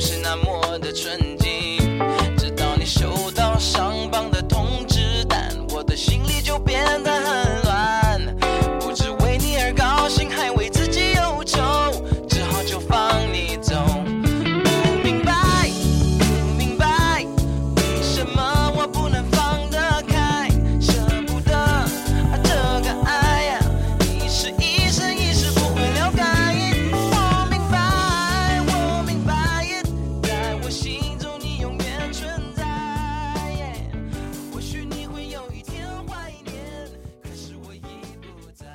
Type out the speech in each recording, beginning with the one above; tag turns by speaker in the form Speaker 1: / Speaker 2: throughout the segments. Speaker 1: 是那么的纯净。直到你收到上榜的通知单，我的心里就变得很乱。不只为你而高兴，还为自己忧愁，只好就放你走。不明白，不明白，为什么我不能放得开，舍不得啊这个爱呀、一时一时一时不会了解。我明白，我明白，在我心中你永远存在。或许你会有一天怀念，可是我已不在。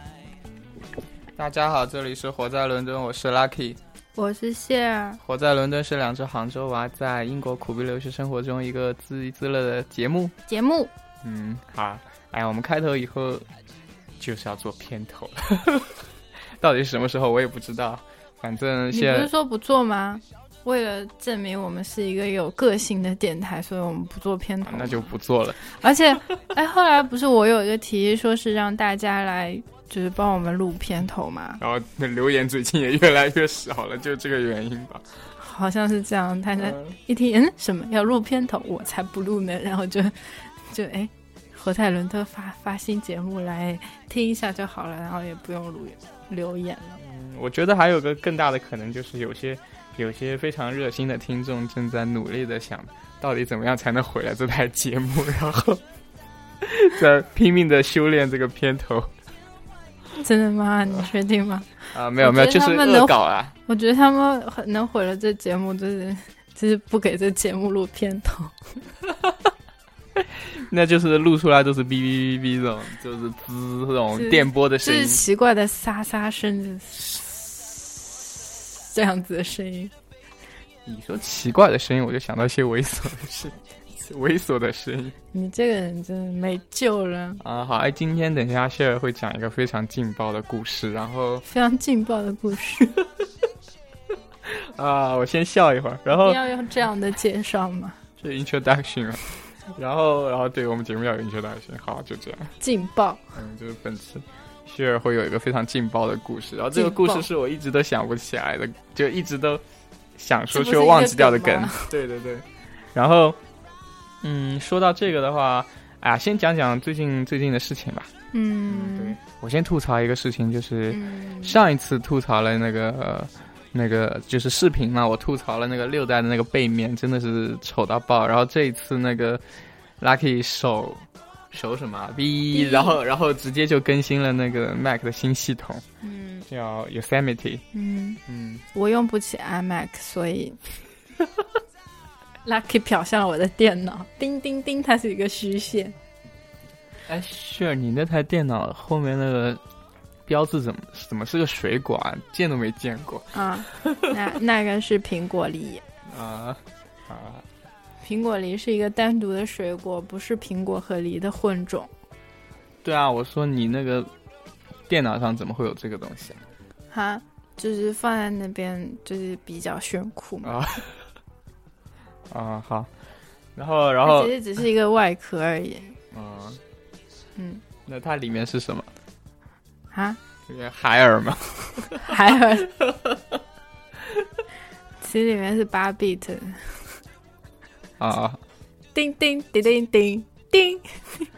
Speaker 2: 大家好，这里是活在伦敦，我是 Lucky。
Speaker 3: 我是谢儿，
Speaker 2: 活在伦敦是两只杭州娃在英国苦逼留学生活中一个自娱自乐的节目。
Speaker 3: 节目
Speaker 2: 嗯，好，哎，我们开头以后就是要做片头了， 到底是什么时候我也不知道，反正
Speaker 3: 你
Speaker 2: 谢
Speaker 3: 不是说不做吗？为了证明我们是一个有个性的电台，所以我们不做片头
Speaker 2: 啊。那就不做了。
Speaker 3: 而且， 哎，后来不是我有一个提议，说是让大家来就是帮我们录片头嘛，
Speaker 2: 然后那留言最近也越来越少了，就这个原因吧。
Speaker 3: 好像是这样。大家
Speaker 2: 嗯
Speaker 3: 一听，嗯，什么要录片头，我才不录呢。然后就 就哎，何泰伦特发发新节目来听一下就好了，然后也不用录留言了。
Speaker 2: 我觉得还有个更大的可能就是有些有些非常热心的听众正在努力的想到底怎么样才能回来这台节目，然后 在拼命的修炼这个片头
Speaker 3: 真的吗？你确定吗？
Speaker 2: 啊，没有没有，
Speaker 3: 我
Speaker 2: 就
Speaker 3: 觉得
Speaker 2: 是
Speaker 3: 他们
Speaker 2: 恶
Speaker 3: 能
Speaker 2: 搞啊。
Speaker 3: 我觉得他们很能毁了这节目，就是就是不给这节目录片头。
Speaker 2: 那就是录出来都是哔哔哔哔这种，就是滋这种
Speaker 3: 是
Speaker 2: 电波的
Speaker 3: 就
Speaker 2: 声音
Speaker 3: 是。奇怪的沙沙声，就是这样子的声音。
Speaker 2: 你说奇怪的声音，我就想到一些猥琐的事，猥琐的声音
Speaker 3: 你这个人真的没救了，
Speaker 2: 啊。好，哎，今天等一下谢尔会讲一个非常劲爆的故事，然后
Speaker 3: 非常劲爆的故事。
Speaker 2: 啊，我先笑一会儿， 然后
Speaker 3: 要用这样的介绍吗？
Speaker 2: 这 introduction 了，然后然后对我们节目要有 introduction，好，就这样，
Speaker 3: 劲爆，
Speaker 2: 嗯，就是本次。谢尔会有一个非常劲爆的故事，然后这个
Speaker 3: 劲爆
Speaker 2: 故事是我一直都想不起来的，就一直都想说
Speaker 3: 这不是
Speaker 2: 却
Speaker 3: 一个
Speaker 2: 忘记掉的
Speaker 3: 梗吗
Speaker 2: 对对对。然后，嗯，说到这个的话，啊，先讲讲最近最近的事情吧。
Speaker 3: 嗯，
Speaker 2: 我先吐槽一个事情，就是、
Speaker 3: 嗯，
Speaker 2: 上一次吐槽了那个、呃那个就是视频嘛，我吐槽了那个六代的那个背面真的是丑到爆。然后这一次那个 Lucky 手手什么啊 V，
Speaker 3: V
Speaker 2: 然后然后直接就更新了那个 Mac 的新系统，
Speaker 3: 嗯
Speaker 2: 叫 Yosemite。
Speaker 3: 嗯，
Speaker 2: 嗯，
Speaker 3: 我用不起 iMac，所 以 Lucky 瞟向了我的电脑，叮叮叮，它是一个虚线。
Speaker 2: 哎，是你那台电脑后面那个标志怎么怎么是个水果啊？见都没见过
Speaker 3: 啊，那 那个是苹果梨。
Speaker 2: 啊啊！
Speaker 3: 苹果梨是一个单独的水果，不是苹果和梨的混种。
Speaker 2: 对啊，我说你那个电脑上怎么会有这个东西啊？
Speaker 3: 哈，就是放在那边，就是比较炫酷嘛。
Speaker 2: 啊啊，好，然后然后
Speaker 3: 它其实只是一个外壳而已。
Speaker 2: 嗯，
Speaker 3: 嗯，
Speaker 2: 那它里面是什么？
Speaker 3: 哈，
Speaker 2: 里面海尔吗？
Speaker 3: 海尔， 其实里面是八 bit。
Speaker 2: 啊，
Speaker 3: 叮叮叮叮叮叮。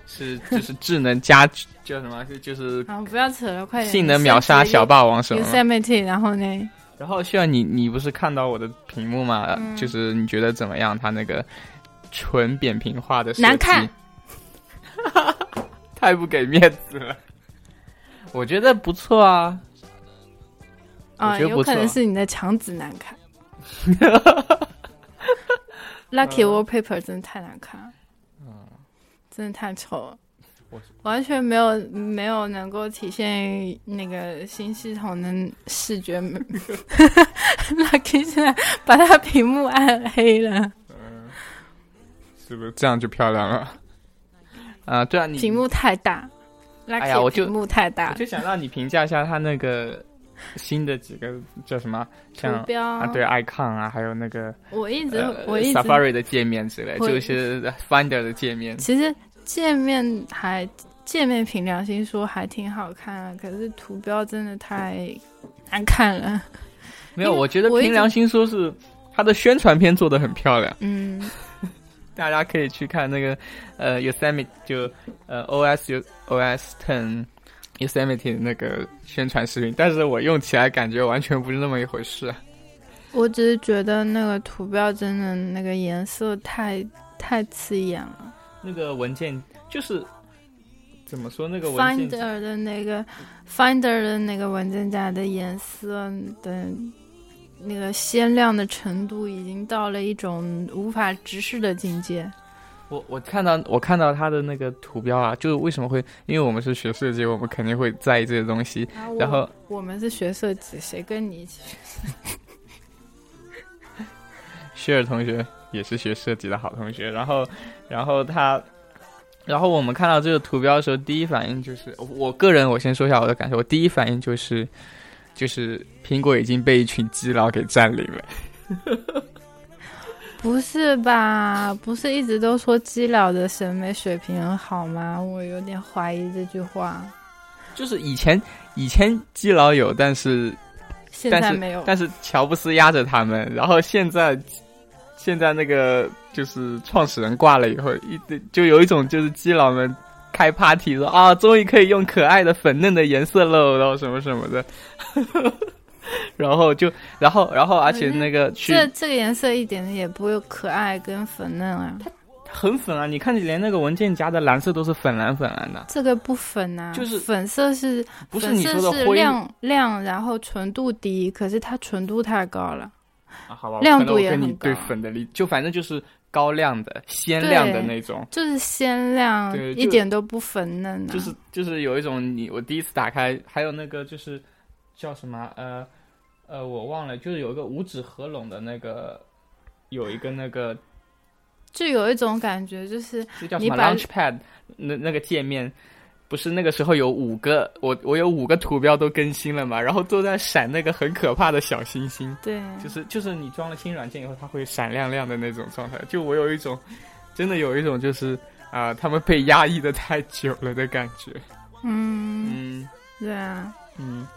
Speaker 2: 是就是智能家居叫什么？就就是
Speaker 3: 啊，不要扯了，快点。
Speaker 2: 性能秒杀小霸王什么吗？
Speaker 3: Yosemite，然后呢？
Speaker 2: 然后炫你你不是看到我的屏幕吗？
Speaker 3: 嗯
Speaker 2: 就是你觉得怎么样？它那个纯扁平化的设计
Speaker 3: 难看，
Speaker 2: 太不给面子了。我觉得不错啊，我
Speaker 3: 啊，
Speaker 2: 觉得不
Speaker 3: 有可
Speaker 2: 错
Speaker 3: 能是你的墙纸难 看。Lucky
Speaker 2: 嗯
Speaker 3: wallpaper 真的太难看了，真的太丑了
Speaker 2: 我，
Speaker 3: 完全没有没有能够体现那个新系统的视觉美。Lucky 现在把他屏幕暗黑了，
Speaker 2: 是不是这样就漂亮了？啊，对啊，你
Speaker 3: 屏幕太大。
Speaker 2: 哎呀我
Speaker 3: Lucky
Speaker 2: 就
Speaker 3: 屏幕太大
Speaker 2: 我，就想让你评价一下它那个新的几个叫什么，
Speaker 3: 图
Speaker 2: 像
Speaker 3: 标
Speaker 2: 啊对 icon 啊，还有那个
Speaker 3: 我一直
Speaker 2: 呃
Speaker 3: 我一直
Speaker 2: Safari 的界面之类，
Speaker 3: 我
Speaker 2: 就是 Finder 的界面。
Speaker 3: 其实界面还界面凭良心说还挺好看啊的，可是图标真的太难看了。
Speaker 2: 没有，
Speaker 3: 因为
Speaker 2: 我觉得
Speaker 3: 我一直
Speaker 2: 凭良心说是它的宣传片做的很漂亮，
Speaker 3: 嗯，
Speaker 2: 大家可以去看那个呃 Yosemite 就呃 OS 有 OS Ten Yosemite 那个宣传视频，但是我用起来感觉完全不是那么一回事。啊
Speaker 3: 我只是觉得那个图标真的那个颜色太太刺眼了。
Speaker 2: 那个文件就是怎么说那个文件
Speaker 3: Finder 的那个 Finder 的那个文件夹的颜色的那个鲜亮的程度，已经到了一种无法直视的境界。
Speaker 2: 我我看到我看到它的那个图标啊，就是为什么会？因为我们是学设计，我们肯定会在意这些东西。然后
Speaker 3: 啊我们是学设计，谁跟你一起？
Speaker 2: 希尔同学也是学设计的好同学，然后然后他，然后我们看到这个图标的时候，第一反应就是我个人，我先说一下我的感受，我第一反应就是就是苹果已经被一群基佬给占领了。
Speaker 3: 不是吧？不是一直都说基佬的审美水平很好吗？我有点怀疑这句话。
Speaker 2: 就是以前以前基佬有，但是
Speaker 3: 现
Speaker 2: 但
Speaker 3: 在
Speaker 2: 是
Speaker 3: 没有，
Speaker 2: 但是乔布斯压着他们，然后现在现在那个就是创始人挂了以后，一就有一种就是基佬们开 party 说啊，终于可以用可爱的粉嫩的颜色喽，然后什么什么的， 然后就然后然后而且那个去
Speaker 3: 这这个颜色一点也不会可爱跟粉嫩啊，
Speaker 2: 很粉啊，你看你连那个文件夹的蓝色都是粉蓝粉蓝的，
Speaker 3: 这个不粉呐、
Speaker 2: 就是
Speaker 3: 粉色是
Speaker 2: 不是
Speaker 3: 粉
Speaker 2: 你
Speaker 3: 色
Speaker 2: 说
Speaker 3: 是
Speaker 2: 的灰。
Speaker 3: 亮亮，然后纯度低，可是它纯度太高了，
Speaker 2: 啊好吧，
Speaker 3: 亮
Speaker 2: 可能
Speaker 3: 度
Speaker 2: 我
Speaker 3: 也
Speaker 2: 跟
Speaker 3: 很
Speaker 2: 你对
Speaker 3: 高
Speaker 2: 粉的理，就反正就是高亮的、鲜亮的
Speaker 3: 对
Speaker 2: 那种。
Speaker 3: 就是鲜亮，
Speaker 2: 对就
Speaker 3: 一点都不粉嫩、啊，
Speaker 2: 就是就是有一种你我第一次打开，还有那个就是叫什么呃呃我忘了，就是有一个五指合拢的那个，有一个那个
Speaker 3: 就有一种感觉，就是
Speaker 2: 就叫什
Speaker 3: 你
Speaker 2: 么
Speaker 3: 把
Speaker 2: Launchpad 那那个界面。不是那个时候有五个，我我有五个图标都更新了嘛，然后都在闪那个很可怕的小星星，
Speaker 3: 对，
Speaker 2: 就是就是你装了新软件以后，它会闪亮亮的那种状态。就我有一种，真的有一种就是啊、他们被压抑的太久了的感觉。
Speaker 3: 嗯，
Speaker 2: 嗯。
Speaker 3: 对啊，
Speaker 2: 嗯，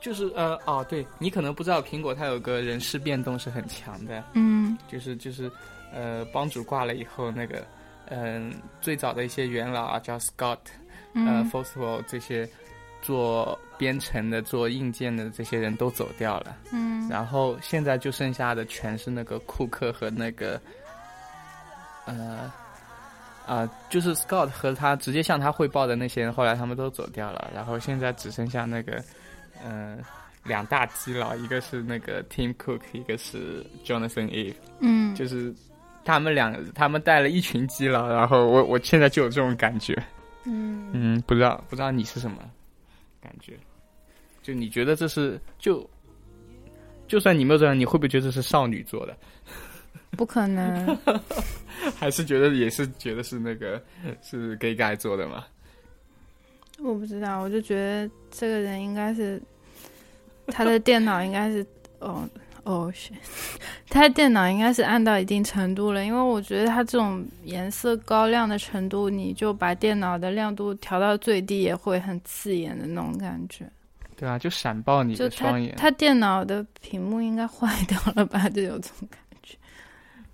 Speaker 2: 就是呃哦，对你可能不知道，苹果它有个人事变动是很强的，
Speaker 3: 嗯
Speaker 2: 就是就是呃帮主挂了以后，那个嗯、最早的一些元老啊，叫 Scott 呃、
Speaker 3: 嗯
Speaker 2: f o s w e l l 这些做编程的、做硬件的这些人都走掉了，
Speaker 3: 嗯，
Speaker 2: 然后现在就剩下的全是那个库克和那个呃。啊、就是 Scott 和他直接向他汇报的那些人，后来他们都走掉了，然后现在只剩下那个，嗯、两大基佬，一个是那个 Tim Cook，一个是 Jonathan Eve，
Speaker 3: 嗯，
Speaker 2: 就是他们两，他们带了一群基佬，然后我我现在就有这种感觉，
Speaker 3: 嗯
Speaker 2: 嗯，不知道不知道你是什么感觉，就你觉得这是就，就算你没有这样，你会不会觉得这是少女座的？
Speaker 3: 不可能，
Speaker 2: 还是觉得也是觉得是那个是 gay guy 做的吗？
Speaker 3: 我不知道，我就觉得这个人应该是他的电脑应该是哦哦是，他的电脑应该是按到一定程度了，因为我觉得他这种颜色高亮的程度，你就把电脑的亮度调到最低，也会很刺眼的那种感觉。
Speaker 2: 对啊，就闪爆你
Speaker 3: 就
Speaker 2: 的
Speaker 3: 他
Speaker 2: 双眼。
Speaker 3: 他电脑的屏幕应该坏掉了吧？就有这种感觉。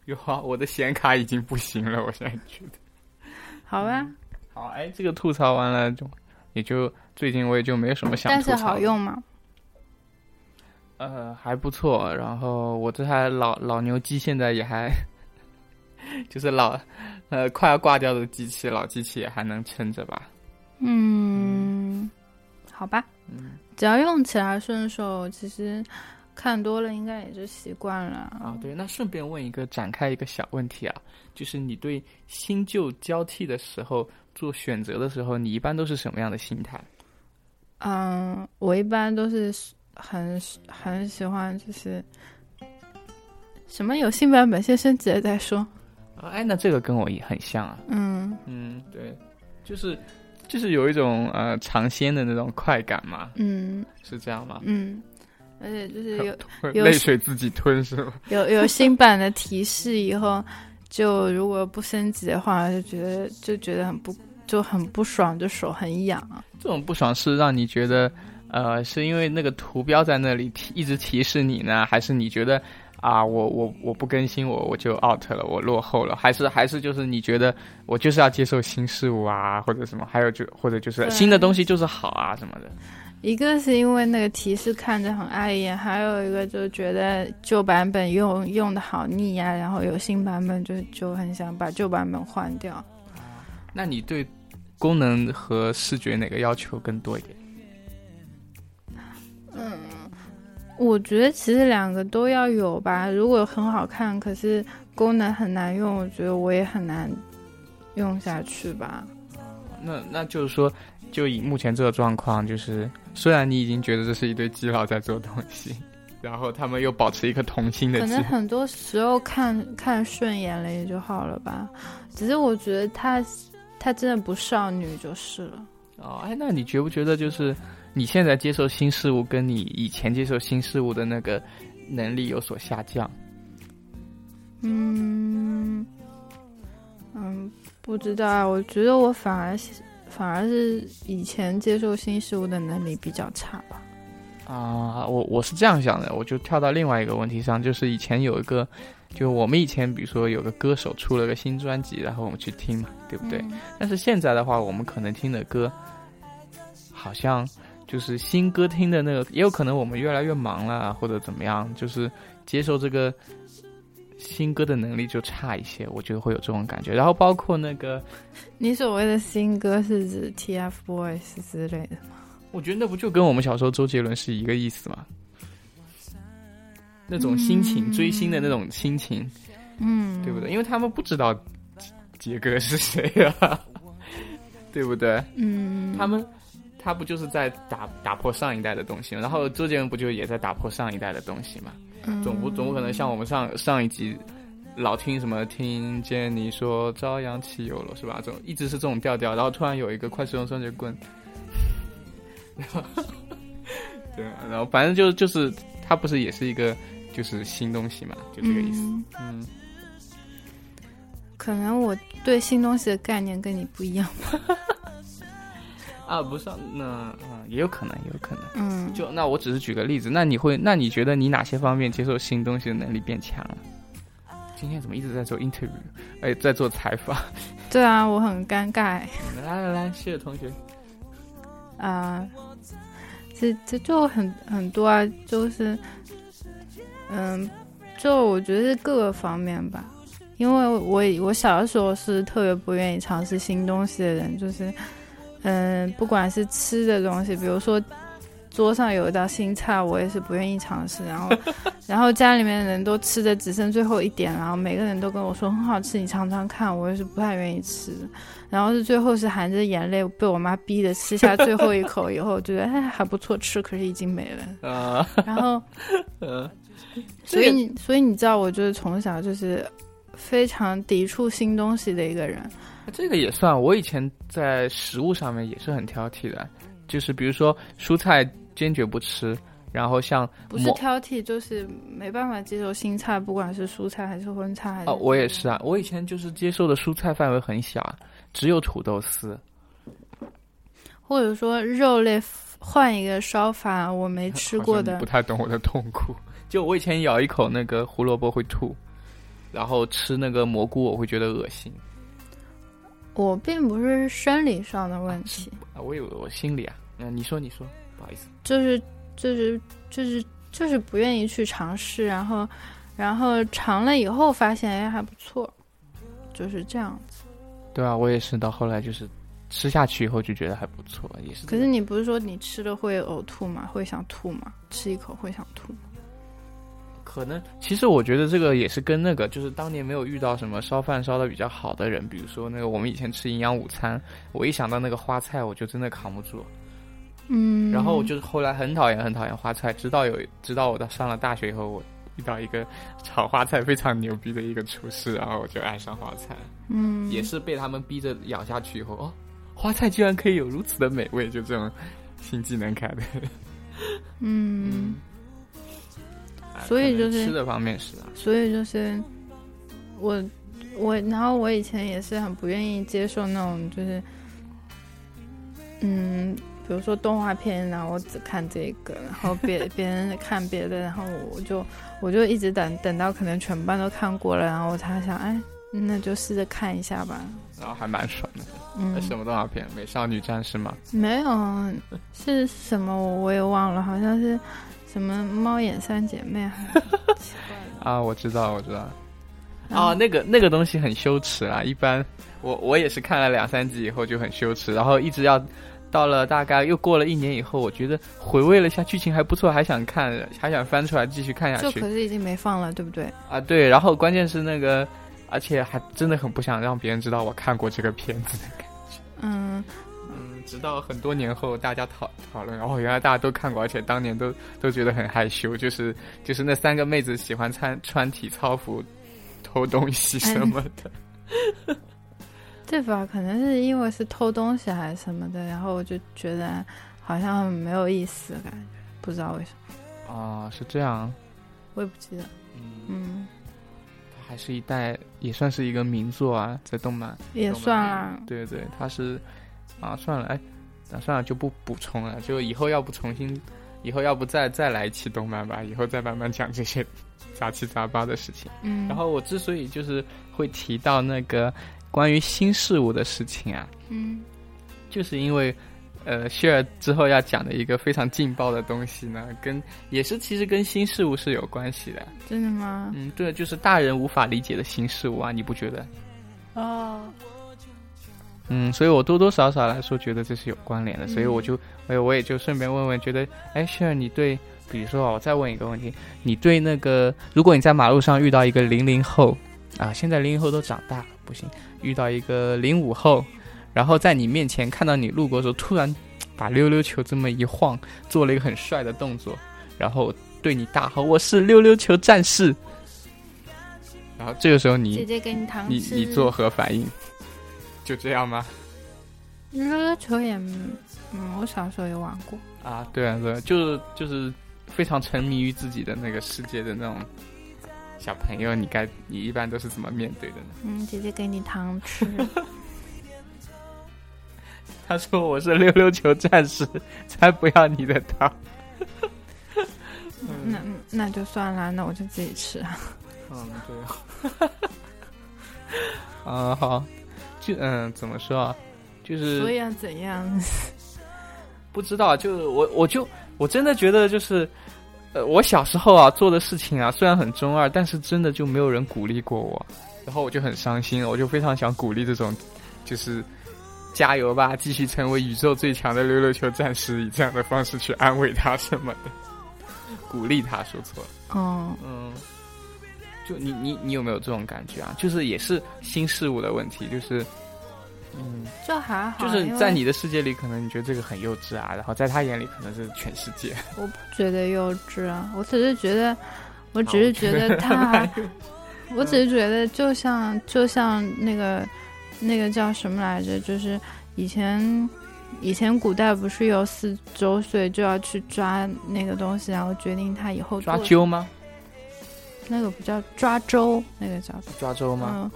Speaker 2: 有 啊，我的显卡已经不行了，我现在觉得。
Speaker 3: 好吧，
Speaker 2: 好，哎，这个吐槽完了就也就最近我也就没有什么想
Speaker 3: 但
Speaker 2: 吐槽
Speaker 3: 是
Speaker 2: 的。
Speaker 3: 好用吗？
Speaker 2: 呃，还不错。然后我这台老老牛机现在也还， 就是老呃快要挂掉的机器，老机器也还能撑着吧。
Speaker 3: 嗯，好吧。
Speaker 2: 嗯
Speaker 3: 只要用起来顺手，其实看多了应该也就习惯了。
Speaker 2: 啊，对，那顺便问一个，展开一个小问题啊，就是你对新旧交替的时候做选择的时候，你一般都是什么样的心态？
Speaker 3: 嗯，我一般都是很很喜欢，就是什么有新版本先升级了再说。
Speaker 2: 啊，哎，那这个跟我也很像啊。
Speaker 3: 嗯
Speaker 2: 嗯，对，就是就是有一种呃尝鲜的那种快感嘛，
Speaker 3: 嗯
Speaker 2: 是这样吗？
Speaker 3: 嗯，而且就是有
Speaker 2: 会
Speaker 3: 有
Speaker 2: 泪
Speaker 3: 时
Speaker 2: 水自己吞是吗？
Speaker 3: 有有新版的提示以后，就如果不升级的话，就觉得就觉得很不就很不爽，就手很痒。
Speaker 2: 这种不爽是让你觉得，呃，是因为那个图标在那里提一直提示你呢，还是你觉得啊，我我我不更新我我就 out 了，我落后了，还是还是就是你觉得我就是要接受新事物啊，或者什么，还有就或者就是
Speaker 3: 对
Speaker 2: 新的东西就是好啊什么的。
Speaker 3: 一个是因为那个提示看着很碍眼，还有一个就觉得旧版本用用的好腻呀、然后有新版本就就很想把旧版本换掉。
Speaker 2: 那你对功能和视觉哪个要求更多一点？
Speaker 3: 我觉得其实两个都要有吧，如果很好看，可是功能很难用，我觉得我也很难用下去吧。
Speaker 2: 那那就是说，就以目前这个状况，就是虽然你已经觉得这是一堆基佬在做东西，然后他们又保持一颗童心的
Speaker 3: 可
Speaker 2: 基
Speaker 3: 能很多时候看看顺眼了也就好了吧，只是我觉得她她真的不少女就是了。
Speaker 2: 哦，哎，那你觉不觉得就是你现在接受新事物，跟你以前接受新事物的那个能力有所下降？
Speaker 3: 嗯，嗯，不知道啊，我觉得我反而是反而是以前接受新事物的能力比较差吧。
Speaker 2: 啊、我我是这样想的，我就跳到另外一个问题上，就是以前有一个，就我们以前比如说有个歌手出了个新专辑，然后我们去听嘛，对不对？
Speaker 3: 嗯
Speaker 2: 但是现在的话，我们可能听的歌，好像就是新歌听的那个，也有可能我们越来越忙了，或者怎么样，就是接受这个新歌的能力就差一些，我觉得会有这种感觉。然后包括那个，
Speaker 3: 你所谓的新歌是指 TFBOYS 之类的吗？
Speaker 2: 我觉得那不就跟我们小时候周杰伦是一个意思吗？那种心情，追星的那种心情，
Speaker 3: 嗯，
Speaker 2: 对不对？因为他们不知道杰哥是谁呀、啊， 对不对？
Speaker 3: 嗯，
Speaker 2: 他们他不就是在打打破上一代的东西吗？然后周杰伦不就也在打破上一代的东西嘛？总不总不可能像我们上上一集老听什么听见你说朝阳起又落是吧？这种一直是这种调调，然后突然有一个快使用双截棍，然后对，啊然后反正就就是他不是也是一个就是新东西嘛，就这个意思。
Speaker 3: 嗯
Speaker 2: 嗯，
Speaker 3: 可能我对新东西的概念跟你不一样。
Speaker 2: 啊，不是，那嗯也有可能，也有可能。
Speaker 3: 嗯，
Speaker 2: 就那我只是举个例子，那你会，那你觉得你哪些方面接受新东西的能力变强了？今天怎么一直在做 interview？哎，在做采访。
Speaker 3: 对啊，我很尴尬欸
Speaker 2: 来来来，谢谢同学。
Speaker 3: 啊、这这就很很多啊，就是，嗯，就我觉得是各个方面吧，因为我我小的时候是特别不愿意尝试新东西的人，就是，嗯，不管是吃的东西，比如说桌上有一道新菜，我也是不愿意尝试，然后然后家里面的人都吃的只剩最后一点，然后每个人都跟我说很好吃，你尝尝看，我也是不太愿意吃的。然后是最后是含着眼泪被我妈逼的吃下最后一口以后，觉得哎还不错吃，可是已经没 了。
Speaker 2: 啊、
Speaker 3: 然后，
Speaker 2: 呃，
Speaker 3: 所以你所以你知道，我就是从小就是非常抵触新东西的一个人。
Speaker 2: 这个也算。我以前在食物上面也是很挑剔的，就是比如说蔬菜坚决不吃，然后像
Speaker 3: 不是
Speaker 2: 某
Speaker 3: 挑剔，就是没办法接受新菜，不管是蔬菜还是荤菜还是。
Speaker 2: 哦，我也是啊，我以前就是接受的蔬菜范围很小，啊只有土豆丝。
Speaker 3: 或者说肉类换一个烧法，我没吃过
Speaker 2: 好像你
Speaker 3: 的
Speaker 2: 不。太懂我的痛苦。就我以前咬一口那个胡萝卜会吐，然后吃那个蘑菇我会觉得恶心
Speaker 3: 我并不是生理上的问题，
Speaker 2: 啊，我有我心里啊，嗯，你说你说，不好意思，
Speaker 3: 就是就是就是就是不愿意去尝试，然后然后尝了以后发现哎还不错，就是这样子。
Speaker 2: 对啊，我也是到后来就是吃下去以后就觉得还不错，也是这
Speaker 3: 可
Speaker 2: 个。
Speaker 3: 是你不是说你吃了会呕吐吗？会想吐吗？吃一口会想吐吗？
Speaker 2: 可能其实我觉得这个也是跟那个就是当年没有遇到什么烧饭烧的比较好的人，比如说那个我们以前吃营养午餐，我一想到那个花菜我就真的扛不住，
Speaker 3: 嗯，
Speaker 2: 然后我就是后来很讨厌很讨厌花菜，直到有直到我到上了大学以后，我遇到一个炒花菜非常牛逼的一个厨师，然后我就爱上花菜，
Speaker 3: 嗯
Speaker 2: 也是被他们逼着咬下去以后，哦，花菜居然可以有如此的美味，就这种新技能开的。
Speaker 3: 嗯，
Speaker 2: 哎
Speaker 3: 所以
Speaker 2: 可能
Speaker 3: 就是
Speaker 2: 吃的方面是啊，
Speaker 3: 所以就是我我，然后我以前也是很不愿意接受那种就是嗯比如说动画片，然后我只看这个，然后别 别人看别的，然后我就我就一直等等到可能全班都看过了，然后我才想，哎，那就试着看一下吧。
Speaker 2: 然后还蛮爽的。
Speaker 3: 嗯
Speaker 2: 那，什么动画片？《美少女战士》吗？
Speaker 3: 没有是什么我我也忘了，好像是什么猫眼三姐妹，还是奇怪嗯的
Speaker 2: 啊，我知道，我知道。
Speaker 3: 然后
Speaker 2: 啊，那个那个东西很羞耻啊！一般我我也是看了两三集以后就很羞耻，然后一直要到了大概又过了一年以后，我觉得回味了一下剧情还不错，还想看，还想翻出来继续看下
Speaker 3: 就
Speaker 2: 去
Speaker 3: 可是已经没放了，对不对？
Speaker 2: 啊。对，然后关键是那个，而且还真的很不想让别人知道我看过这个片子。
Speaker 3: 嗯，
Speaker 2: 嗯，直到很多年后大家讨讨论，哦，原来大家都看过，而且当年都都觉得很害羞，就是就是那三个妹子喜欢穿穿体操服。偷东西
Speaker 3: 哎
Speaker 2: 什么的，
Speaker 3: 对吧？可能是因为是偷东西还是什么的，然后我就觉得好像很没有意思的感觉，不知道为什么，
Speaker 2: 啊、是这样。
Speaker 3: 我也不记得。
Speaker 2: 嗯，
Speaker 3: 嗯，
Speaker 2: 还是一代，也算是一个名作啊，在动漫。
Speaker 3: 也
Speaker 2: 动漫
Speaker 3: 算啊
Speaker 2: 里
Speaker 3: 啦。
Speaker 2: 对对，它是啊，算了，哎，那算了，就不补充了，就以后要不重新，以后要不再再来一期动漫吧，以后再慢慢讲这些杂七杂八的事情。
Speaker 3: 嗯，
Speaker 2: 然后我之所以就是会提到那个关于新事物的事情啊，
Speaker 3: 嗯，
Speaker 2: 就是因为，呃，希尔之后要讲的一个非常劲爆的东西呢，跟也是其实跟新事物是有关系的。
Speaker 3: 真的吗？
Speaker 2: 嗯，对，就是大人无法理解的新事物啊，你不觉得？
Speaker 3: 哦，
Speaker 2: 嗯，所以我多多少少来说觉得这是有关联的，所以我就，哎，我也就顺便问问，觉得，哎，希尔，你对，比如说啊，我再问一个问题，你对那个，如果你在马路上遇到一个零零后，啊，现在零零后都长大了，不行，遇到一个零五后，然后在你面前看到你路过的时候，突然把溜溜球这么一晃，做了一个很帅的动作，然后对你大吼：“我是溜溜球战士。”然后这个时候你
Speaker 3: 姐姐给你糖
Speaker 2: 你
Speaker 3: 吃。
Speaker 2: 你做何反应？就这样吗？
Speaker 3: 溜溜球也，嗯，我小时候也玩过。
Speaker 2: 啊，对啊，对啊，就是就是非常沉迷于自己的那个世界的那种小朋友，你该你一般都是怎么面对的呢？
Speaker 3: 嗯，姐姐给你糖吃。
Speaker 2: 他说我是溜溜球战士，才不要你的糖。
Speaker 3: 那那就算了，那我就自己吃啊。
Speaker 2: 嗯，对啊。 啊，好，就嗯，怎么说啊？就是
Speaker 3: 所以要怎样？
Speaker 2: 不知道，就我我就我真的觉得就是，呃，我小时候啊做的事情啊，虽然很中二，但是真的就没有人鼓励过我，然后我就很伤心，我就非常想鼓励这种，就是加油吧，继续成为宇宙最强的溜溜球战士，以这样的方式去安慰他什么的，鼓励他，说错了。
Speaker 3: 哦，
Speaker 2: 嗯，就你你你有没有这种感觉啊？就是也是新事物的问题，就是，嗯，
Speaker 3: 就还好。
Speaker 2: 就是
Speaker 3: 因为
Speaker 2: 在你的世界里，可能你觉得这个很幼稚啊，然后在他眼里可能是全世界。
Speaker 3: 我不觉得幼稚啊，我只是觉得，我只是 觉得
Speaker 2: 哎
Speaker 3: 他，我只是觉得就像就像那个那个叫什么来着，就是以前以前古代不是有四周岁就要去抓那个东西，然后决定他以后
Speaker 2: 抓
Speaker 3: 做
Speaker 2: 阄吗？
Speaker 3: 那个不叫抓周，那个叫
Speaker 2: 抓周吗？
Speaker 3: 嗯，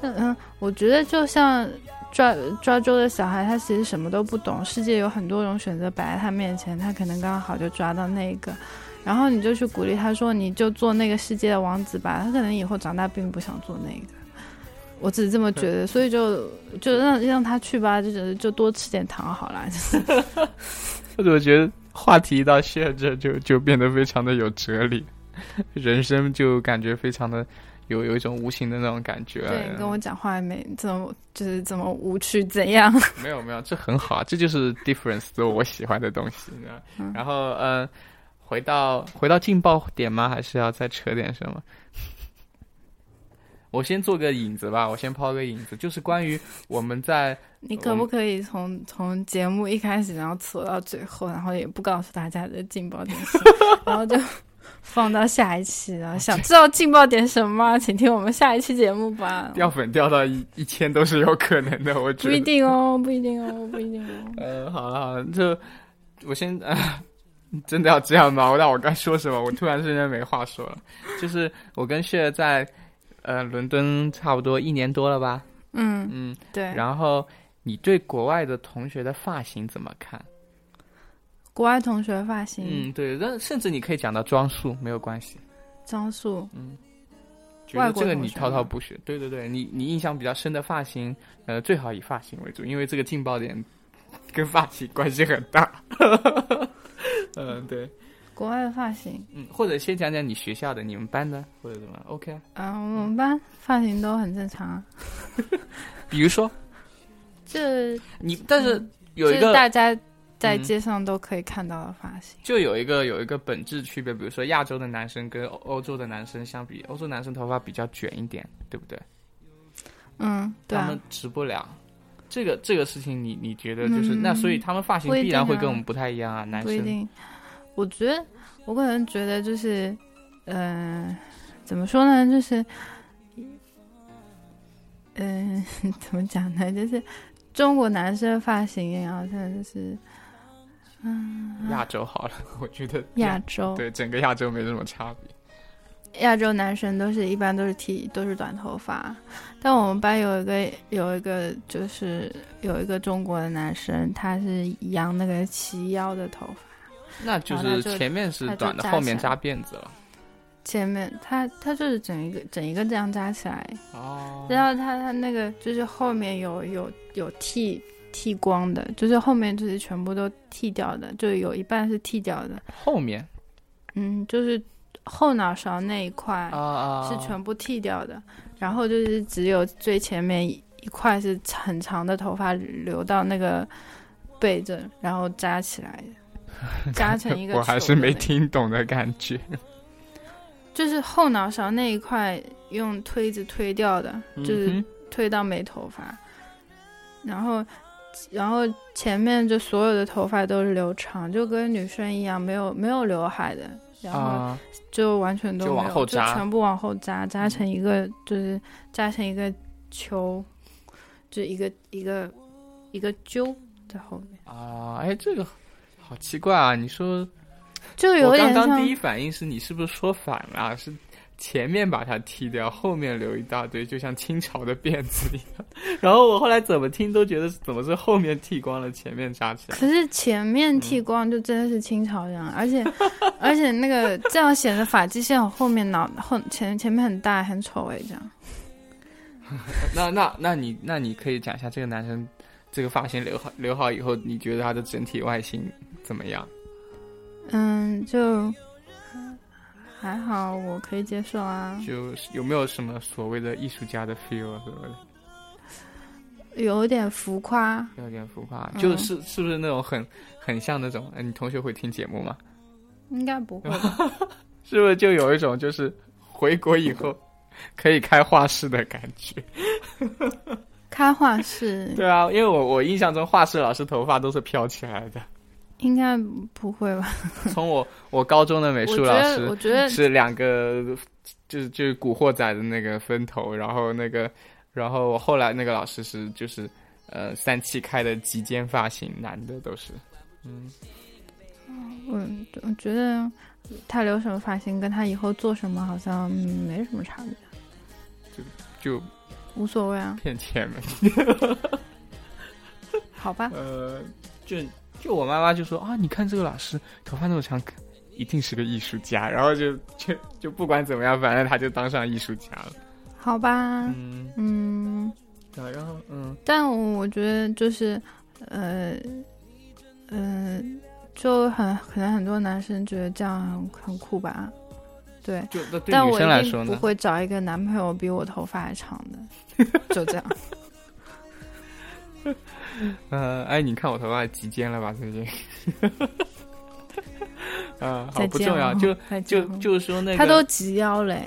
Speaker 3: 那嗯，我觉得就像抓抓周的小孩，他其实什么都不懂，世界有很多种选择摆在他面前，他可能刚好就抓到那一个，然后你就去鼓励他说，你就做那个世界的王子吧。他可能以后长大并不想做那个，我只是这么觉得，所以就就让让他去吧，就觉得就多吃点糖好了。
Speaker 2: 我怎么觉得话题一到现在就就变得非常的有哲理，人生就感觉非常的有有一种无形的那种感觉。
Speaker 3: 对你跟我讲话也没这么就是怎么无趣怎样？
Speaker 2: 没有没有，这很好，啊这就是 difference，都我喜欢的东西。你知道吗
Speaker 3: 嗯
Speaker 2: 然后嗯，回到回到劲爆点吗？还是要再扯点什么？ 我先做个引子吧，我先抛个引子，就是关于我们在
Speaker 3: 你可不可以从从节目一开始，然后扯到最后，然后也不告诉大家的劲爆点是什么，然后就放到下一期，然后想知道劲爆点什么，啊请听我们下一期节目吧。
Speaker 2: 掉粉掉到一一千都是有可能的，我觉
Speaker 3: 不
Speaker 2: 得
Speaker 3: 一。定哦，不一定哦，不一定 哦。
Speaker 2: 呃，好了好了，就我先 啊、真的要这样吗？我让我该说什么？我突然之间没话说了。就是我跟谢在呃伦敦差不多一年多了吧，
Speaker 3: 嗯，
Speaker 2: 嗯，
Speaker 3: 对。
Speaker 2: 然后你对国外的同学的发型怎么看？
Speaker 3: 国外同学发型，
Speaker 2: 嗯，对，但甚至你可以讲到装束没有关系，
Speaker 3: 张树，
Speaker 2: 嗯，觉
Speaker 3: 外
Speaker 2: 得
Speaker 3: 国
Speaker 2: 这个
Speaker 3: 同
Speaker 2: 你
Speaker 3: 学啊
Speaker 2: 滔滔
Speaker 3: 吗
Speaker 2: 不绝，对对对，你你印象比较深的发型，呃，最好以发型为主，因为这个劲爆点跟发型关系很大。 嗯，对，
Speaker 3: 国外的发型
Speaker 2: 嗯，或者先讲讲你学校的，你们班的，或者怎么样，OK 啊？
Speaker 3: 啊，我们班发型都很正常啊。
Speaker 2: 比如说
Speaker 3: 这
Speaker 2: 你，但是有一
Speaker 3: 这是
Speaker 2: 个
Speaker 3: 大家在
Speaker 2: 嗯
Speaker 3: 街上都可以看到的发型。
Speaker 2: 就有一个有一个本质区别，比如说亚洲的男生跟欧欧洲的男生相比，欧洲男生头发比较卷一点，对不对？
Speaker 3: 嗯，对
Speaker 2: 他
Speaker 3: 啊
Speaker 2: 们，直不了。这个这个事情你，你觉得就是、
Speaker 3: 嗯
Speaker 2: 那，所以他们发型
Speaker 3: 不一
Speaker 2: 必然
Speaker 3: 定
Speaker 2: 会
Speaker 3: 啊
Speaker 2: 跟我们不太一样啊，男
Speaker 3: 不一
Speaker 2: 生。
Speaker 3: 定。我觉得，我可能觉得就是，呃，怎么说呢？就是，嗯、 怎么讲呢？就是中国男生发型也好像就是，嗯，
Speaker 2: 亚洲好了，我觉得
Speaker 3: 亚洲
Speaker 2: 对整个亚洲没什么差别。
Speaker 3: 亚洲男生都是一般都是剃都是短头发，但我们班有一个有一个就是有一个中国的男生，他是扬那个齐腰的头发，
Speaker 2: 那就
Speaker 3: 好那
Speaker 2: 是
Speaker 3: 就
Speaker 2: 前面是
Speaker 3: 那就
Speaker 2: 短的，
Speaker 3: 扎
Speaker 2: 后面
Speaker 3: 起
Speaker 2: 扎
Speaker 3: 来
Speaker 2: 辫子了。
Speaker 3: 前面他他就是整一个整一个这样扎起来，
Speaker 2: 哦，
Speaker 3: 然后他他那个就是后面有有有剃剃光的，就是后面就是全部都剃掉的，就有一半是剃掉的，
Speaker 2: 后面
Speaker 3: 嗯，就是后脑勺那一块
Speaker 2: 啊啊
Speaker 3: 是 全部剃掉的，然后就是只有最前面一一块是很长的头发留到那个背这，然后扎起来 的，扎成一个。
Speaker 2: 我还是没，听懂的感 觉。
Speaker 3: 就是后脑勺那一块用推子推掉的，就是
Speaker 2: 嗯
Speaker 3: 推到没头发，然后。然后前面就所有的头发都是留长，就跟女生一样，没有没有刘海的，
Speaker 2: 哼
Speaker 3: 然后
Speaker 2: 啊，
Speaker 3: 就完全都
Speaker 2: 就
Speaker 3: 没有
Speaker 2: 往后扎嗯
Speaker 3: 就全部往后扎，扎成一个、就是扎成一个球，就一个一个一个揪在后面，
Speaker 2: 啊，哎，这个好奇怪啊！你说
Speaker 3: 就有
Speaker 2: 我
Speaker 3: 点
Speaker 2: 刚
Speaker 3: 像
Speaker 2: 刚第一反应是你是不是说反了？啊是前面把它剃掉，后面留一大堆，就像清朝的辫子一样。 然后我后来怎么听都觉得是怎么是后面剃光了，前面扎起来。
Speaker 3: 可是前面剃光就真的是清朝人，而且而且那个这样显得发际线后面脑后前前面很大很丑哎，这样
Speaker 2: 那那那你那你可以讲一下这个男生这个发型留好留好以后，你觉得他的整体外形怎么样？
Speaker 3: 嗯就还好，我可以接受啊，
Speaker 2: 就是有没有什么所谓的艺术家的 feel 什么的，
Speaker 3: 有点浮夸，
Speaker 2: 有点浮夸，
Speaker 3: 嗯
Speaker 2: 就是是不是那种很很像那种？哎，你同学会听节目吗？
Speaker 3: 应该不会吧。
Speaker 2: 是不是就有一种就是回国以后可以开画室的感觉？
Speaker 3: 开画室
Speaker 2: 对啊，因为我我印象中画室老师头发都是飘起来的，
Speaker 3: 应该不会吧？
Speaker 2: 从我我高中的美
Speaker 3: 我
Speaker 2: 术
Speaker 3: 觉
Speaker 2: 老
Speaker 3: 得，
Speaker 2: 师
Speaker 3: 我觉得
Speaker 2: 是两个，就是就是古惑仔的那个分头，然后那个，然后我后来那个老师是就是呃三七开的及肩发型，男的都是，嗯，
Speaker 3: 我我觉得他留什么发型，跟他以后做什么好像、嗯没什么差别，
Speaker 2: 就
Speaker 3: 无所谓啊，
Speaker 2: 骗钱嘛。
Speaker 3: 好吧？
Speaker 2: 呃， 就就我妈妈就说啊，你看这个老师头发那么长，可一定是个艺术家。然后就就就不管怎么样，反正他就当上艺术家了。
Speaker 3: 好吧，
Speaker 2: 嗯，
Speaker 3: 嗯，
Speaker 2: 对然后嗯，
Speaker 3: 但我我觉得就是，呃，呃，就很可能很多男生觉得这样很很酷吧，对。
Speaker 2: 就那对
Speaker 3: 但
Speaker 2: 女
Speaker 3: 我
Speaker 2: 生来
Speaker 3: 一
Speaker 2: 说
Speaker 3: 定不
Speaker 2: 呢，
Speaker 3: 会找一个男朋友比我头发还长的，就这样。
Speaker 2: 呃，哎，你看我头发及肩了吧？最近， 啊、 好
Speaker 3: 再
Speaker 2: 不
Speaker 3: 见
Speaker 2: 重要，
Speaker 3: 哦
Speaker 2: 就
Speaker 3: 再
Speaker 2: 就
Speaker 3: 见哦
Speaker 2: 就是说那个
Speaker 3: 他都及 腰嘞、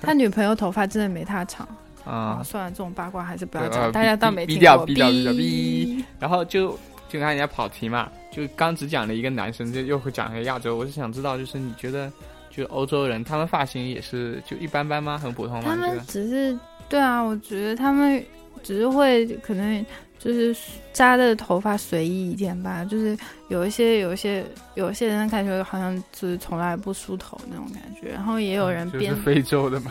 Speaker 3: 他女朋友头发真的没他长。啊，
Speaker 2: 啊、
Speaker 3: 算了，这种八卦还是不要
Speaker 2: 对
Speaker 3: 讲，
Speaker 2: 呃
Speaker 3: 大家
Speaker 2: 逼
Speaker 3: 当没
Speaker 2: 逼
Speaker 3: 听
Speaker 2: 掉
Speaker 3: 过。
Speaker 2: 逼掉逼掉
Speaker 3: 哔
Speaker 2: 然后就就看人家跑题嘛，就刚只讲了一个男生，就又会讲一个亚洲。我是想知道，就是你觉得就欧洲人他们发型也是就一般般吗？很普通吗？
Speaker 3: 他
Speaker 2: 你觉
Speaker 3: 们
Speaker 2: 得？
Speaker 3: 只是对啊，我觉得他们只是会可能就是扎的头发随意一点吧，就是有一些有一些有一些人感觉好像就是从来不梳头那种感觉，然后也有人
Speaker 2: 嗯就是
Speaker 3: 编、
Speaker 2: 非洲的嘛，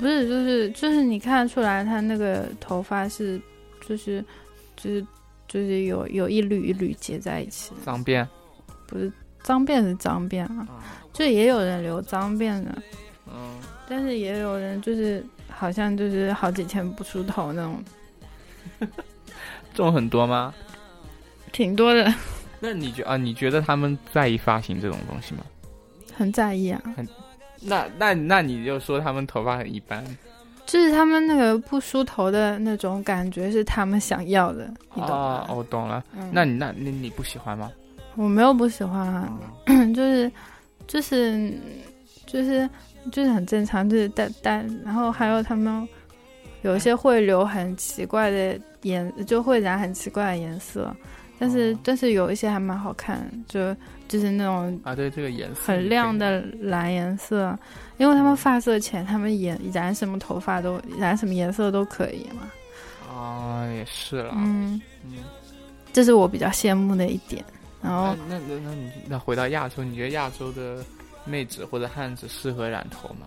Speaker 3: 不是就是就是你看得出来他那个头发是就是就是就是有有一缕一缕结在一起的，
Speaker 2: 脏辫
Speaker 3: 不是脏辫是脏辫啊，
Speaker 2: 啊，
Speaker 3: 就也有人留脏辫的，
Speaker 2: 嗯，
Speaker 3: 但是也有人就是好像就是好几天不出头那种，
Speaker 2: 这种很多吗？
Speaker 3: 挺多的，
Speaker 2: 那你觉啊，你觉得他们在意发型这种东西吗？
Speaker 3: 很在意啊。
Speaker 2: 那那那你就说他们头发很一般，
Speaker 3: 就是他们那个不梳头的那种感觉是他们想要的，你懂吗？
Speaker 2: 哦，我懂了。
Speaker 3: 嗯
Speaker 2: 那你那那你不喜欢吗？
Speaker 3: 我没有不喜欢啊，就是就是就是就是很正常，就是但但然后还有他们有一些会留很奇怪的颜，就会染很奇怪的颜色，但是、
Speaker 2: 哦
Speaker 3: 但是有一些还蛮好看，就就是那种
Speaker 2: 啊，对，这个颜色
Speaker 3: 很亮的
Speaker 2: 嗯
Speaker 3: 蓝颜色，因为他们发色浅，他们染染什么头发都染什么颜色都可以嘛，
Speaker 2: 啊，也是了。
Speaker 3: 嗯，
Speaker 2: 嗯，
Speaker 3: 这是我比较羡慕的一点，然后。
Speaker 2: 那那那你那回到亚洲，你觉得亚洲的妹子或者汉子适合染头吗？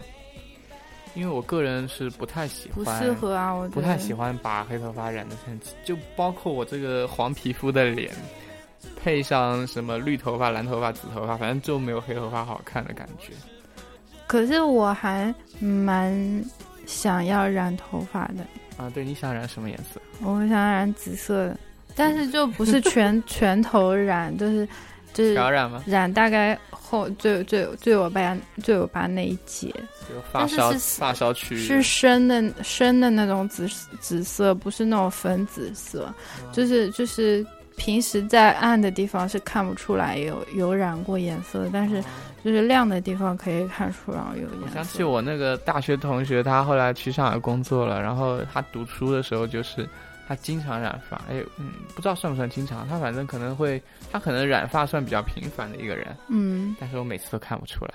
Speaker 2: 因为我个人是不太喜
Speaker 3: 不
Speaker 2: 欢，
Speaker 3: 适合啊，我觉
Speaker 2: 不
Speaker 3: 得
Speaker 2: 太喜欢把黑头发染的很，就包括我这个黄皮肤的脸，配上什么绿头发、蓝头发、紫头发，反正就没有黑头发好看的感觉。
Speaker 3: 可是我还蛮想要染头发的，
Speaker 2: 啊，对，你想染什么颜色？
Speaker 3: 我想染紫色的，但是就不是 全全头染，就是就是
Speaker 2: 想要染吗？
Speaker 3: 染大概后最最最尾巴最尾巴那一节，
Speaker 2: 就发
Speaker 3: 但是
Speaker 2: 梢
Speaker 3: 是
Speaker 2: 发梢区域啊
Speaker 3: 是深的深的那种紫紫色，不是那种粉紫色，
Speaker 2: 嗯
Speaker 3: 就是就是。平时在暗的地方是看不出来有有染过颜色的，但
Speaker 2: 哦
Speaker 3: 是就是亮的地方可以看出来有颜色。
Speaker 2: 我想起我那个大学同学，他后来去上海工作了，然后他读书的时候就是他经常染发，哎，嗯，不知道算不算经常，他反正可能会，他可能染发算比较频繁的一个人，
Speaker 3: 嗯
Speaker 2: 但是我每次都看不出来，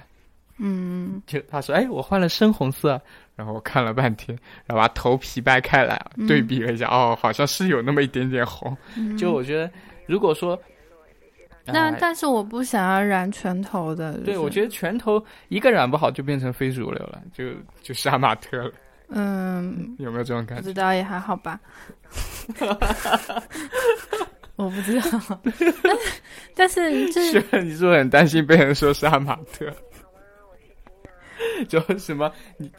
Speaker 3: 嗯
Speaker 2: 就他说，哎，我换了深红色，然后我看了半天，然后把头皮掰开来
Speaker 3: 嗯
Speaker 2: 对比了一下，哦，好像是有那么一点点红，
Speaker 3: 嗯，
Speaker 2: 就我觉得如果说。
Speaker 3: 那
Speaker 2: 呃
Speaker 3: 但是我不想要染全头的。
Speaker 2: 对，我觉
Speaker 3: 得，
Speaker 2: 得拳头一个染不好就变成非主流了，就就杀马特了，
Speaker 3: 嗯，
Speaker 2: 有没有这种
Speaker 3: 不
Speaker 2: 感觉？
Speaker 3: 知道也还好吧。 我不知道， 但是但是就是
Speaker 2: 是你是不是很担心被人说杀马特？ 就什么，你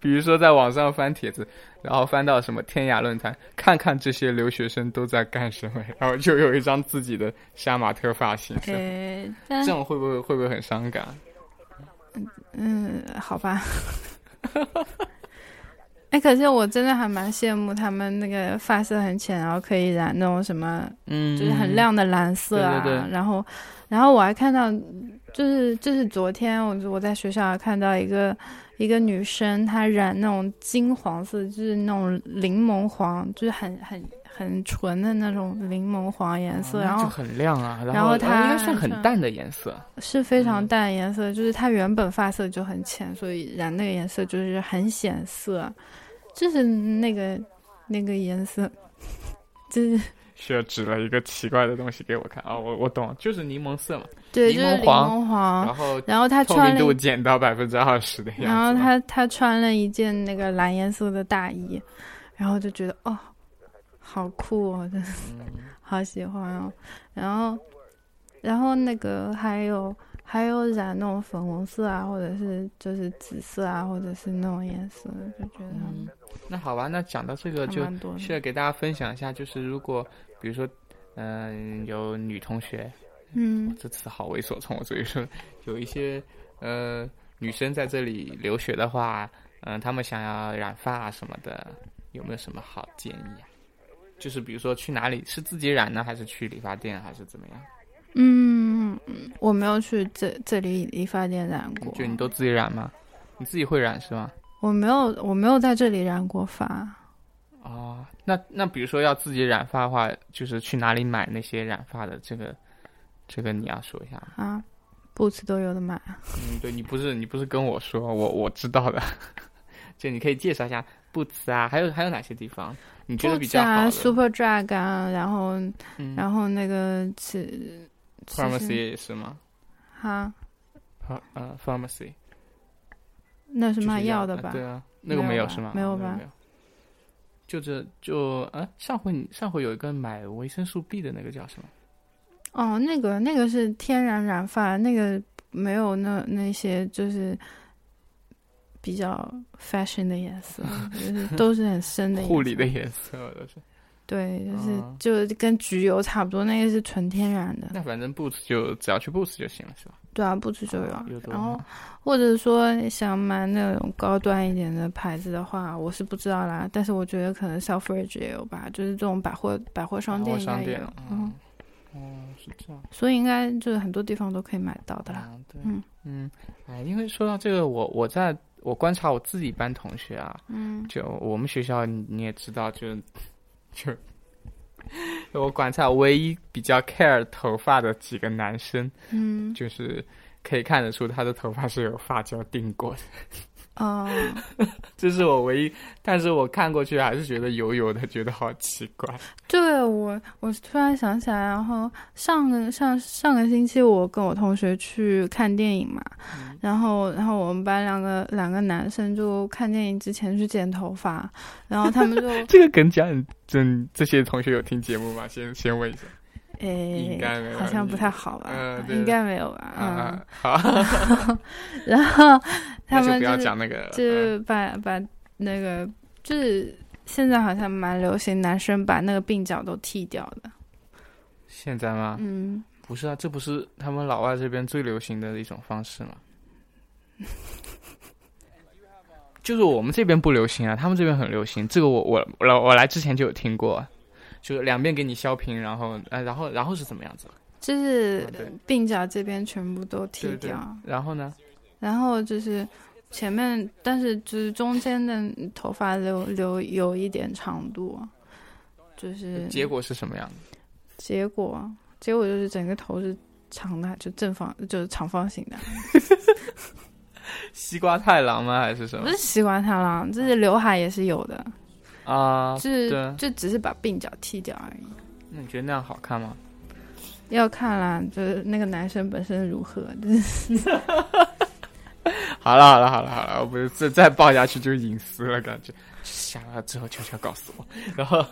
Speaker 2: 比如说在网上翻帖子，然后翻到什么天涯论坛，看看这些留学生都在干什么，然后就有一张自己的杀马特发型，
Speaker 3: 诶，但
Speaker 2: 这种会不会会不会很伤感？
Speaker 3: 嗯，好吧。 哎，可是我真的还蛮羡慕他们那个发色很浅，然后可以染那种什么
Speaker 2: 嗯
Speaker 3: 就是很。亮的蓝色啊。
Speaker 2: 对对对
Speaker 3: 然后，然后我还看到，就是就是昨天我我在学校还看到一个一个女生，她染那种金黄色，就是那种柠檬黄，就是很很很纯的那种柠檬黄颜色，然
Speaker 2: 就
Speaker 3: 后
Speaker 2: 很亮啊，
Speaker 3: 然后
Speaker 2: 后
Speaker 3: 它
Speaker 2: 呃应该算很淡的颜色，
Speaker 3: 是非常
Speaker 2: 嗯
Speaker 3: 淡的颜色，就是她原本发色就很浅，所以染那个颜色就是很显色，就是那个那个颜色。就是
Speaker 2: 是指了一个奇怪的东西给我看啊、哦，我我懂，就是柠檬色嘛，
Speaker 3: 对，
Speaker 2: 柠
Speaker 3: 就是
Speaker 2: 檬
Speaker 3: 柠
Speaker 2: 黄
Speaker 3: 檬黄，
Speaker 2: 然后
Speaker 3: 然后她
Speaker 2: 透
Speaker 3: 哦穿
Speaker 2: 明
Speaker 3: 了一
Speaker 2: 度减到百分之二十的样子。
Speaker 3: 然后他他穿了一件那个蓝颜色的大衣，然后就觉得哦，好酷哦，真的好喜欢哦。然后，然后那个还有还有染那种粉红色啊，或者是就是紫色啊，或者是那种颜色，就觉得
Speaker 2: 嗯，那好吧，那讲到这个
Speaker 3: 还
Speaker 2: 就
Speaker 3: 蛮多
Speaker 2: 需
Speaker 3: 的。
Speaker 2: 要给大家分享一下，就是如果比如说，嗯、有女同学，
Speaker 3: 嗯
Speaker 2: 这词好猥琐，从我嘴里说， 有一些呃女生在这里留学的话，嗯、她们想要染发啊什么的，有没有什么好建议啊？就是比如说去哪里是自己染呢，还是去理发店，还是怎么样？
Speaker 3: 嗯，我没有去这这里理发店染过，
Speaker 2: 就你都自己染吗？你自己会染是吗？
Speaker 3: 我没有我没有在这里染过发。
Speaker 2: 哦，那那比如说要自己染发的话，就是去哪里买那些染发的？这个，这个你要说一下吗。
Speaker 3: 啊，布茨都有的买。啊
Speaker 2: 嗯，对你不是你不是跟我说，我我知道的， 就你可以介绍一下布茨啊，还有还有哪些地方你觉得比较好的
Speaker 3: s u p e r Drug 啊，然后
Speaker 2: 嗯
Speaker 3: 然后那个是
Speaker 2: p h a r m a c
Speaker 3: 是
Speaker 2: y 也是吗？
Speaker 3: 哈，
Speaker 2: 啊呃，pharmacy
Speaker 3: 那是
Speaker 2: 就是
Speaker 3: 卖药的
Speaker 2: 啊
Speaker 3: 吧？
Speaker 2: 对啊，那个
Speaker 3: 没
Speaker 2: 没
Speaker 3: 有
Speaker 2: 有
Speaker 3: 吧
Speaker 2: 是吗？
Speaker 3: 没有
Speaker 2: 哦那个
Speaker 3: 吧
Speaker 2: 没有呃就这就啊，上回你上回有一个买维生素 B 的那个叫什么？
Speaker 3: 哦，那个那个是天然染发，那个没有那那些就是比较 fashion 的颜 色，就是都是很深的颜色
Speaker 2: 护理的颜色都是。
Speaker 3: 对，
Speaker 2: 啊
Speaker 3: 就是、就跟焗油差不多，那个是纯天然的。
Speaker 2: 那反正 Boots 就只要去 Boots 就行了，是吧？
Speaker 3: 对啊，不止就有啊
Speaker 2: 有。多
Speaker 3: 然
Speaker 2: 好
Speaker 3: 后或者说想买那种高端一点的牌子的话，我是不知道啦，但是我觉得可能 Selfridge 也有吧，就是这种百货百货商
Speaker 2: 百货
Speaker 3: 店应该
Speaker 2: 商
Speaker 3: 也
Speaker 2: 店
Speaker 3: 有，，
Speaker 2: 嗯，哦，是这样。
Speaker 3: 所以应该就是很多地方都可以买到的啦。
Speaker 2: 啊，对，
Speaker 3: 嗯
Speaker 2: 嗯，哎，因为说到这个，我我在我观察我自己班同学啊，
Speaker 3: 嗯
Speaker 2: 就我们学校你你也知道，就就我观察唯一比较 care 头发的几个男生，
Speaker 3: 嗯
Speaker 2: 就是可以看得出他的头发是有发胶定过的，
Speaker 3: 哦，
Speaker 2: 这是我唯一，但是我看过去还是觉得油油的，觉得好奇怪。
Speaker 3: 这个我我突然想起来，然后上个上上个星期我跟我同学去看电影嘛，
Speaker 2: 嗯
Speaker 3: 然后然后我们班两个两个男生就看电影之前去剪头发，然后他们 就
Speaker 2: 这个梗讲，真这些同学有听节目吗？先先问一下，应
Speaker 3: 诶、
Speaker 2: 该没有，
Speaker 3: 好像不太好吧，
Speaker 2: 嗯对
Speaker 3: 应该没有吧，
Speaker 2: 啊
Speaker 3: 嗯，
Speaker 2: 啊，好，
Speaker 3: 然后他
Speaker 2: 那就
Speaker 3: 们
Speaker 2: 不
Speaker 3: 就
Speaker 2: 要
Speaker 3: 是
Speaker 2: 讲那个了，嗯
Speaker 3: 就把把那个就是现在好像蛮流行男生把那个鬓角都剃掉的，
Speaker 2: 现在吗？
Speaker 3: 嗯，
Speaker 2: 不是啊，这不是他们老外这边最流行的一种方 式吗？就是我们这边不流行啊，他们这边很流行。这个我我我来我来之前就有听过，啊就是两边给你削平，然后呃，然后然后是怎么样子？
Speaker 3: 就是
Speaker 2: 啊对
Speaker 3: 鬓角这边全部都剃
Speaker 2: 对对
Speaker 3: 掉。
Speaker 2: 然后呢？
Speaker 3: 然后就是前面，但是就是中间的头发留留有一点长度，就是
Speaker 2: 呃结果是什么样子？
Speaker 3: 结果结果就是整个头是长的，就正方就是长方形的，
Speaker 2: 西瓜太郎吗？还是什
Speaker 3: 不
Speaker 2: 么
Speaker 3: 是西瓜太郎，就是刘海也是有的，
Speaker 2: 啊
Speaker 3: 就？是
Speaker 2: 对
Speaker 3: 就只是把鬓角剃掉而已。
Speaker 2: 那你觉得那样好看吗？
Speaker 3: 要看啦，就是那个男生本身如何， 就是
Speaker 2: 好了好了好了好了，我不是再再爆下去就隐私了，感觉下了之后悄悄告诉我，然后。嗯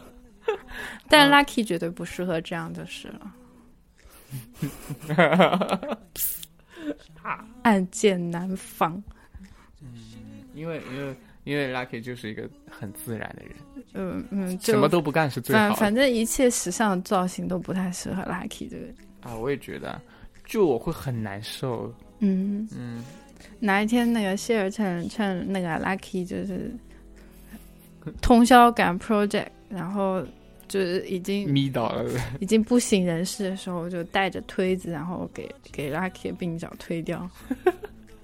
Speaker 3: 但 Lucky 绝对不适合这样就是了。暗箭难防，
Speaker 2: 因为因为因为 Lucky 就是一个很自然的人，
Speaker 3: 嗯嗯，就
Speaker 2: 什么都不干是最
Speaker 3: 反
Speaker 2: 好的
Speaker 3: 反正一切时尚的造型都不太适合 Lucky 这个人。
Speaker 2: 啊！我也觉得，就我会很难受，
Speaker 3: 嗯，
Speaker 2: 嗯，
Speaker 3: 哪一天那个谢尔趁趁那个 Lucky 就是通宵赶 project，然后就是已经
Speaker 2: 眯到了，
Speaker 3: 已经不省人事的时候，我就带着推子，然后给给 Lucky 的鬓角推掉。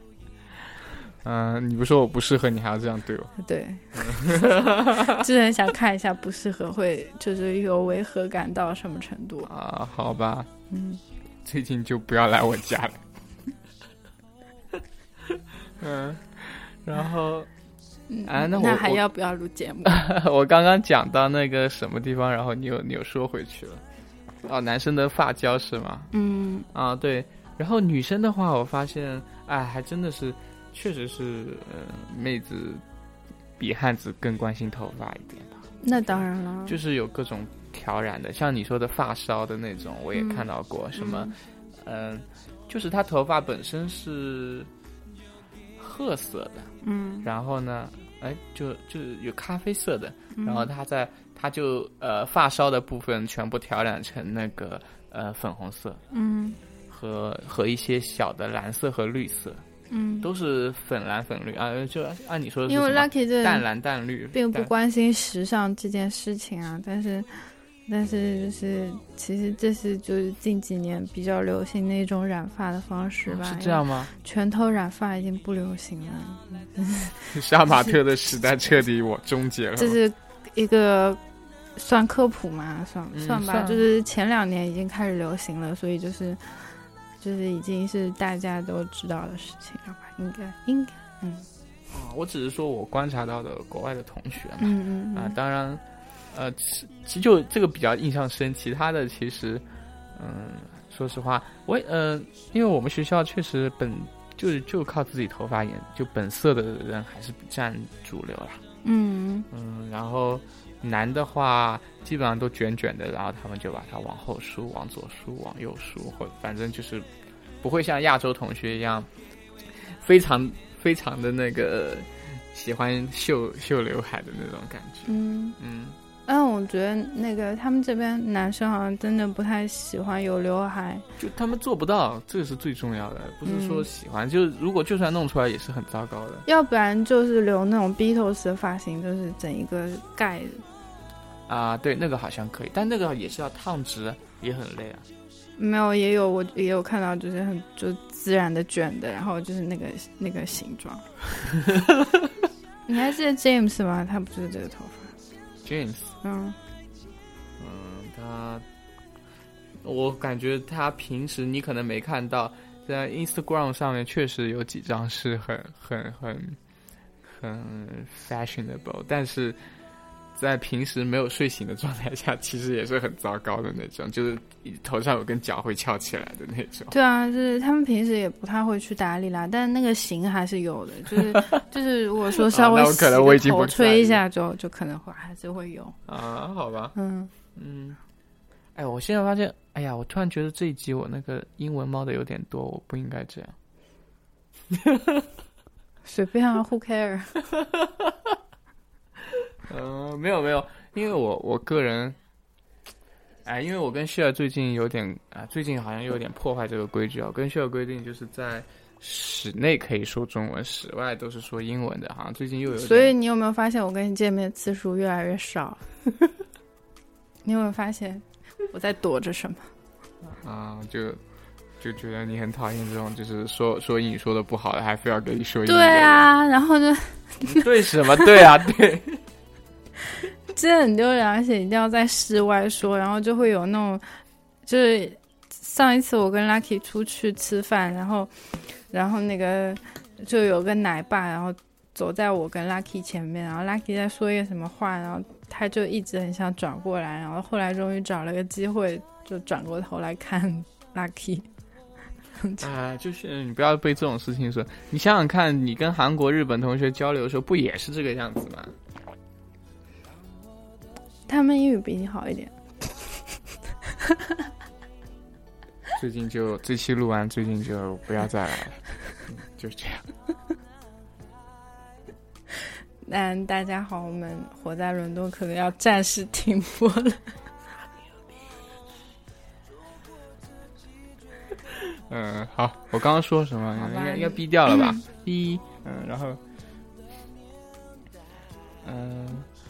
Speaker 2: 嗯、你不说我不适合，你还要这样对我，
Speaker 3: 对， 就是很想看一下不适合会就是有违和感到什么程度。
Speaker 2: 啊？好吧，
Speaker 3: 嗯，
Speaker 2: 最近就不要来我家了， 嗯，然后
Speaker 3: 嗯
Speaker 2: 啊那我
Speaker 3: 那还
Speaker 2: 我
Speaker 3: 要不要录节目？
Speaker 2: 我刚刚讲到那个什么地方，然后你又你又说回去了，哦，男生的发胶是吗？
Speaker 3: 嗯。
Speaker 2: 啊，对。然后女生的话，我发现，哎，还真的是，确实是，呃，妹子比汉子更关心头发一点吧。
Speaker 3: 那当然了，
Speaker 2: 就是有各种调染的，像你说的发梢的那种，我也
Speaker 3: 嗯
Speaker 2: 看到过。什么
Speaker 3: 嗯，
Speaker 2: 嗯、就是她头发本身是褐色的，
Speaker 3: 嗯，
Speaker 2: 然后呢，哎，就就是有咖啡色的，
Speaker 3: 嗯
Speaker 2: 然后她在她就呃发梢的部分全部调染成那个呃粉红色。
Speaker 3: 嗯
Speaker 2: 和和一些小的蓝色和绿色，
Speaker 3: 嗯，
Speaker 2: 都是粉蓝粉绿啊，就按你说的是
Speaker 3: 因为
Speaker 2: 什么
Speaker 3: Lucky 这
Speaker 2: 淡
Speaker 3: 人
Speaker 2: 蓝淡绿，
Speaker 3: 并不
Speaker 2: 淡
Speaker 3: 关心时尚这件事情啊，但是但是就是其实这是就是近几年比较流行的一种染发的方式吧，
Speaker 2: 哦是这，样吗？哦
Speaker 3: 全头染发已经不流行了，
Speaker 2: 杀马特的时代彻底我终结了。
Speaker 3: 这是一个。算科普嘛，算
Speaker 2: 嗯
Speaker 3: 算吧，
Speaker 2: 算
Speaker 3: 就是前两年已经开始流行了，所以就是，就是已经是大家都知道的事情了吧？应该，应该，嗯
Speaker 2: 啊我只是说我观察到的国外的同学嘛，
Speaker 3: 嗯嗯
Speaker 2: 啊
Speaker 3: 嗯，，
Speaker 2: 当然，呃，其其就这个比较印象深，其他的其实，嗯，说实话，我也呃，因为我们学校确实本就是就靠自己头发颜就本色的人还是占主流啦。
Speaker 3: 嗯，
Speaker 2: 嗯，然后男的话基本上都卷卷的，然后他们就把它往后梳、往左梳、往右梳，或反正就是不会像亚洲同学一样非常非常的那个喜欢秀秀刘海的那种感觉。
Speaker 3: 嗯，
Speaker 2: 嗯，
Speaker 3: 但我觉得那个他们这边男生好像真的不太喜欢有刘海，
Speaker 2: 就他们做不到，这个是最重要的，不是说
Speaker 3: 嗯
Speaker 2: 喜欢，就是如果就算弄出来也是很糟糕的。
Speaker 3: 要不然就是留那种 Beatles 的发型，就是整一个盖着。
Speaker 2: 啊，对，那个好像可以，但那个也是要烫直，也很累啊。
Speaker 3: 没有，也有我也有看到，就是很就自然的卷的，然后就是那个那个形状。你还记得 James 吗？他不就是这个头发？
Speaker 2: James，
Speaker 3: 嗯，
Speaker 2: 嗯，他，我感觉他平时你可能没看到，在 Instagram 上面确实有几张是很很很很 fashionable，但是在平时没有睡醒的状态下，其实也是很糟糕的那种，就是头上有根角会翘起来的那种。
Speaker 3: 对啊，就是他们平时也不太会去打理啦，但那个型还是有的，就是就是如果说稍微
Speaker 2: 啊那我可能我已经不
Speaker 3: 洗个头吹一下之后，就可能会还是会有。
Speaker 2: 啊，好吧，
Speaker 3: 嗯，
Speaker 2: 嗯，哎，我现在发现，哎呀，我突然觉得这一集我那个英文猫的有点多，我不应该这样。
Speaker 3: 随便啊，Who care？
Speaker 2: 嗯，没有没有，因为我我个人，哎，因为我跟希尔最近有点啊，最近好像有点破坏这个规矩啊。我跟希尔规定就是在室内可以说中文，室外都是说英文的，好像最近又有点
Speaker 3: 所以你有没有发现我跟你见面的次数越来越少？ 你有没有发现我在躲着什么？
Speaker 2: 啊、就就觉得你很讨厌这种，就是说说英语说的不好的，还非要跟你说英语。
Speaker 3: 对，啊，然后就
Speaker 2: 对什么？对啊，对。
Speaker 3: 真的很丢人，而且一定要在室外说，然后就会有那种，就是上一次我跟 Lucky 出去吃饭，然后然后那个就有个奶爸，然后走在我跟 Lucky 前面，然后 Lucky 在说一个什么话，然后他就一直很想转过来，然后后来终于找了个机会，就转过头来看 Lucky。
Speaker 2: 啊、就是你不要被这种事情说。你想想看，你跟韩国、日本同学交流的时候，不也是这个样子吗？
Speaker 3: 他们英语比你好一点，
Speaker 2: 最近就这期录完，最近就不要再来了，嗯就这样。
Speaker 3: 但嗯大家好，我们活在伦敦可能要暂时停播了。
Speaker 2: 嗯，好，我刚刚说什么
Speaker 3: 好？吧
Speaker 2: 应该应该逼掉了吧？逼，嗯，然后，嗯，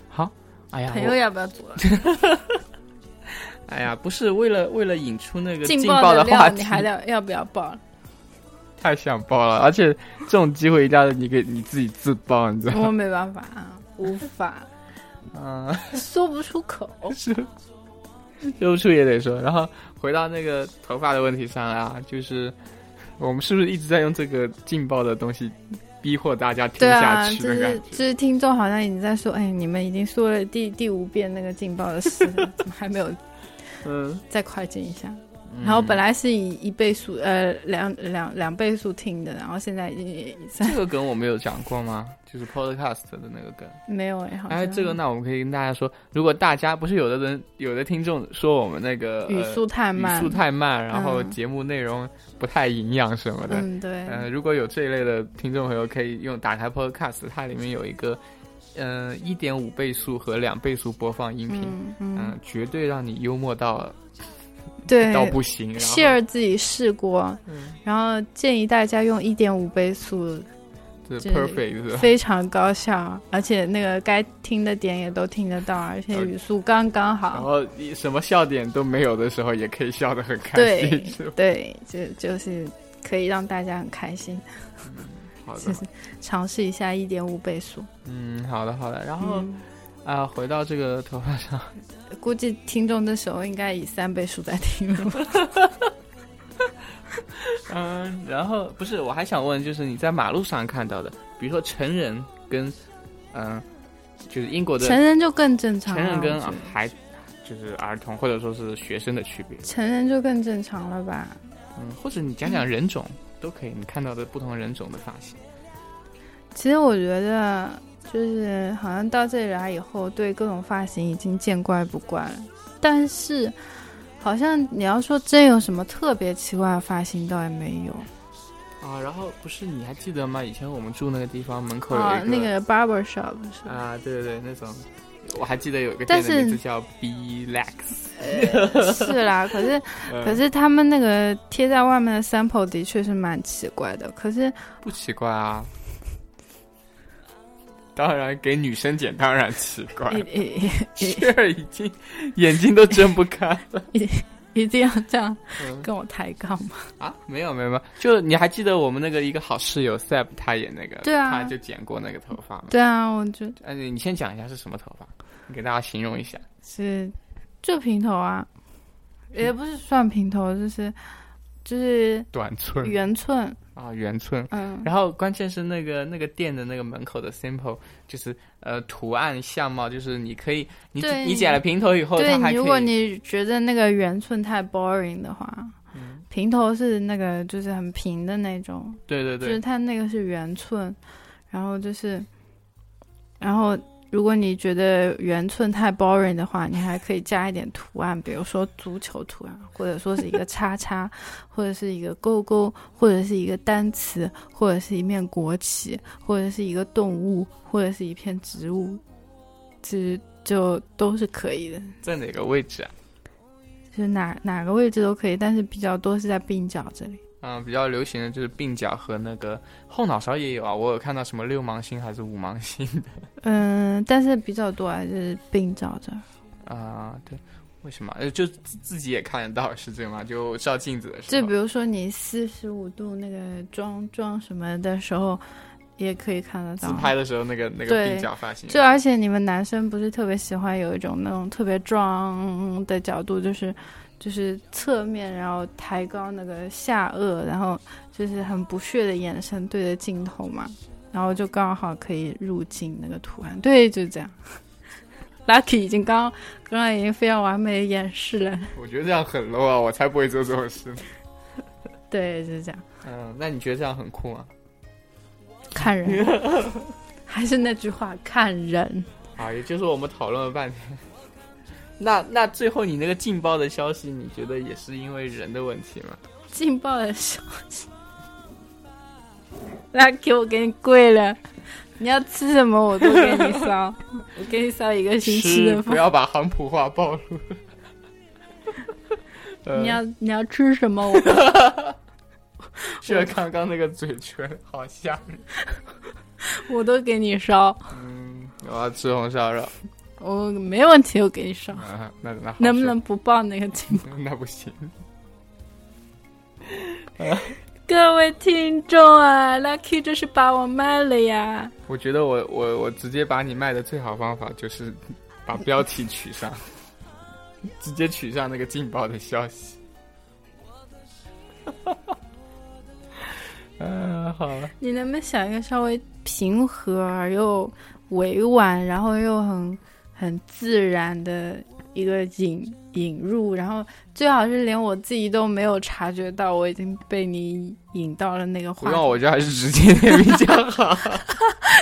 Speaker 2: 好，哎呀，
Speaker 3: 朋友
Speaker 2: 我
Speaker 3: 要不要做？
Speaker 2: 哎呀，不是为了为了引出那个
Speaker 3: 劲
Speaker 2: 爆
Speaker 3: 的
Speaker 2: 话
Speaker 3: 料，你
Speaker 2: 题，
Speaker 3: 还要要不要爆？
Speaker 2: 太想爆了，而且这种机会一定要你给你自己自爆，你知道吗？
Speaker 3: 我没办法啊，无法
Speaker 2: 嗯。
Speaker 3: 说不出 口。
Speaker 2: 是， 说不出也得说。啊然后回到那个头发的问题上来啊，就是我们是不是一直在用这个劲爆的东西逼迫大家听
Speaker 3: 对
Speaker 2: 下
Speaker 3: 啊，
Speaker 2: 去
Speaker 3: 就
Speaker 2: 的感
Speaker 3: 是
Speaker 2: 觉？
Speaker 3: 就是听众好像已经在说，哎，你们已经说了第第五遍那个劲爆的事，怎么还没有
Speaker 2: 嗯，
Speaker 3: 再快进一下？ 然后本来是以一倍数呃两两两倍数听的，然后现在已经在
Speaker 2: 这个梗我们有讲过吗？就是 podcast 的那个梗。
Speaker 3: 没有哎，好像
Speaker 2: 哎，这个那我们可以跟大家说，如果大家不是有的人有的听众说我们那个
Speaker 3: 语速太
Speaker 2: 呃
Speaker 3: 慢，
Speaker 2: 语速太慢，然后
Speaker 3: 嗯
Speaker 2: 节目内容不太营养什么的，
Speaker 3: 嗯对，
Speaker 2: 呃，如果有这一类的听众朋友，可以用打开 Podcast，它里面有一个，呃，一点五倍速和两倍速播放音频，
Speaker 3: 嗯
Speaker 2: 嗯、
Speaker 3: 嗯
Speaker 2: 绝对让你幽默到
Speaker 3: 对，
Speaker 2: 到不行。然后
Speaker 3: 谢，尔自己试过，
Speaker 2: 嗯，
Speaker 3: 然后建议大家用一点五倍速
Speaker 2: 这
Speaker 3: 这
Speaker 2: perfect 是吧
Speaker 3: 非常高效，而且那个该听的点也都听得到，而且语速刚刚
Speaker 2: 然
Speaker 3: 好。
Speaker 2: 后你什么笑点都没有的时候，也可以笑得很开
Speaker 3: 对
Speaker 2: 心，是吧？
Speaker 3: 对，就就是可以让大家很开心，
Speaker 2: 好
Speaker 3: 就
Speaker 2: 的
Speaker 3: 是，尝试一下一点五倍速。
Speaker 2: 嗯，好的，好的。然后啊、
Speaker 3: 嗯，
Speaker 2: 回到这个头发上，
Speaker 3: 估计听众这时候应该以三倍速在听了吧？
Speaker 2: 嗯，然后不是，我还想问，就是你在马路上看到的，比如说成人跟，嗯、就是英国的
Speaker 3: 成人就更正常
Speaker 2: 成
Speaker 3: 了，
Speaker 2: 人跟
Speaker 3: 我觉得
Speaker 2: 孩就是儿童或者说是学生的区别，
Speaker 3: 成人就更正常了吧？
Speaker 2: 嗯，或者你讲讲人种、都可以，你看到的不同人种的发型，
Speaker 3: 其实我觉得，就是好像到这里来以后，对各种发型已经见怪不怪了。但是，好像你要说真有什么特别奇怪的发型，倒也没有。
Speaker 2: 啊，然后不是你还记得吗？以前我们住那个地方门口有一个、
Speaker 3: 啊，那个 barber shop 是吧？
Speaker 2: 啊，对对对，那种，我还记得有一个
Speaker 3: 但
Speaker 2: 店的名
Speaker 3: 是
Speaker 2: 字叫 B Lex，
Speaker 3: 是啦，可是
Speaker 2: 啊嗯
Speaker 3: 可是他们那个贴在外面的 sample 的确是蛮奇怪的。可 是
Speaker 2: 不奇怪啊。当然，给女生剪当然奇怪，
Speaker 3: 一一
Speaker 2: 这儿已经眼睛都睁不开了。
Speaker 3: 一定要这样
Speaker 2: 嗯
Speaker 3: 跟我抬杠吗？
Speaker 2: 啊，没有没有没有，就你还记得我们那个一个好室友 Seb，他也那个，
Speaker 3: 对啊
Speaker 2: 他就剪过那个头发嘛。
Speaker 3: 对啊，我觉得
Speaker 2: 哎，你先讲一下是什么头发，你给大家形容一下。
Speaker 3: 是就平头啊，也不是算平头，就是就是
Speaker 2: 短寸
Speaker 3: 圆寸，
Speaker 2: 啊，圆寸。
Speaker 3: 嗯，
Speaker 2: 嗯然后关键是那个那个店的那个门口的 simple，就是呃图案相貌，就是你可以你
Speaker 3: 对
Speaker 2: 你剪了平头以后，
Speaker 3: 对
Speaker 2: 它，还
Speaker 3: 如果
Speaker 2: 可以
Speaker 3: 你觉得那个圆寸太 boring 的话，
Speaker 2: 嗯
Speaker 3: 平头是那个就是很平的那种，
Speaker 2: 对对
Speaker 3: 就是
Speaker 2: 对
Speaker 3: 它那个是圆寸，然后就是，然后如果你觉得圆寸太 boring 的话，你还可以加一点图案，比如说足球图案，或者说是一个叉叉，或者是一个勾勾，或者是一个单词，或者是一面国旗，或者是一个动物，或者是一片植物，其实就都是可以的，
Speaker 2: 在哪个位置啊？
Speaker 3: 就是哪哪个位置都可以，但是比较多是在鬓角这里。
Speaker 2: 嗯，比较流行的就是鬓角和那个后脑勺也有啊，我有看到什么六芒星还是五芒星的
Speaker 3: 嗯，但是比较多还是鬓角这儿。
Speaker 2: 啊、对，为什么？呃，就自自己也看得到是这样吗？就照镜子的时
Speaker 3: 就
Speaker 2: 候
Speaker 3: 比，如说你四十五度那个妆妆什么的时候，也可以看得到
Speaker 2: 自。拍的时候那个那个
Speaker 3: 对
Speaker 2: 鬓角发型，
Speaker 3: 就而且你们男生不是特别喜欢有一种那种特别装的角度，就是就是侧面，然后抬高那个下颚，然后就是很不屑的眼神对着镜头嘛，然后就刚好可以入镜那个图案。对，就这样。Lucky 已经刚刚刚已经非常完美的演示了。
Speaker 2: 我觉得这样很 low 啊，我才不会做这种事。
Speaker 3: 对，就是这样。
Speaker 2: 嗯，那你觉得这样很酷吗？
Speaker 3: 看人，还是那句话，看人。
Speaker 2: 啊，也就是我们讨论了半天。 那那最后你那个劲爆的消息，你觉得也是因为人的问题吗？
Speaker 3: 劲爆的消息，来给我给你跪了。你要吃什么我都给你烧，我给你烧一个星期
Speaker 2: 吃
Speaker 3: 的
Speaker 2: 不
Speaker 3: 饭。
Speaker 2: 要把杭普话暴露。 呃
Speaker 3: 你要你要吃什么我？
Speaker 2: 是刚刚那个嘴唇好吓人。
Speaker 3: 我都给你烧，
Speaker 2: 嗯，我要吃红烧肉。
Speaker 3: 我没问题，我给你烧。
Speaker 2: 啊，那那好
Speaker 3: 能不
Speaker 2: 说
Speaker 3: 能不报那个劲爆？
Speaker 2: 那不行。
Speaker 3: 各位听众啊，Lucky 这是把我卖了呀！
Speaker 2: 我觉得我我我直接把你卖的最好方法就是把标题取上， 直接取上那个劲爆的消息。 嗯、好了，
Speaker 3: 你能不能想一个稍微平和而又委婉，然后又很很自然的一个引引入，然后最好是连我自己都没有察觉到，我已经被你引到了那个
Speaker 2: 不
Speaker 3: 话
Speaker 2: 用，
Speaker 3: 题，啊
Speaker 2: 我觉得还是直接点比较好。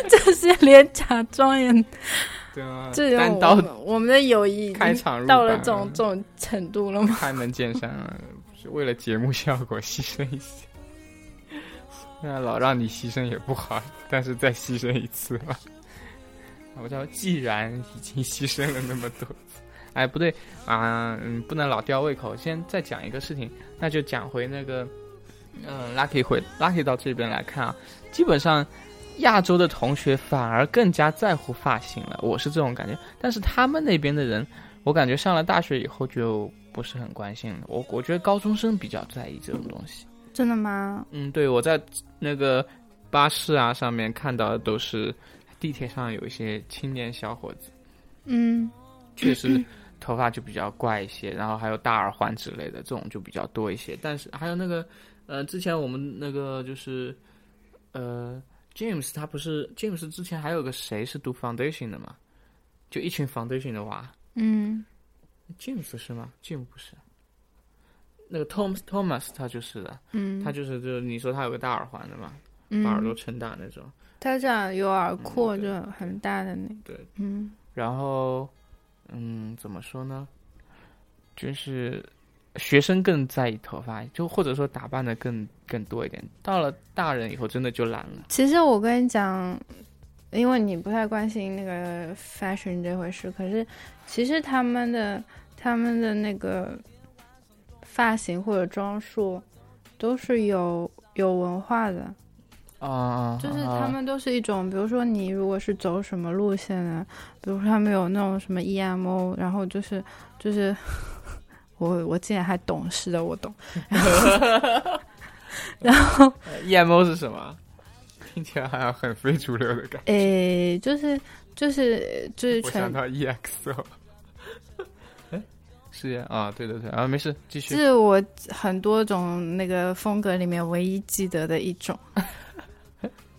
Speaker 3: 就是连假装也
Speaker 2: 对啊，
Speaker 3: 这
Speaker 2: 单
Speaker 3: 种我
Speaker 2: 刀
Speaker 3: 们我们的友谊已
Speaker 2: 开
Speaker 3: 经
Speaker 2: 场入
Speaker 3: 到了
Speaker 2: 板
Speaker 3: 这种这种程度了吗？
Speaker 2: 开门见山啊，是为了节目效果牺牲一些。虽然老让你牺牲也不好，但是再牺牲一次吧。 啊我叫既然已经牺牲了那么多次， 哎，不对啊、嗯，不能老吊胃口，先再讲一个事情，那就讲回那个，嗯、l u c k y 回 Lucky 到这边来看啊，基本上亚洲的同学反而更加在乎发型了，我是这种感觉，但是他们那边的人我感觉上了大学以后就不是很关心了。我我觉得高中生比较在意这种东西。
Speaker 3: 真的吗？
Speaker 2: 嗯，对，我在那个巴士啊上面看到的都是地铁上有一些青年小伙子，
Speaker 3: 嗯，
Speaker 2: 确 实头发就比较怪一些，然后还有大耳环之类的，这种就比较多一些。但是还有那个，呃，之前我们那个就是，呃，James 他不是 James 之前还有个谁是读 foundation 的嘛？就一群 foundation 的娃。
Speaker 3: 嗯，
Speaker 2: James 是吗？Jim 不是，那个 Tom Thomas 他就是的，
Speaker 3: 嗯，
Speaker 2: 他就是就是你说他有个大耳环的嘛，
Speaker 3: 嗯，
Speaker 2: 把耳朵撑大那种。
Speaker 3: 他这样有耳廓
Speaker 2: 嗯
Speaker 3: 就
Speaker 2: 对
Speaker 3: 很大的那个，
Speaker 2: 对，
Speaker 3: 嗯
Speaker 2: 然后，嗯，怎么说呢？就是学生更在意头发，就或者说打扮的更更多一点。到了大人以后，真的就懒了。
Speaker 3: 其实我跟你讲，因为你不太关心那个 fashion 这回事，可是其实他们的他们的那个发型或者装束都是有有文化的，
Speaker 2: 啊、
Speaker 3: 就是他们都是一种，比如说你如果是走什么路线呢？比如说他们有那种什么 EMO，然后就是就是 我我竟然还懂事的，我懂。
Speaker 2: 呃 EMO 是什么？听起来好像很非主流的感觉。
Speaker 3: 诶，就是就是就是
Speaker 2: 我
Speaker 3: 全
Speaker 2: 想到 EXO。哎 是呀，啊，对对对，啊，没事，继续。
Speaker 3: 是我很多种那个风格里面唯一记得的一种。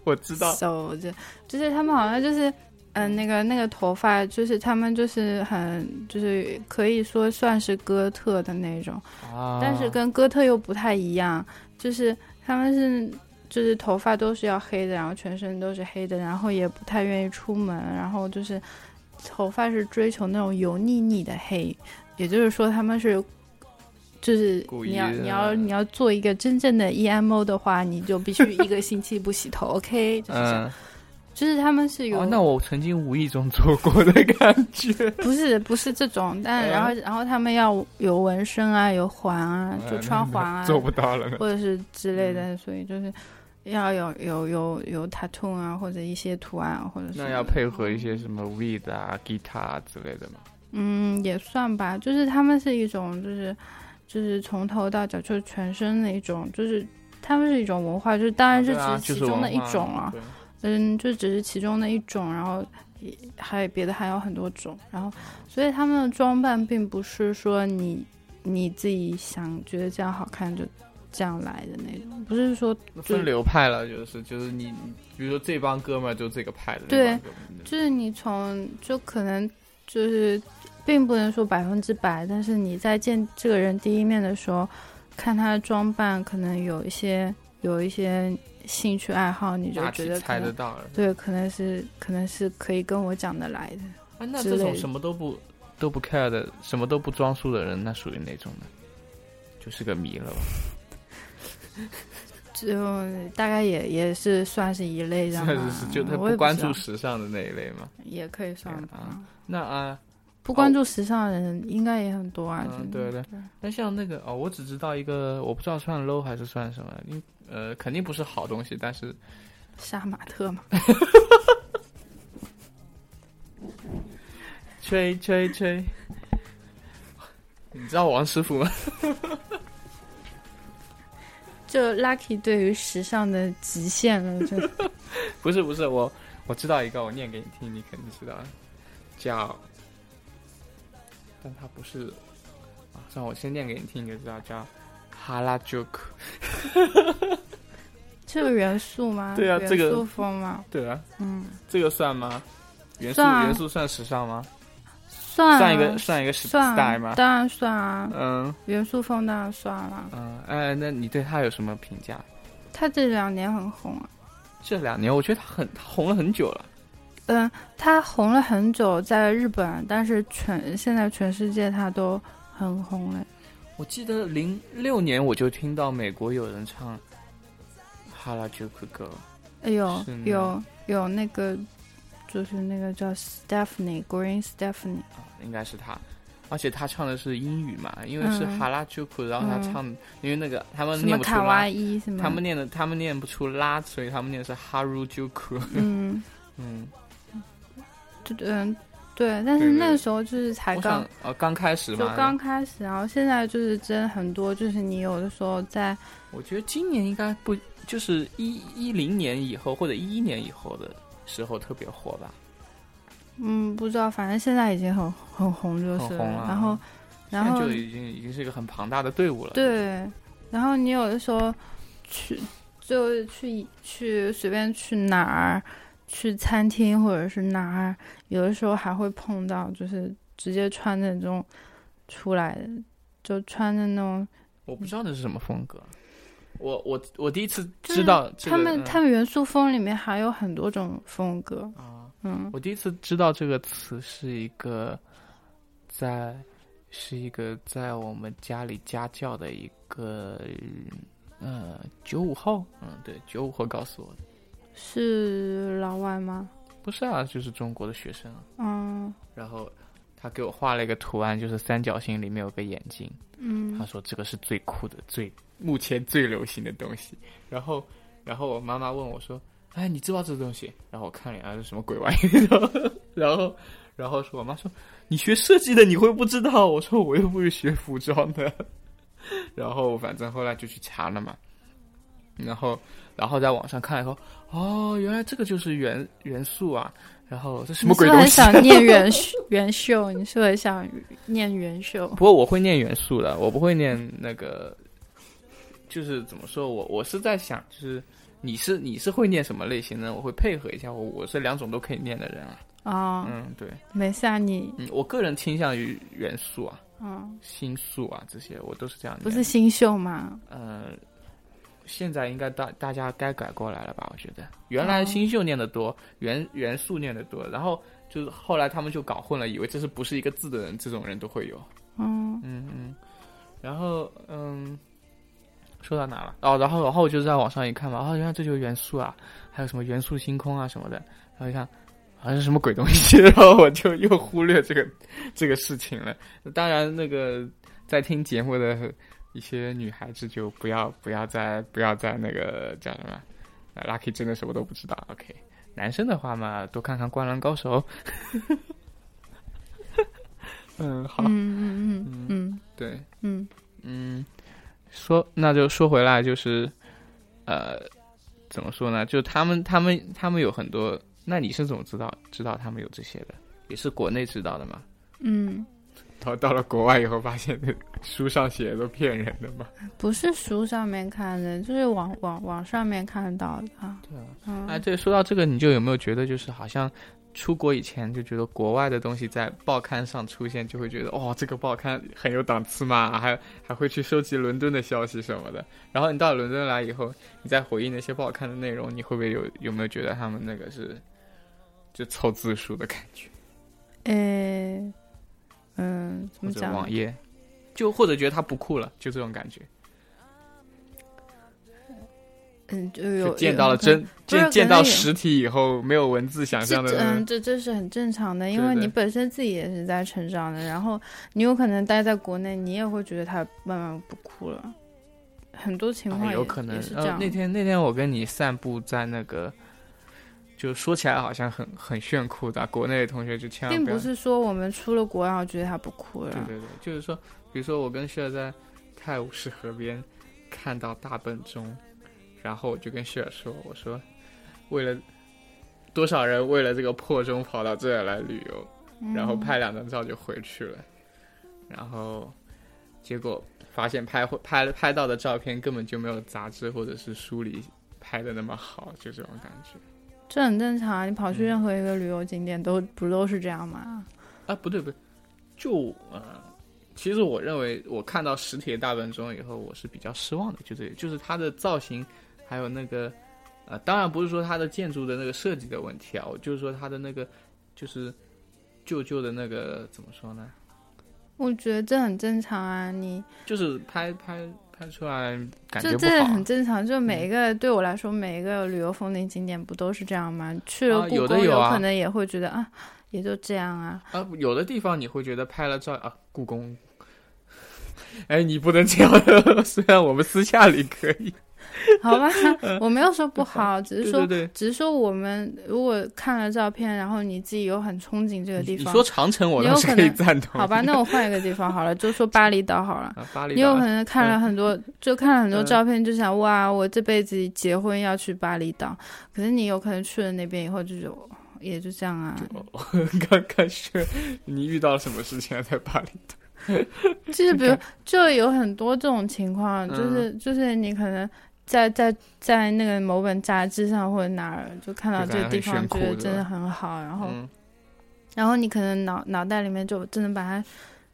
Speaker 2: 我知道，
Speaker 3: 手就就是他们好像就是嗯、呃那个那个头发就是他们就是很就是可以说算是哥特的那种，
Speaker 2: 啊、
Speaker 3: 但是跟哥特又不太一样，就是他们是。就是头发都是要黑的，然后全身都是黑的，然后也不太愿意出门，然后就是头发是追求那种油腻腻的黑，也就是说他们是，就是
Speaker 2: 故
Speaker 3: 你
Speaker 2: 意
Speaker 3: 要
Speaker 2: 的
Speaker 3: 你要你要做一个真正的 EMO 的话，你 就必须一个星期不洗头，OK？就是这样，
Speaker 2: 嗯，
Speaker 3: 就是他们是有、
Speaker 2: 哦，那我曾经无意中做过的感觉。
Speaker 3: 不是不是这种，
Speaker 2: 嗯
Speaker 3: 但然后然后他们要有纹身啊，有环啊，
Speaker 2: 嗯
Speaker 3: 就穿环啊，
Speaker 2: 做不到了呢。
Speaker 3: 或者是之类
Speaker 2: 嗯
Speaker 3: 的，所以就是要有有有有 tattoo 啊，或者一些图案啊，或者是
Speaker 2: 那要配合一些什么 weed 啊、guitar 之类的嘛？
Speaker 3: 嗯也算吧，就是他们是一种就是就是从头到脚就是全身的一种，就是他们是一种文化，就是当然这
Speaker 2: 对啊就
Speaker 3: 只
Speaker 2: 是是
Speaker 3: 其中的
Speaker 2: 文
Speaker 3: 一
Speaker 2: 化
Speaker 3: 种啊，
Speaker 2: 对
Speaker 3: 嗯，就只是其中的一种，然后也还有别的还有很多种，然后所以他们的装扮并不是说你你自己想觉得这样好看就这样来的那种，不是说
Speaker 2: 那
Speaker 3: 就
Speaker 2: 分流派了，就是就是你，你比如说这帮哥们儿就这个派的，
Speaker 3: 对
Speaker 2: 那帮哥们儿就，
Speaker 3: 就是你从就可能就是并不能说百分之百，但是你在见这个人第一面的时候，看他的装扮可能有一些有一些兴趣爱好，你就
Speaker 2: 大
Speaker 3: 觉
Speaker 2: 体
Speaker 3: 得可
Speaker 2: 猜得
Speaker 3: 能
Speaker 2: 到了。
Speaker 3: 对，可能是可能是可以跟我讲得来的。
Speaker 2: 啊，那
Speaker 3: 之
Speaker 2: 这
Speaker 3: 类
Speaker 2: 种
Speaker 3: 的
Speaker 2: 什么都不都不 care 的，什么都不装束的人，那属于哪种呢？就是个迷了吧？
Speaker 3: 就大概也也是算是一类这样吧，
Speaker 2: 算是 就他
Speaker 3: 我也
Speaker 2: 不关注
Speaker 3: 知道
Speaker 2: 时尚的那一类嘛。
Speaker 3: 也可以算吧。
Speaker 2: 啊那啊，
Speaker 3: 不关注时尚的人应该也很多啊，
Speaker 2: 嗯
Speaker 3: 就
Speaker 2: 对
Speaker 3: 是
Speaker 2: 对那像那个哦，我只知道一个，我不知道算 low 还是算什么，因呃，肯定不是好东西，但是
Speaker 3: 杀马特嘛，
Speaker 2: 吹吹吹， 你知道王师傅吗？
Speaker 3: 就 Lucky 对于时尚的极限了，就
Speaker 2: 不是不是，我我知道一个，我念给你听，你肯定知道，啊叫，但它不是，啊，算了我先念给你听，你就知道叫哈拉朱克，
Speaker 3: 这个元素吗？
Speaker 2: 对啊这个
Speaker 3: 元素风吗？
Speaker 2: 对啊，
Speaker 3: 嗯，
Speaker 2: 这个算吗？元素、
Speaker 3: 算啊
Speaker 2: 元素算时尚吗？
Speaker 3: 算啊
Speaker 2: 算一个算一个时
Speaker 3: 算啊
Speaker 2: style 吗？
Speaker 3: 当然算啊，
Speaker 2: 嗯
Speaker 3: 元素风当然算了。
Speaker 2: 嗯哎，那你对他有什么评价？
Speaker 3: 他这两年很红啊，
Speaker 2: 这两年我觉得他很他红了很久了，
Speaker 3: 嗯，他红了很久，在日本，但是全现在全世界他都很红了。
Speaker 2: 我记得零六年我就听到美国有人唱《哈拉朱克歌》。
Speaker 3: 哎有
Speaker 2: 是吗
Speaker 3: 有有那个，就是那个叫 Stephanie Green Stephanie，
Speaker 2: 啊，应该是他，而且他唱的是英语嘛，因为是
Speaker 3: 嗯
Speaker 2: 哈拉朱库，然后他
Speaker 3: 嗯
Speaker 2: 唱，因为那个他们
Speaker 3: 什
Speaker 2: 呃念
Speaker 3: 么
Speaker 2: 不出
Speaker 3: 卡哇
Speaker 2: 拉，
Speaker 3: 伊什么，
Speaker 2: 他们念的他们念不出拉，所以他们念的是哈鲁朱库。
Speaker 3: 嗯，
Speaker 2: 嗯，
Speaker 3: 就嗯对，但是
Speaker 2: 对对
Speaker 3: 那个时候就是才
Speaker 2: 我
Speaker 3: 刚
Speaker 2: 想呃刚开始
Speaker 3: 就
Speaker 2: 嘛，
Speaker 3: 刚开始，然后现在就是真的很多，就是你有的时候在
Speaker 2: 我觉得今年应该不就是一一零年以后或者一一年以后的时候特别火吧，
Speaker 3: 嗯不知道，反正现在已经很很红就是
Speaker 2: 很红了啊
Speaker 3: 然后然
Speaker 2: 现在
Speaker 3: 后
Speaker 2: 就已经已经是一个很庞大的队伍了。
Speaker 3: 对，然后你有的时候去就去去随便去哪儿，去餐厅或者是哪儿，有的时候还会碰到，就是直接穿着这种出来的，就穿着那种
Speaker 2: 我不知道那是什么风格，我我我第一次知
Speaker 3: 就是
Speaker 2: 道这个
Speaker 3: 他们
Speaker 2: 嗯
Speaker 3: 他们元素风里面还有很多种风格，
Speaker 2: 啊，
Speaker 3: 嗯
Speaker 2: 我第一次知道这个词是一个在是一个在我们家里家教的一个呃九五后，嗯，对，九五后告诉我的，
Speaker 3: 是老外吗？
Speaker 2: 不是啊，就是中国的学生啊，
Speaker 3: 嗯
Speaker 2: 然后他给我画了一个图案，就是三角形里面有个眼睛，他
Speaker 3: 嗯
Speaker 2: 说这个是最酷的、最目前最流行的东西。然后，然后我妈妈问我说：“哎，你知不知道这个东西？”然后我看了一眼，这是啊什么鬼玩意？ 然后，然后说我妈说：“你学设计的，你会不知道？”我说：“我又不是学服装的。” 然后反正后来就去查了嘛。然后，然后在网上看了以后，哦，原来这个就是元元素啊！然后这什么
Speaker 3: 你是
Speaker 2: 鬼
Speaker 3: 不
Speaker 2: 东
Speaker 3: 是很
Speaker 2: 西？啊
Speaker 3: 想念元元秀？你是不是很想念元秀？
Speaker 2: 不过我会念元素的，我不会念那个，就是怎么说我我是在想，就是你是你是会念什么类型呢？我会配合一下，我我是两种都可以念的人啊。
Speaker 3: 哦，
Speaker 2: 嗯，对，
Speaker 3: 没事啊，你
Speaker 2: 嗯，我个人倾向于元素啊、
Speaker 3: 嗯，
Speaker 2: 星宿啊这些，我都是这样念。
Speaker 3: 不是，新秀吗？
Speaker 2: 嗯、现在应该大大家该改过来了吧？我觉得原
Speaker 3: 哦
Speaker 2: 来星宿念的多，元元素念的多，然后就是后来他们就搞混了，以为这是不是一个字的人，这种人都会有。
Speaker 3: 嗯
Speaker 2: 嗯，嗯，然后嗯，说到哪了？哦，然后然后我就在网上一看嘛，哦，原来这就是元素啊，还有什么元素星空啊什么的，然后一看啊是什么鬼东西， 然后我就又忽略这个这个事情了。当然，那个在听节目的一些女孩子就不要不要再不要再那个叫什么呃，Lucky 真的什么都不知道。OK，男生的话嘛，多看看《灌篮高手》。 嗯，好，
Speaker 3: 嗯嗯嗯嗯
Speaker 2: 对。
Speaker 3: 嗯，
Speaker 2: 嗯，说那就说回来，就是呃，怎么说呢？就他们他们他们有很多，那你是怎么知道知道他们有这些的？也是国内知道的吗？
Speaker 3: 嗯，
Speaker 2: 到到了国外以后，发现书上写的都骗人的嘛。
Speaker 3: 不是书上面看的，就是网网网上面看到的啊。
Speaker 2: 对啊。
Speaker 3: 嗯
Speaker 2: 哎，对，说到这个，你就有没有觉得，就是好像出国以前就觉得国外的东西在报刊上出现，就会觉得哦，这个报刊很有档次嘛，还还会去收集伦敦的消息什么的。然后你到伦敦来以后，你再回忆那些报刊的内容，你会不会有有没有觉得他们那个是就凑字数的感觉，
Speaker 3: 诶，嗯，怎
Speaker 2: 或
Speaker 3: 么
Speaker 2: 者
Speaker 3: 讲
Speaker 2: 网？页，就或者觉得它不酷了，就这种感觉，
Speaker 3: 嗯，就
Speaker 2: 就
Speaker 3: 有
Speaker 2: 见
Speaker 3: 有
Speaker 2: 到了
Speaker 3: 可能
Speaker 2: 真
Speaker 3: 不是
Speaker 2: 见见
Speaker 3: 可
Speaker 2: 到
Speaker 3: 能有
Speaker 2: 实体以后没有文字想象啊的
Speaker 3: 这
Speaker 2: 那种
Speaker 3: 嗯，这这是很正常的，因
Speaker 2: 对
Speaker 3: 为
Speaker 2: 对
Speaker 3: 你本身自己也是在成长的，然后你有可能待在国内，你也会觉得它慢慢不酷了，很多情况
Speaker 2: 啊
Speaker 3: 也、
Speaker 2: 有可能
Speaker 3: 也是这
Speaker 2: 呃
Speaker 3: 样。
Speaker 2: 那天那天我跟你散步在那个，就说起来好像很很炫酷的，国内的同学就千万
Speaker 3: 并
Speaker 2: 要。
Speaker 3: 不是说我们出了国然后觉得它不酷了
Speaker 2: 对，对对，就是说，比如说我跟雪儿在泰晤士河边看到大笨钟，然后我就跟雪儿说，我说为了多少人为了这个破钟跑到这儿来旅游，然后
Speaker 3: 嗯
Speaker 2: 拍两张照就回去了，然后结果发现拍拍拍到的照片根本就没有杂志或者是书里拍的那么好，就这种感觉。
Speaker 3: 这很正常啊，你跑去
Speaker 2: 嗯
Speaker 3: 任何一个旅游景点都不都是这样嘛？
Speaker 2: 啊，不对不对，就呃，其实我认为我看到实体的大笨钟以后，我是比较失望的，就这个，就是它的造型，还有那个，呃，当然不是说它的建筑的那个设计的问题啊，我就是说它的那个，就是旧旧的那个怎么说呢，
Speaker 3: 我觉得这很正常啊，你
Speaker 2: 就是拍拍拍出来感觉不
Speaker 3: 就这
Speaker 2: 好啊、
Speaker 3: 很正常，就每一个、对我来说，每一个旅游风景景点不都是这样吗？去了
Speaker 2: 啊
Speaker 3: 故
Speaker 2: 有的
Speaker 3: 宫，
Speaker 2: 有啊
Speaker 3: 可能也会觉得啊，也就这样啊。
Speaker 2: 啊，有的地方你会觉得拍了照啊，故宫。哎，你不能这样，虽然我们私下里可以。
Speaker 3: 好吧，我没有说不好，只
Speaker 2: 嗯
Speaker 3: 是
Speaker 2: 对
Speaker 3: 说
Speaker 2: 对，对，
Speaker 3: 只是说我们如果看了照片，然后你自己有很憧憬这个地
Speaker 2: 你
Speaker 3: 方
Speaker 2: 说，长城，我
Speaker 3: 你
Speaker 2: 倒
Speaker 3: 有
Speaker 2: 是
Speaker 3: 可
Speaker 2: 可以
Speaker 3: 能
Speaker 2: 赞同。
Speaker 3: 好吧，那我换一个地方好了，就说巴厘岛好了。
Speaker 2: 啊，巴厘
Speaker 3: 你
Speaker 2: 岛
Speaker 3: 有可能看了很多，就看了很多
Speaker 2: 嗯
Speaker 3: 照片，就想哇，我这辈子结婚要去巴厘岛。可是你有可能去了那边以后，就就也就这样啊，
Speaker 2: 刚开始，你遇到了什么事情啊？在巴黎？
Speaker 3: 就是比如就有很多这种情况，
Speaker 2: 嗯
Speaker 3: 就是就是你可能在在在那个某本杂志上或者哪儿就看到
Speaker 2: 就
Speaker 3: 这个
Speaker 2: 感觉很
Speaker 3: 地
Speaker 2: 炫
Speaker 3: 方，
Speaker 2: 酷
Speaker 3: 觉得
Speaker 2: 对
Speaker 3: 真的
Speaker 2: 吧
Speaker 3: 很好，然后
Speaker 2: 嗯，
Speaker 3: 然后你可能脑脑袋里面就真的把它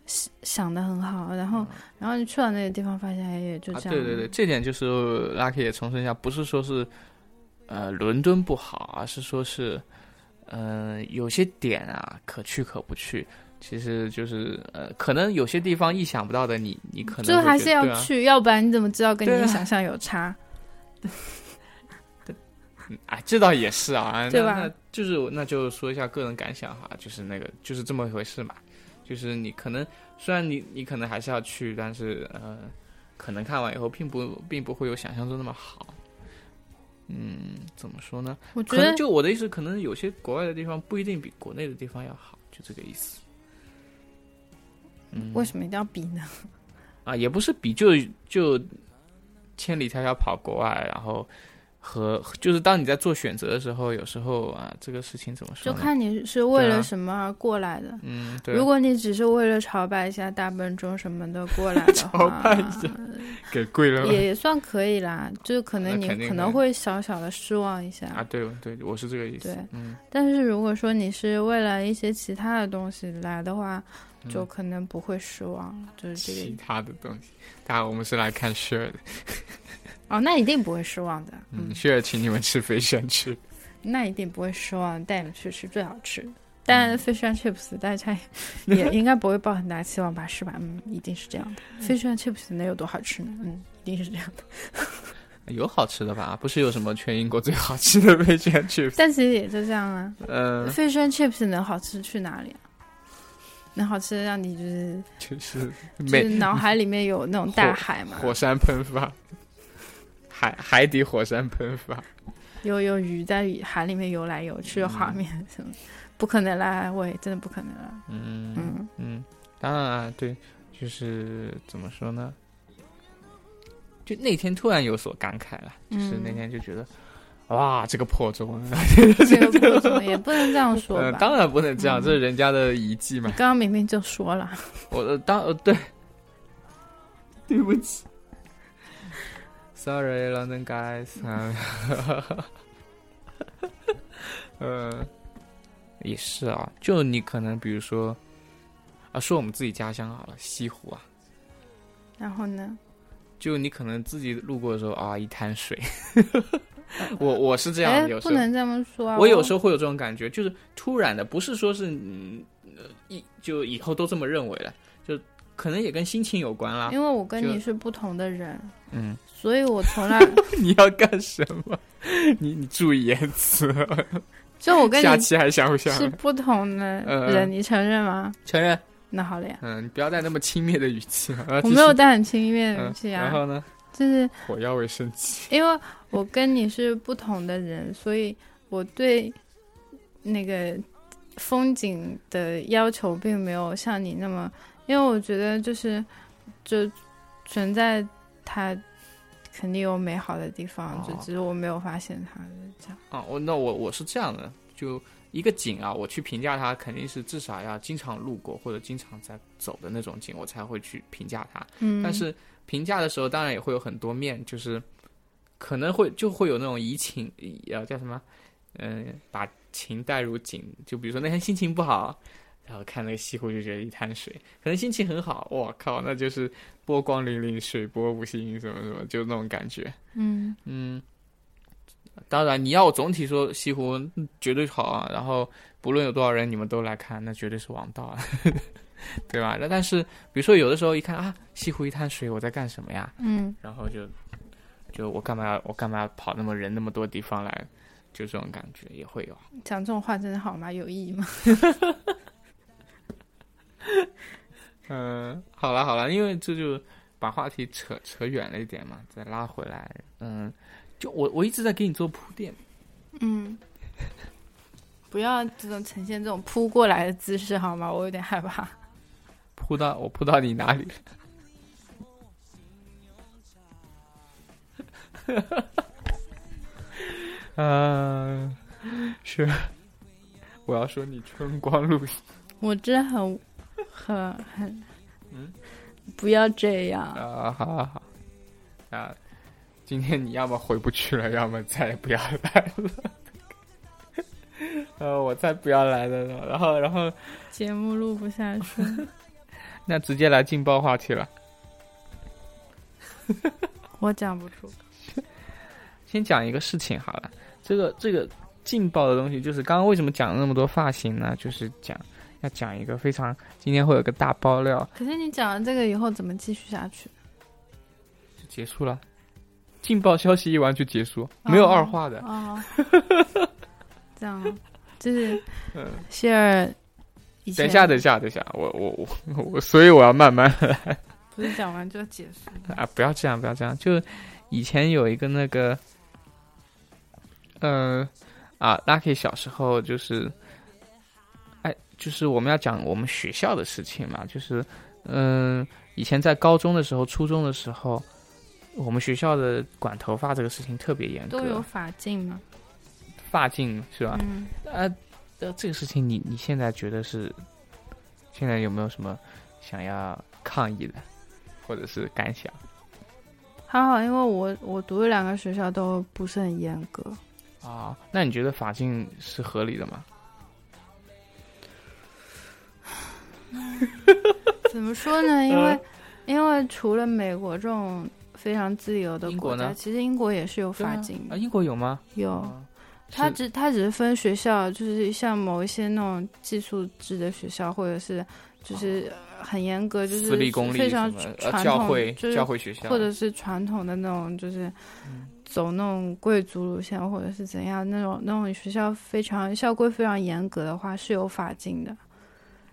Speaker 3: 想想的很好，然后、然后你去了那个地方，发现哎也就
Speaker 2: 嗯啊，
Speaker 3: 这样、
Speaker 2: 对对对，，这点就是 Lucky 也重申一下，不是说是呃伦敦不好，而是说是嗯、呃有些点啊可去可不去。其实就是呃，可能有些地方意想不到的你，你可能
Speaker 3: 就
Speaker 2: 会
Speaker 3: 还
Speaker 2: 觉
Speaker 3: 是
Speaker 2: 得
Speaker 3: 要
Speaker 2: 对啊
Speaker 3: 去，要不然你怎么知道跟
Speaker 2: 对啊
Speaker 3: 你想象有差？
Speaker 2: 啊，这倒也是啊，
Speaker 3: 对
Speaker 2: 那
Speaker 3: 吧
Speaker 2: 那就是我那就说一下个人感想哈，就是那个就是这么一回事嘛，就是你可能虽然你你可能还是要去，但是呃，可能看完以后并不并不会有想象中那么好。嗯，怎么说呢？
Speaker 3: 我觉
Speaker 2: 可能
Speaker 3: 得
Speaker 2: 就我的意思，可能有些国外的地方不一定比国内的地方要好，就这个意思。嗯，
Speaker 3: 为什么一定要比呢？
Speaker 2: 啊，也不是比就就千里迢迢跑国外，然后和就是当你在做选择的时候，有时候啊，这个事情怎么说
Speaker 3: 就
Speaker 2: 呢？
Speaker 3: 看你是为
Speaker 2: 对啊
Speaker 3: 了什么而过来的。
Speaker 2: 嗯，对，
Speaker 3: 如果你只是为了朝拜一下大笨钟什么的过来的
Speaker 2: 朝
Speaker 3: 话，
Speaker 2: 拜一下给贵了
Speaker 3: 也也算可以啦。就可能
Speaker 2: 那
Speaker 3: 你
Speaker 2: 肯定
Speaker 3: 可
Speaker 2: 的
Speaker 3: 能会小小的失望一下，
Speaker 2: 啊，对对，我是这个意思。
Speaker 3: 对
Speaker 2: 嗯，
Speaker 3: 但是如果说你是为了一些其他的东西来的话，就可能不会失望，就是这个
Speaker 2: 嗯其
Speaker 3: 意思。
Speaker 2: 他的东西，大家我们是来看雪儿的，
Speaker 3: 哦，那一定不会失望的，嗯
Speaker 2: 嗯，，雪儿请你们吃飞旋翅，
Speaker 3: 那一定不会失望，带你们去吃最好吃
Speaker 2: 嗯
Speaker 3: 的。但 fish and chips 大家也也应该不会抱很大期望吧，是吧？嗯，一定是这样的。fish and chips 能有多好吃呢？嗯，一定是这样 的。
Speaker 2: 有好吃的吧？不是有什么全英国最好吃的飞旋翅？
Speaker 3: 但其实也就这样啊。
Speaker 2: 嗯、
Speaker 3: fish and chips 能好吃去哪里啊？能好吃让你就是
Speaker 2: 就是
Speaker 3: 就
Speaker 2: 美
Speaker 3: 是脑海里面有那种大海 嘛，
Speaker 2: 火山喷发，海海底火山喷发。
Speaker 3: 有有鱼在海里面游来游去的画面什么，不可能啦，我也真的不可能啦。
Speaker 2: 嗯
Speaker 3: 嗯，
Speaker 2: 嗯，当然啊，对，就是怎么说呢？就那天突然有所感慨了，就是那
Speaker 3: 嗯
Speaker 2: 天就觉得，哇，这个破钟，
Speaker 3: 这个不怎么也不能这样说
Speaker 2: 呃，
Speaker 3: 吧。嗯
Speaker 2: 当然不能这样，这是人家的遗迹嘛
Speaker 3: 你。刚刚明明就说了，
Speaker 2: 我呃当呃 对，对不起，sorry London guys，嗯 呃，也是啊，就你可能比如说啊，说我们自己家乡好了，西湖啊，
Speaker 3: 然后呢？
Speaker 2: 就你可能自己路过的时候啊，一滩水， 我我是这样
Speaker 3: 哎
Speaker 2: 的，有，时
Speaker 3: 不
Speaker 2: 候
Speaker 3: 能这么说啊。
Speaker 2: 我有时候会有这种感觉，就是突然的，不是说是嗯呃一就以后都这么认为了，就可能也跟心情有关啦。
Speaker 3: 因为我跟
Speaker 2: 就
Speaker 3: 你是不同的人，
Speaker 2: 嗯，
Speaker 3: 所以我从 来
Speaker 2: 你要干什么？ 你你注意言辞，
Speaker 3: 就我跟
Speaker 2: 下
Speaker 3: 你
Speaker 2: 期还想不想
Speaker 3: 是不同的
Speaker 2: 呃
Speaker 3: 人，你承认吗？
Speaker 2: 承认？
Speaker 3: 那好了呀，
Speaker 2: 嗯，你不要带那么轻蔑的语气 啊了。
Speaker 3: 我没有
Speaker 2: 带
Speaker 3: 带很轻蔑的语气
Speaker 2: 嗯然
Speaker 3: 啊，
Speaker 2: 后呢，
Speaker 3: 就是
Speaker 2: 火药味升级。
Speaker 3: 因为我跟你是不同的人，所以我对那个风景的要求并没有像你那么，因为我觉得就是就存在它肯定有美好的地方，
Speaker 2: 哦
Speaker 3: 就只是我没有发现它这样。
Speaker 2: 啊，我那我我是这样的，就一个景啊，我去评价它，肯定是至少要经常路过或者经常在走的那种景，我才会去评价它。
Speaker 3: 嗯，
Speaker 2: 但是评价的时候，当然也会有很多面，就是可能会就会有那种移情，呃，叫什么？嗯、把情带入景。就比如说那天心情不好，然后看那个西湖就觉得一滩水；可能心情很好，我靠，那就是波光粼粼，水波无心，什么什么，就那种感觉。
Speaker 3: 嗯，
Speaker 2: 嗯，当然你要我总体说，西湖嗯绝对好啊。然后不论有多少人，你们都来看，那绝对是王道啊， 对吧？那但是比如说有的时候一看啊，西湖一滩水，我在干什么呀？
Speaker 3: 嗯，
Speaker 2: 然后就就我干嘛要我干嘛要跑那么人那么多地方来？就这种感觉也会有。
Speaker 3: 讲这种话真的好吗？有意义吗？
Speaker 2: 嗯，好了好了，因为这就把话题扯扯远了一点嘛，再拉回来。嗯，就我我一直在给你做铺垫。
Speaker 3: 嗯， 不要这种呈现这种扑过来的姿势好吗？我有点害怕。
Speaker 2: 扑到我扑到你哪里了？ 嗯、是，我要说你春光露显
Speaker 3: 我真的很很很，
Speaker 2: 嗯，
Speaker 3: 不要这样。
Speaker 2: 啊，好好好，啊，今天你要么回不去了，要么再也不要来了。 呃，我再不要来了，然后，然后，
Speaker 3: 节目录不下去，
Speaker 2: 那直接来劲爆话题了。
Speaker 3: 我讲不出。
Speaker 2: 先讲一个事情好了，这个这个劲爆的东西就是刚刚为什么讲了那么多发型呢？就是讲要讲一个非常今天会有个大爆料，
Speaker 3: 可是你讲完这个以后怎么继续下 去？
Speaker 2: 就结束了。劲爆消息一完就结束，没有二话的。
Speaker 3: 哦，这样就是
Speaker 2: 嗯，
Speaker 3: 谢尔。哦
Speaker 2: 等一下，等一下，等一下，我我我我，所以我要慢慢
Speaker 3: 不是讲完就结束。
Speaker 2: 啊！不要这样，不要这样。就以前有一个那个，呃，啊，Lucky 小时候就是，哎，就是我们要讲我们学校的事情嘛，就是，嗯、以前在高中的时候、初中的时候，我们学校的管头发这个事情特别严
Speaker 3: 都有
Speaker 2: 格，
Speaker 3: 法镜吗？
Speaker 2: 发禁是吧？
Speaker 3: 嗯，
Speaker 2: 啊，呃，这个事情你你现在觉得是，现在有没有什么想要抗议的，或者是感想？
Speaker 3: 还好，因为我我读的两个学校都不是很严格。
Speaker 2: 啊，那你觉得法禁是合理的吗？
Speaker 3: 怎么说 呢？因为、因为除了美国这种非常自由的
Speaker 2: 英国
Speaker 3: 国家，
Speaker 2: 呢
Speaker 3: 其实英国也是有法禁
Speaker 2: 啊，
Speaker 3: 的。
Speaker 2: 英国有吗？
Speaker 3: 有，
Speaker 2: 啊
Speaker 3: 它
Speaker 2: 是
Speaker 3: 只它只是分学校，就是像某一些那种寄宿制的学校，或者是就是很严格，就是
Speaker 2: 哦私立、公立
Speaker 3: 非
Speaker 2: 什
Speaker 3: 常
Speaker 2: 么
Speaker 3: 传
Speaker 2: 呃
Speaker 3: 统，
Speaker 2: 教会
Speaker 3: 就是
Speaker 2: 教会学校，嗯
Speaker 3: 或者是传统的那种，就是走那种贵族路线，或者是怎样那种那种学校非常校规非常严格的话，是有法禁的。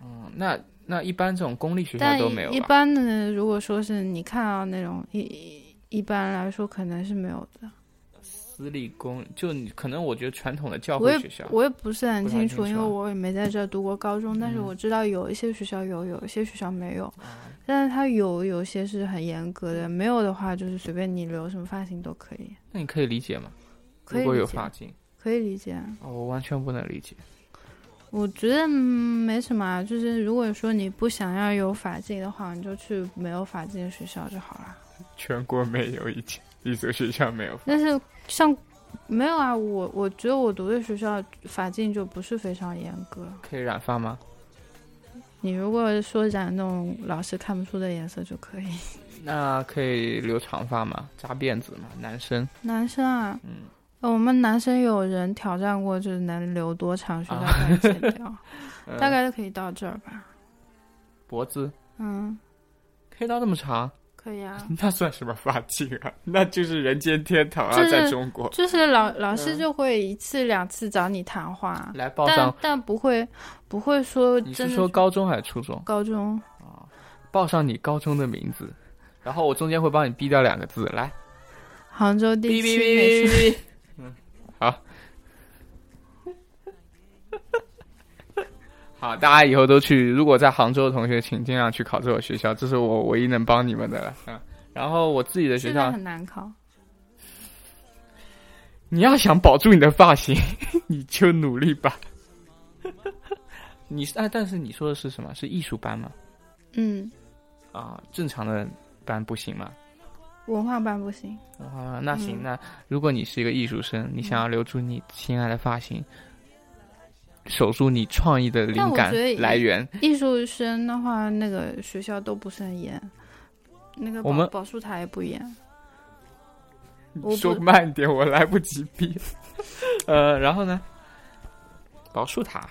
Speaker 2: 嗯，那那一般这种公立学校
Speaker 3: 但
Speaker 2: 都没有
Speaker 3: 一
Speaker 2: 吧？
Speaker 3: 般的，如果说是你看到那种一一一般来说可能是没有的。
Speaker 2: 私立公就你可能我觉得传统的教
Speaker 3: 我
Speaker 2: 会
Speaker 3: 也
Speaker 2: 学校，
Speaker 3: 我也不是很
Speaker 2: 不太清
Speaker 3: 清楚，
Speaker 2: 楚
Speaker 3: 因为
Speaker 2: 啊
Speaker 3: 我也没在这儿读过高中，但是
Speaker 2: 嗯哦
Speaker 3: 我知道有一些学校有，有一些学校没有。但是它有有些是很严格的，没有的话就是随便你留什么发型都可以，
Speaker 2: 那你可以理解吗？
Speaker 3: 可以
Speaker 2: 如果
Speaker 3: 理
Speaker 2: 有
Speaker 3: 解
Speaker 2: 法禁，
Speaker 3: 可以理解。
Speaker 2: 哦，我完全不能理解。
Speaker 3: 我觉得、嗯、没什么啊，就是如果说你不想要有法禁的话，你就去没有法禁的学校就好了。
Speaker 2: 全国没有一间一所学校没有
Speaker 3: 但是像没有啊，我我觉得我读的学校法禁就不是非常严格。
Speaker 2: 可以染发吗？
Speaker 3: 你如果说染那种老师看不出的颜色就可以。
Speaker 2: 那可以留长发吗？扎辫子吗？男生，
Speaker 3: 男生啊，
Speaker 2: 嗯，
Speaker 3: 呃我们男生有人挑战过，就是能留多长学校把它剪掉，
Speaker 2: 呃
Speaker 3: 大概就可以到这儿吧。
Speaker 2: 脖子
Speaker 3: 嗯，
Speaker 2: 可以到这么长，
Speaker 3: 可以啊。
Speaker 2: 那算什么发髻啊？那就是人间天堂啊，
Speaker 3: 就是
Speaker 2: 在中国。
Speaker 3: 就是老
Speaker 2: 嗯
Speaker 3: 老师就会一次两次找你谈话，
Speaker 2: 来报
Speaker 3: 但
Speaker 2: 上，
Speaker 3: 但不会不会说
Speaker 2: 嗯你
Speaker 3: 真
Speaker 2: 是
Speaker 3: 的
Speaker 2: 说
Speaker 3: 去
Speaker 2: 高中还是初中？
Speaker 3: 高中
Speaker 2: 报上你高中的名字，然后我中间会帮你逼掉两个字，来，
Speaker 3: 杭州第
Speaker 2: 哔哔哔
Speaker 3: 七美
Speaker 2: 哔
Speaker 3: 术
Speaker 2: 哔哔。嗯，好， 好，大家以后都去。如果在杭州的同学，请尽量去考这所学校，这是我唯一能帮你们的了。嗯，然后我自己的学
Speaker 3: 现在
Speaker 2: 校，
Speaker 3: 很难考。
Speaker 2: 你要想保住你的发型， 你就努力吧。 你哎，但是你说的是什么？是艺术班吗？
Speaker 3: 嗯，
Speaker 2: 啊，正常的班不行吗？
Speaker 3: 文化班不行。
Speaker 2: 哇，哦那行，
Speaker 3: 嗯
Speaker 2: 那如果你是一个艺术生，你想要留住你心爱的发型，守住你创意的灵感
Speaker 3: 但我觉得也
Speaker 2: 来源，
Speaker 3: 艺术生的话，那个学校都不是很严，那个
Speaker 2: 我们
Speaker 3: 宝树塔也不严。我不
Speaker 2: 说慢点，我来不及逼。 呃，然后呢？宝树塔，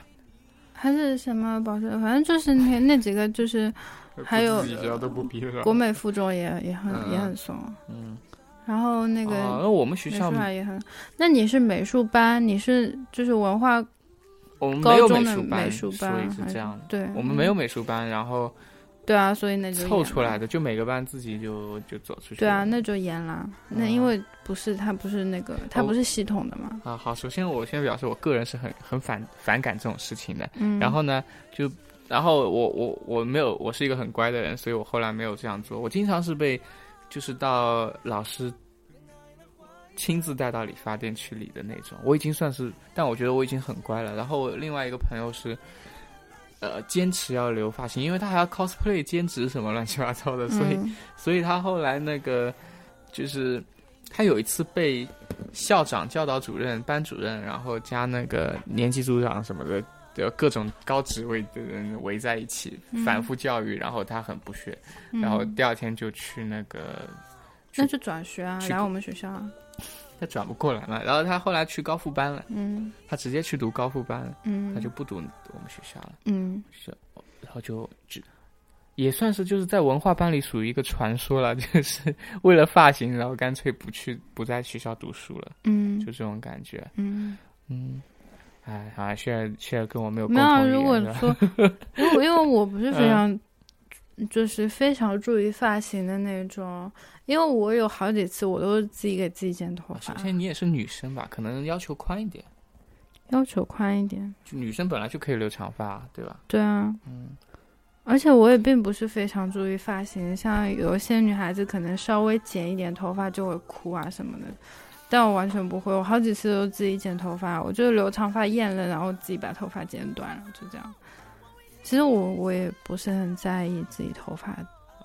Speaker 3: 还是什么宝树，反正就是那那几个，就是还有
Speaker 2: 自己学校都不逼了
Speaker 3: 国美附中也也很、
Speaker 2: 嗯
Speaker 3: 也很松，
Speaker 2: 嗯，
Speaker 3: 然后那
Speaker 2: 那
Speaker 3: 个
Speaker 2: 那我们学
Speaker 3: 美
Speaker 2: 校
Speaker 3: 术塔也很。那你是美术班，你是就是文化
Speaker 2: 我们没
Speaker 3: 高
Speaker 2: 有
Speaker 3: 中
Speaker 2: 美
Speaker 3: 的
Speaker 2: 术班，
Speaker 3: 美术班
Speaker 2: 所以是
Speaker 3: 还
Speaker 2: 这
Speaker 3: 是
Speaker 2: 样的。
Speaker 3: 对，
Speaker 2: 我们没有美术班，然后
Speaker 3: 对啊，所以那就
Speaker 2: 凑
Speaker 3: 严
Speaker 2: 出
Speaker 3: 了
Speaker 2: 来的，就每个班自己就就走出去了。
Speaker 3: 嗯对啊，那就严啦。
Speaker 2: 嗯
Speaker 3: 那
Speaker 2: 哦
Speaker 3: 因为不是它不是那个它
Speaker 2: 我
Speaker 3: 不是系统的嘛。
Speaker 2: 啊，好，首先我先表示，我个人是很很反反感这种事情的。
Speaker 3: 嗯，
Speaker 2: 然后呢，就然后我我我没有，我是一个很乖的人，所以我后来没有这样做。我经常是被就是到老师亲自带到理发店去理的那种。我已经算是，但我觉得我已经很乖了。然后我另外一个朋友是。呃，坚持要留发型，因为他还要 cosplay 兼职什么乱七八糟的，所以
Speaker 3: 嗯
Speaker 2: 所以他后来那个就是他有一次被校长、教导主任、班主任，然后加那个年级组长什么的对各种高职位的人围在一起，
Speaker 3: 嗯
Speaker 2: 反复教育，然后他很不屑，
Speaker 3: 嗯
Speaker 2: 然后第二天就去那个
Speaker 3: 那就转学啊，
Speaker 2: 去
Speaker 3: 来我们学校啊，
Speaker 2: 他转不过来嘛，然后他后来去高复班了，
Speaker 3: 嗯
Speaker 2: 他直接去读高复班了，
Speaker 3: 嗯，
Speaker 2: 他就不读我们学校了，
Speaker 3: 嗯
Speaker 2: 是，然后就只也算是就是在文化班里属于一个传说了， 就是为了发型，然后干脆不去不在学校读书了，
Speaker 3: 嗯
Speaker 2: 就这种感觉，
Speaker 3: 嗯，
Speaker 2: 嗯，哎，好像雪儿雪儿跟我没有共
Speaker 3: 没
Speaker 2: 同
Speaker 3: 有啊。
Speaker 2: 语
Speaker 3: 如
Speaker 2: 言
Speaker 3: 果
Speaker 2: 是吧 嗯
Speaker 3: 说，因为因为我不是非常，就是非常注意发型的那种，因为我有好几次我都是自己给自己剪头
Speaker 2: 啊
Speaker 3: 发
Speaker 2: 首，先你也是女生吧，可能要求宽一点，
Speaker 3: 要求宽一点。
Speaker 2: 就女生本来就可以留长发，对吧？
Speaker 3: 对啊，
Speaker 2: 嗯，
Speaker 3: 而且我也并不是非常注意发型，像有一些女孩子可能稍微剪一点头发就会哭啊什么的，但我完全不会，我好几次都自己剪头发，我就留长发厌了，然后自己把头发剪短了，就这样。其实我我也不是很在意自己头发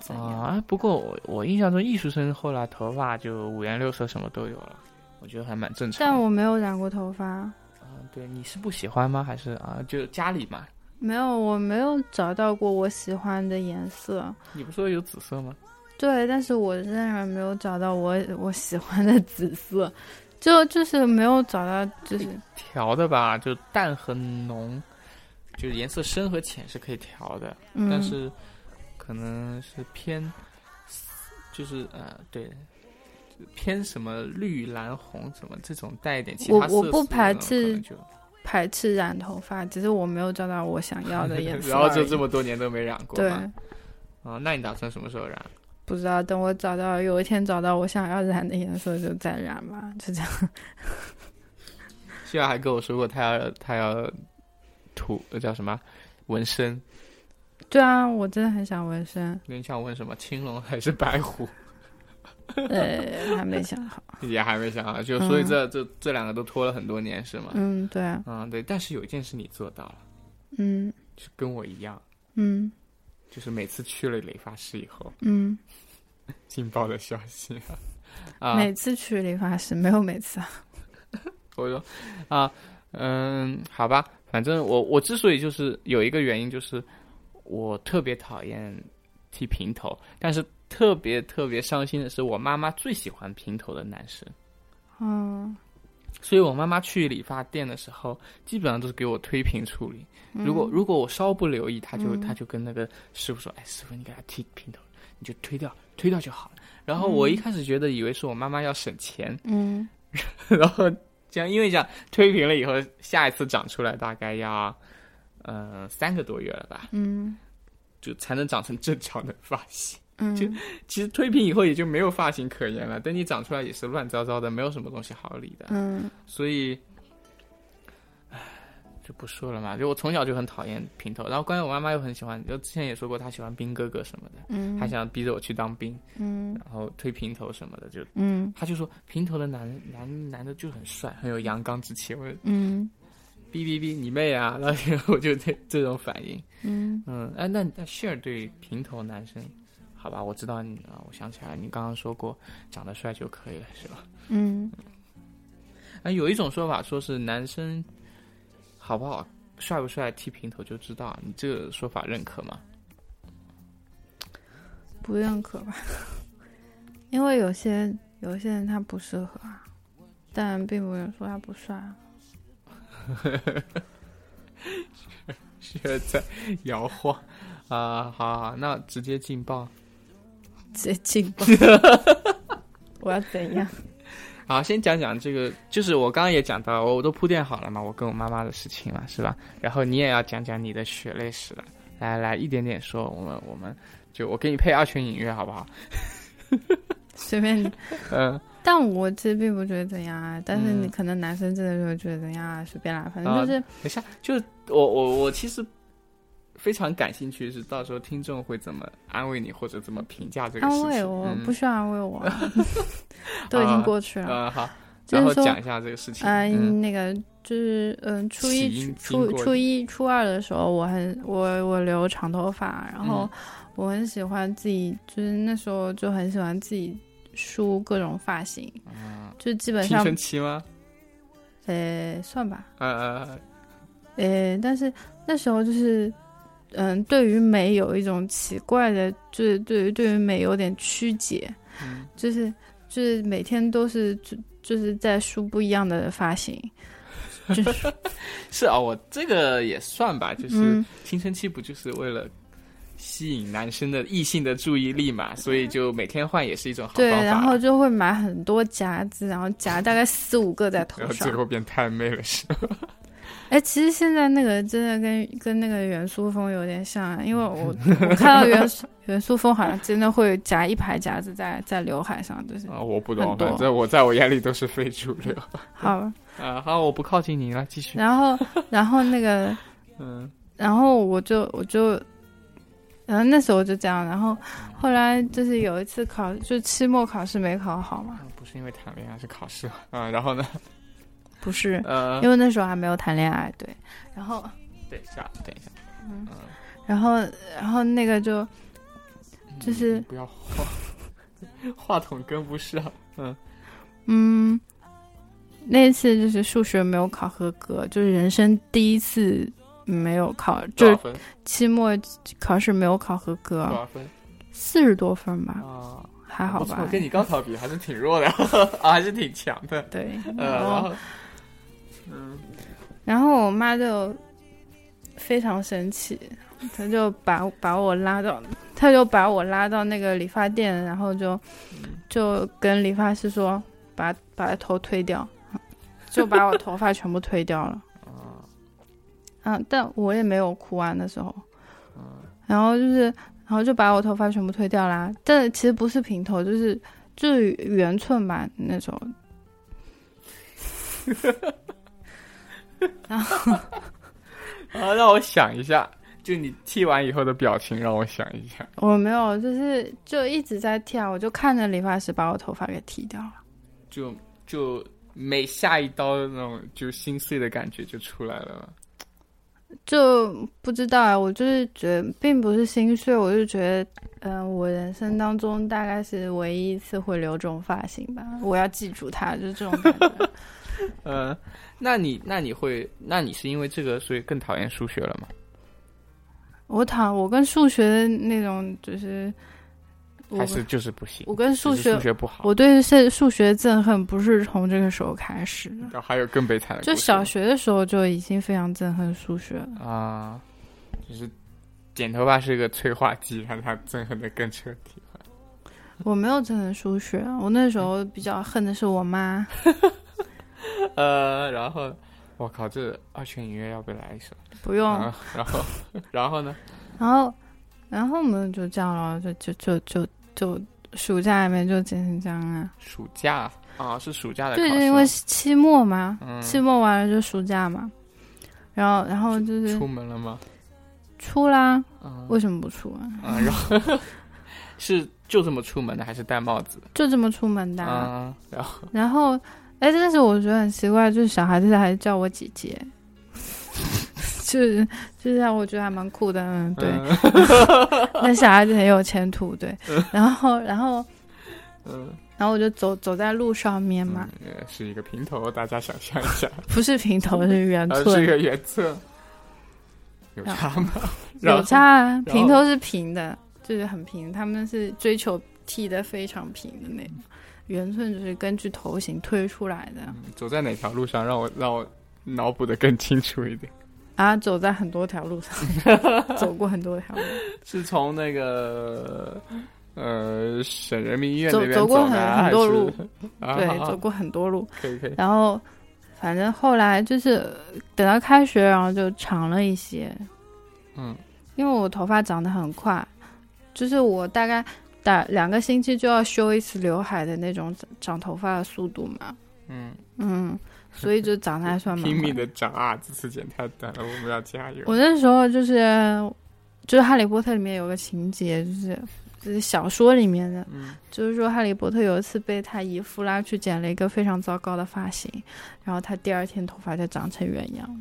Speaker 3: 怎样，
Speaker 2: 啊，不过我我印象中艺术生后来头发就五颜六色，什么都有了，我觉得还蛮正常的。
Speaker 3: 但我没有染过头发，
Speaker 2: 啊，对，你是不喜欢吗？还是啊，就家里嘛？
Speaker 3: 没有，我没有找到过我喜欢的颜色。
Speaker 2: 你不是说有紫色吗？
Speaker 3: 对，但是我仍然没有找到我 我喜欢的紫色，就就是没有找到，就是
Speaker 2: 调的吧，就淡和浓，就是颜色深和浅是可以调的，
Speaker 3: 嗯，
Speaker 2: 但是可能是偏，就是呃，对。偏什么绿蓝红什么这种带一点其他
Speaker 3: 我
Speaker 2: 色
Speaker 3: 我
Speaker 2: 素
Speaker 3: 不
Speaker 2: 的
Speaker 3: 排
Speaker 2: 那种可能
Speaker 3: 斥
Speaker 2: 就
Speaker 3: 排斥染头发，只是我没有找到我想 要的颜色
Speaker 2: 然
Speaker 3: 而已。
Speaker 2: 后就这么多年都没染过
Speaker 3: 对
Speaker 2: 吗，啊，那你打算什么时候染？
Speaker 3: 不知道等我找到有一天找到我想要染的颜色就再染吧，就这样。
Speaker 2: 希尔还跟我说过，他要他要涂呃叫什么纹身？
Speaker 3: 对啊，我真的很想 纹身，
Speaker 2: 你想纹什么？青龙还是白虎？
Speaker 3: 呃，还没想好。
Speaker 2: 也还没想好，就所以这、这这两个都拖了很多年是吗？
Speaker 3: 嗯，对啊，
Speaker 2: 嗯，对。但是有一件事你做到了，
Speaker 3: 嗯
Speaker 2: 就跟我一样，
Speaker 3: 嗯
Speaker 2: 就是每次去了理发师以后，
Speaker 3: 嗯，
Speaker 2: 劲爆的消息啊！
Speaker 3: 每次去理发师没有每次啊，
Speaker 2: 我说啊，嗯，好吧，反正我我之所以就是有一个原因，就是我特别讨厌剃平头，但是特别特别伤心的是，我妈妈最喜欢平头的男生，
Speaker 3: 嗯，
Speaker 2: 所以我妈妈去理发店的时候，基本上都是给我推平处理。
Speaker 3: 嗯
Speaker 2: 如果如果我稍不留意，他就他就跟那个师傅说：“哎，师傅，你给他剃平头，你就推掉，推掉就好了。”然后我一开始觉得以为是我妈妈要省钱，
Speaker 3: 嗯
Speaker 2: 然后这样因为这样推平了以后，下一次长出来大概要嗯、呃三个多月了吧，
Speaker 3: 嗯
Speaker 2: 就才能长成正常的发型。
Speaker 3: 嗯，
Speaker 2: 就其实推平以后也就没有发型可言了，等你长出来也是乱糟糟的，没有什么东西好理的。
Speaker 3: 嗯
Speaker 2: 所以，唉，就不说了嘛。就我从小就很讨厌平头，然后关于我妈妈又很喜欢，就之前也说过，她喜欢兵哥哥什么的，
Speaker 3: 嗯，
Speaker 2: 她想逼着我去当兵，
Speaker 3: 嗯
Speaker 2: 然后推平头什么的，就
Speaker 3: 嗯
Speaker 2: 她就说平头的男男男的就很帅，很有阳刚之气。我就
Speaker 3: 嗯
Speaker 2: 哔哔哔，你妹啊！然后我就这这种反应。
Speaker 3: 嗯
Speaker 2: 嗯，哎，那那 share 对平头男生。好吧，我知道你啊，我想起来，你刚刚说过长得帅就可以了，是吧？
Speaker 3: 嗯，
Speaker 2: 哎，有一种说法说是男生好不好、帅不帅，剃平头就知道。你这个说法认可吗？
Speaker 3: 不认可吧， 因为有些有些人他不适合啊，但并不能说他不帅啊。
Speaker 2: 现在摇晃啊、好好，那直接劲爆。
Speaker 3: 接近 吧。我要怎样？
Speaker 2: 好，先讲讲这个，就是我刚刚也讲到，我我都铺垫好了嘛，我跟我妈妈的事情嘛，是吧？然后你也要讲讲你的血泪史了。来来，一点点说，我们我们就我给你配二泉映月，好不好？
Speaker 3: 随便你。
Speaker 2: 嗯、
Speaker 3: 但我其实并不觉得怎样啊，但是你
Speaker 2: 嗯
Speaker 3: 可能男生真的就会觉得怎样啊，随便啦，反
Speaker 2: 啊
Speaker 3: 正就是，
Speaker 2: 等一下，就是我我我其实非常感兴趣，是到时候听众会怎么安慰你，或者怎么评价这个事
Speaker 3: 安
Speaker 2: 情。
Speaker 3: 慰我，
Speaker 2: 嗯
Speaker 3: 不需要安慰我，啊 都已经过去了。
Speaker 2: 呃好，
Speaker 3: 就
Speaker 2: 然
Speaker 3: 是
Speaker 2: 后
Speaker 3: 说
Speaker 2: 讲一下这个事情。
Speaker 3: 呃，
Speaker 2: 嗯
Speaker 3: 那个就是嗯，初
Speaker 2: 起
Speaker 3: 一
Speaker 2: 因、
Speaker 3: 初
Speaker 2: 经过
Speaker 3: 初一、初二的时候，我很我我留长头发，然后我很喜欢自己，就是那时候就很喜欢自己梳各种发型，就基本
Speaker 2: 啊青
Speaker 3: 上
Speaker 2: 春期吗？
Speaker 3: 呃算吧，
Speaker 2: 呃，
Speaker 3: 诶，但是那时候就是，嗯，对于美有一种奇怪的，就是对于对于美有点曲解，
Speaker 2: 嗯
Speaker 3: 就是就是每天都是就就是在梳不一样的发型，就是
Speaker 2: 是啊，我这个也算吧，就是
Speaker 3: 嗯
Speaker 2: 青春期不就是为了吸引男生的异性的注意力嘛，所以就每天换也是一种好
Speaker 3: 对，
Speaker 2: 方法。
Speaker 3: 然后就会买很多夹子，然后夹大概四五个在头
Speaker 2: 然后
Speaker 3: 上
Speaker 2: 最。后变太妹了， 是吧？
Speaker 3: 哎，其实现在那个真的跟跟那个元素风有点像，啊因 为我我看到元素元素风好像真的会夹一排夹子在在刘海上，就是
Speaker 2: 啊，我不
Speaker 3: 很
Speaker 2: 懂，
Speaker 3: 多
Speaker 2: 反正我在我眼里都是非主 流。
Speaker 3: 好。
Speaker 2: 啊，好，我不靠近你了，继续。
Speaker 3: 然后，然后那个，
Speaker 2: 嗯，
Speaker 3: 然后我就我就，然后那时候就这样，然后后来就是有一次考，就期末考试没考好嘛，
Speaker 2: 啊不是因为谈恋爱，是考试啊。然 后呢？
Speaker 3: 不是，
Speaker 2: 呃，
Speaker 3: 因为那时候还没有谈恋爱，对，然后，
Speaker 2: 等一下，等一下，
Speaker 3: 嗯
Speaker 2: 嗯，
Speaker 3: 然后，然后那个就就是
Speaker 2: 嗯不要话， 话筒跟不上。嗯，
Speaker 3: 嗯，那一次就是数学没有考合格，就是人生第一次没有考，
Speaker 2: 多
Speaker 3: 就
Speaker 2: 少
Speaker 3: 是
Speaker 2: 分？
Speaker 3: 期末考试没有考合格
Speaker 2: 多，少分？
Speaker 3: 四十多分吧，
Speaker 2: 啊，
Speaker 3: 还好
Speaker 2: 不错
Speaker 3: 吧，
Speaker 2: 跟你高考比还是挺弱的， 啊，还是挺强的。
Speaker 3: 对，
Speaker 2: 呃，
Speaker 3: 然
Speaker 2: 然
Speaker 3: 后
Speaker 2: 后，嗯，
Speaker 3: 然后我妈就非常生气，她就把把我拉到，她就把我拉到那个理发店，然后就
Speaker 2: 嗯
Speaker 3: 就跟理发师说，把把头推掉，就把我头发全部推掉了。
Speaker 2: 啊，
Speaker 3: 嗯，但我也没有哭啊那时候，
Speaker 2: 嗯
Speaker 3: 然后就是，然后就把我头发全部推掉啦。但其实不是平头，就是就是圆寸吧那种。
Speaker 2: 啊，让我想一下，就你剃完以后的表情，让我想一下。
Speaker 3: 我没有，就是就一直在剃啊，我就看着理发师把我头发给剃掉了。
Speaker 2: 就就每下一刀的那种就心碎的感觉就出来了嘛。
Speaker 3: 就不知道啊，我就是觉得并不是心碎，我就觉得，嗯、我人生当中大概是唯一一次会留这种发型吧，我要记住它，就是这种感 觉。
Speaker 2: 嗯，那你那你会，那你是因为这个所以更讨厌数学了吗？
Speaker 3: 我讨我跟数学的那种就是，我
Speaker 2: 还是就是不行？
Speaker 3: 我跟数
Speaker 2: 只是
Speaker 3: 学，
Speaker 2: 数学不好。
Speaker 3: 我对是数学憎恨不是从这个时候开始的，
Speaker 2: 然后还有更悲惨的故事
Speaker 3: 就
Speaker 2: 吗，
Speaker 3: 小学的时候就已经非常憎恨数学 了。
Speaker 2: 啊，就是剪头发是个催化剂，让他憎恨的更彻底。
Speaker 3: 我没有憎恨数学，我那时候比较恨的是我妈。
Speaker 2: 呃，然后我靠，这二泉映月要不要来一首？
Speaker 3: 不用，
Speaker 2: 啊然后然后呢？
Speaker 3: 然后，然后我们就这样了，就就就就就暑假里面就剪成这样啊。
Speaker 2: 暑假啊，是暑假的考试
Speaker 3: 对，
Speaker 2: 啊
Speaker 3: 就
Speaker 2: 吗，
Speaker 3: 因为是期末嘛，
Speaker 2: 嗯
Speaker 3: 期末完了就暑假嘛，然后然后就是
Speaker 2: 出门了吗？
Speaker 3: 出啦，
Speaker 2: 啊
Speaker 3: 为什么不出啊？
Speaker 2: 啊，然后是就这么出门的，还是戴帽子？
Speaker 3: 就这么出门的啊、
Speaker 2: 啊，然后
Speaker 3: 然后，哎，但是我觉得很奇怪，就是小孩子还叫我姐姐。 就是就是让我觉得还蛮酷的，嗯，对，
Speaker 2: 嗯
Speaker 3: 那小孩子很有前途，对。然后，然后，
Speaker 2: 嗯，
Speaker 3: 然后我就走走在路上面嘛，
Speaker 2: 呃是一个平头，大家想象一下，
Speaker 3: 不是平头，是
Speaker 2: 然
Speaker 3: 圆
Speaker 2: 嗯啊后是一
Speaker 3: 寸，
Speaker 2: 个圆寸，有差吗？然
Speaker 3: 有
Speaker 2: 后
Speaker 3: 差啊。
Speaker 2: 后
Speaker 3: 平头是平的，就是很平，他们是追求剃的非常平的那种。圆寸就是根据头型推出来的
Speaker 2: 嗯走在哪条路上，让我让我脑补的更清楚一点。
Speaker 3: 啊，走在很多条路上， 走过很多条路，
Speaker 2: 是从那个呃省人民医院
Speaker 3: 走
Speaker 2: 那边
Speaker 3: 走过很
Speaker 2: 的啊
Speaker 3: 很多路，
Speaker 2: 还是
Speaker 3: 对
Speaker 2: 啊，好
Speaker 3: 走过很多路。
Speaker 2: 可以可以，
Speaker 3: 然后，反正后来就是呃等到开学，然后就长了一些，
Speaker 2: 嗯
Speaker 3: 因为我头发长得很快，就是我大概打两个星期就要修一次刘海的那种长长头发的速度嘛，
Speaker 2: 嗯，
Speaker 3: 嗯，所以就长得还 算蛮
Speaker 2: 拼命
Speaker 3: 快。
Speaker 2: 的长啊，这次剪太短了，我们要加油。
Speaker 3: 我那时候就是就是《哈利波特》里面有个情节，就是就是小说里面的，
Speaker 2: 嗯
Speaker 3: 就是说哈利波特有一次被他姨夫拉去剪了一个非常糟糕的发型，然后他第二天头发就长成原样了。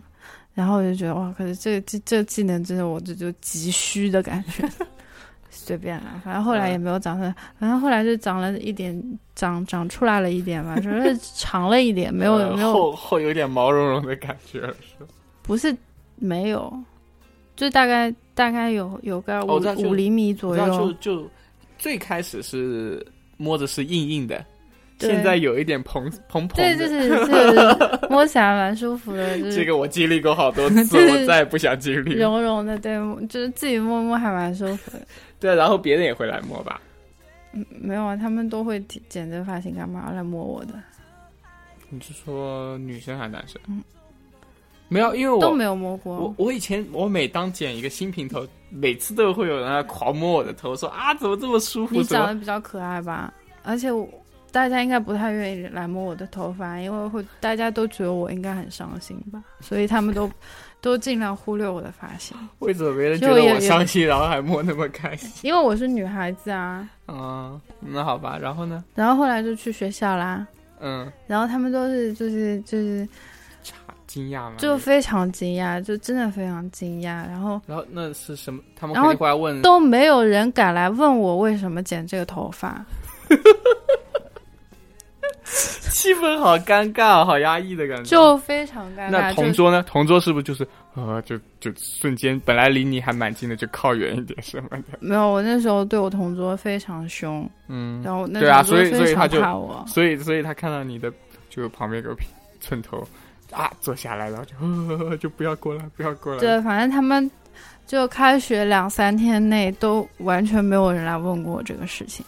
Speaker 3: 然后我就觉得哇，可是这这这技能真的我这就急需的感觉， 随便啦，反正后
Speaker 2: 嗯
Speaker 3: 来也没有长成，反正后来就长了一点，长长出来了一点吧，只是长了一点，没有
Speaker 2: 呃
Speaker 3: 没有，
Speaker 2: 后后有点毛茸茸的感觉了，是吧
Speaker 3: 不是没有，就大概大概有有个五
Speaker 2: 我知哦道就
Speaker 3: 五厘米左
Speaker 2: 知道就
Speaker 3: 右，
Speaker 2: 就最开始是摸着是硬硬的，
Speaker 3: 对
Speaker 2: 现在有一点蓬蓬蓬
Speaker 3: 对，
Speaker 2: 的。
Speaker 3: 就是是 摸起来蛮舒服的，就
Speaker 2: 这
Speaker 3: 是
Speaker 2: 个我经历过好多 次，
Speaker 3: 对
Speaker 2: 我再也不想经 历。
Speaker 3: 绒绒的，对，就是自己摸摸还蛮舒服的。
Speaker 2: 对，然后别人也会来摸吧？
Speaker 3: 嗯，没有啊，他们都会剪剪这发型干嘛来摸我的？
Speaker 2: 你是说女生还是男生？
Speaker 3: 嗯
Speaker 2: 没有，因为我
Speaker 3: 都没有摸过
Speaker 2: 我。我以前我每当剪一个新平头，每次都会有人来狂摸我的头，说啊怎么这么舒服？
Speaker 3: 你
Speaker 2: 怎
Speaker 3: 长
Speaker 2: 么
Speaker 3: 得比较可爱吧？而且我大家应该不太愿意来摸我的头发，因为会大家都觉得我应该很伤心吧，所以他们 都都尽量忽略我的发型，
Speaker 2: 为什么别人
Speaker 3: 就
Speaker 2: 觉得
Speaker 3: 也
Speaker 2: 我
Speaker 3: 也
Speaker 2: 伤心，然后还摸那么开心？
Speaker 3: 因为我是女孩子啊。
Speaker 2: 嗯，那好吧，然后呢？
Speaker 3: 然后后来就去学校啦，
Speaker 2: 嗯，
Speaker 3: 然后他们都是就是就是
Speaker 2: 惊讶吗？
Speaker 3: 就非常惊讶，就真的非常惊讶，然后
Speaker 2: 然后那是什么？他们
Speaker 3: 然
Speaker 2: 肯
Speaker 3: 后
Speaker 2: 定会来问，
Speaker 3: 都没有人敢来问我为什么剪这个头发。
Speaker 2: 嗯气氛好尴尬，好压抑的感觉。
Speaker 3: 就非常尴
Speaker 2: 那
Speaker 3: 尬。
Speaker 2: 同
Speaker 3: 就
Speaker 2: 桌呢？同桌是不是就是呃，就就瞬间本来离你还蛮近的，就靠远一点什么的？
Speaker 3: 没有，我那时候对我同桌非常凶，
Speaker 2: 嗯，
Speaker 3: 然后那
Speaker 2: 对啊
Speaker 3: 同桌
Speaker 2: 所以所以
Speaker 3: 非常
Speaker 2: 他就
Speaker 3: 怕我。
Speaker 2: 所以所以他看到你的就旁边有个平寸头啊，坐下来，然后就呵呵呵就 不要过来，不要过来。
Speaker 3: 对，反正他们就开学两三天内都完全没有人来问过我这个事情，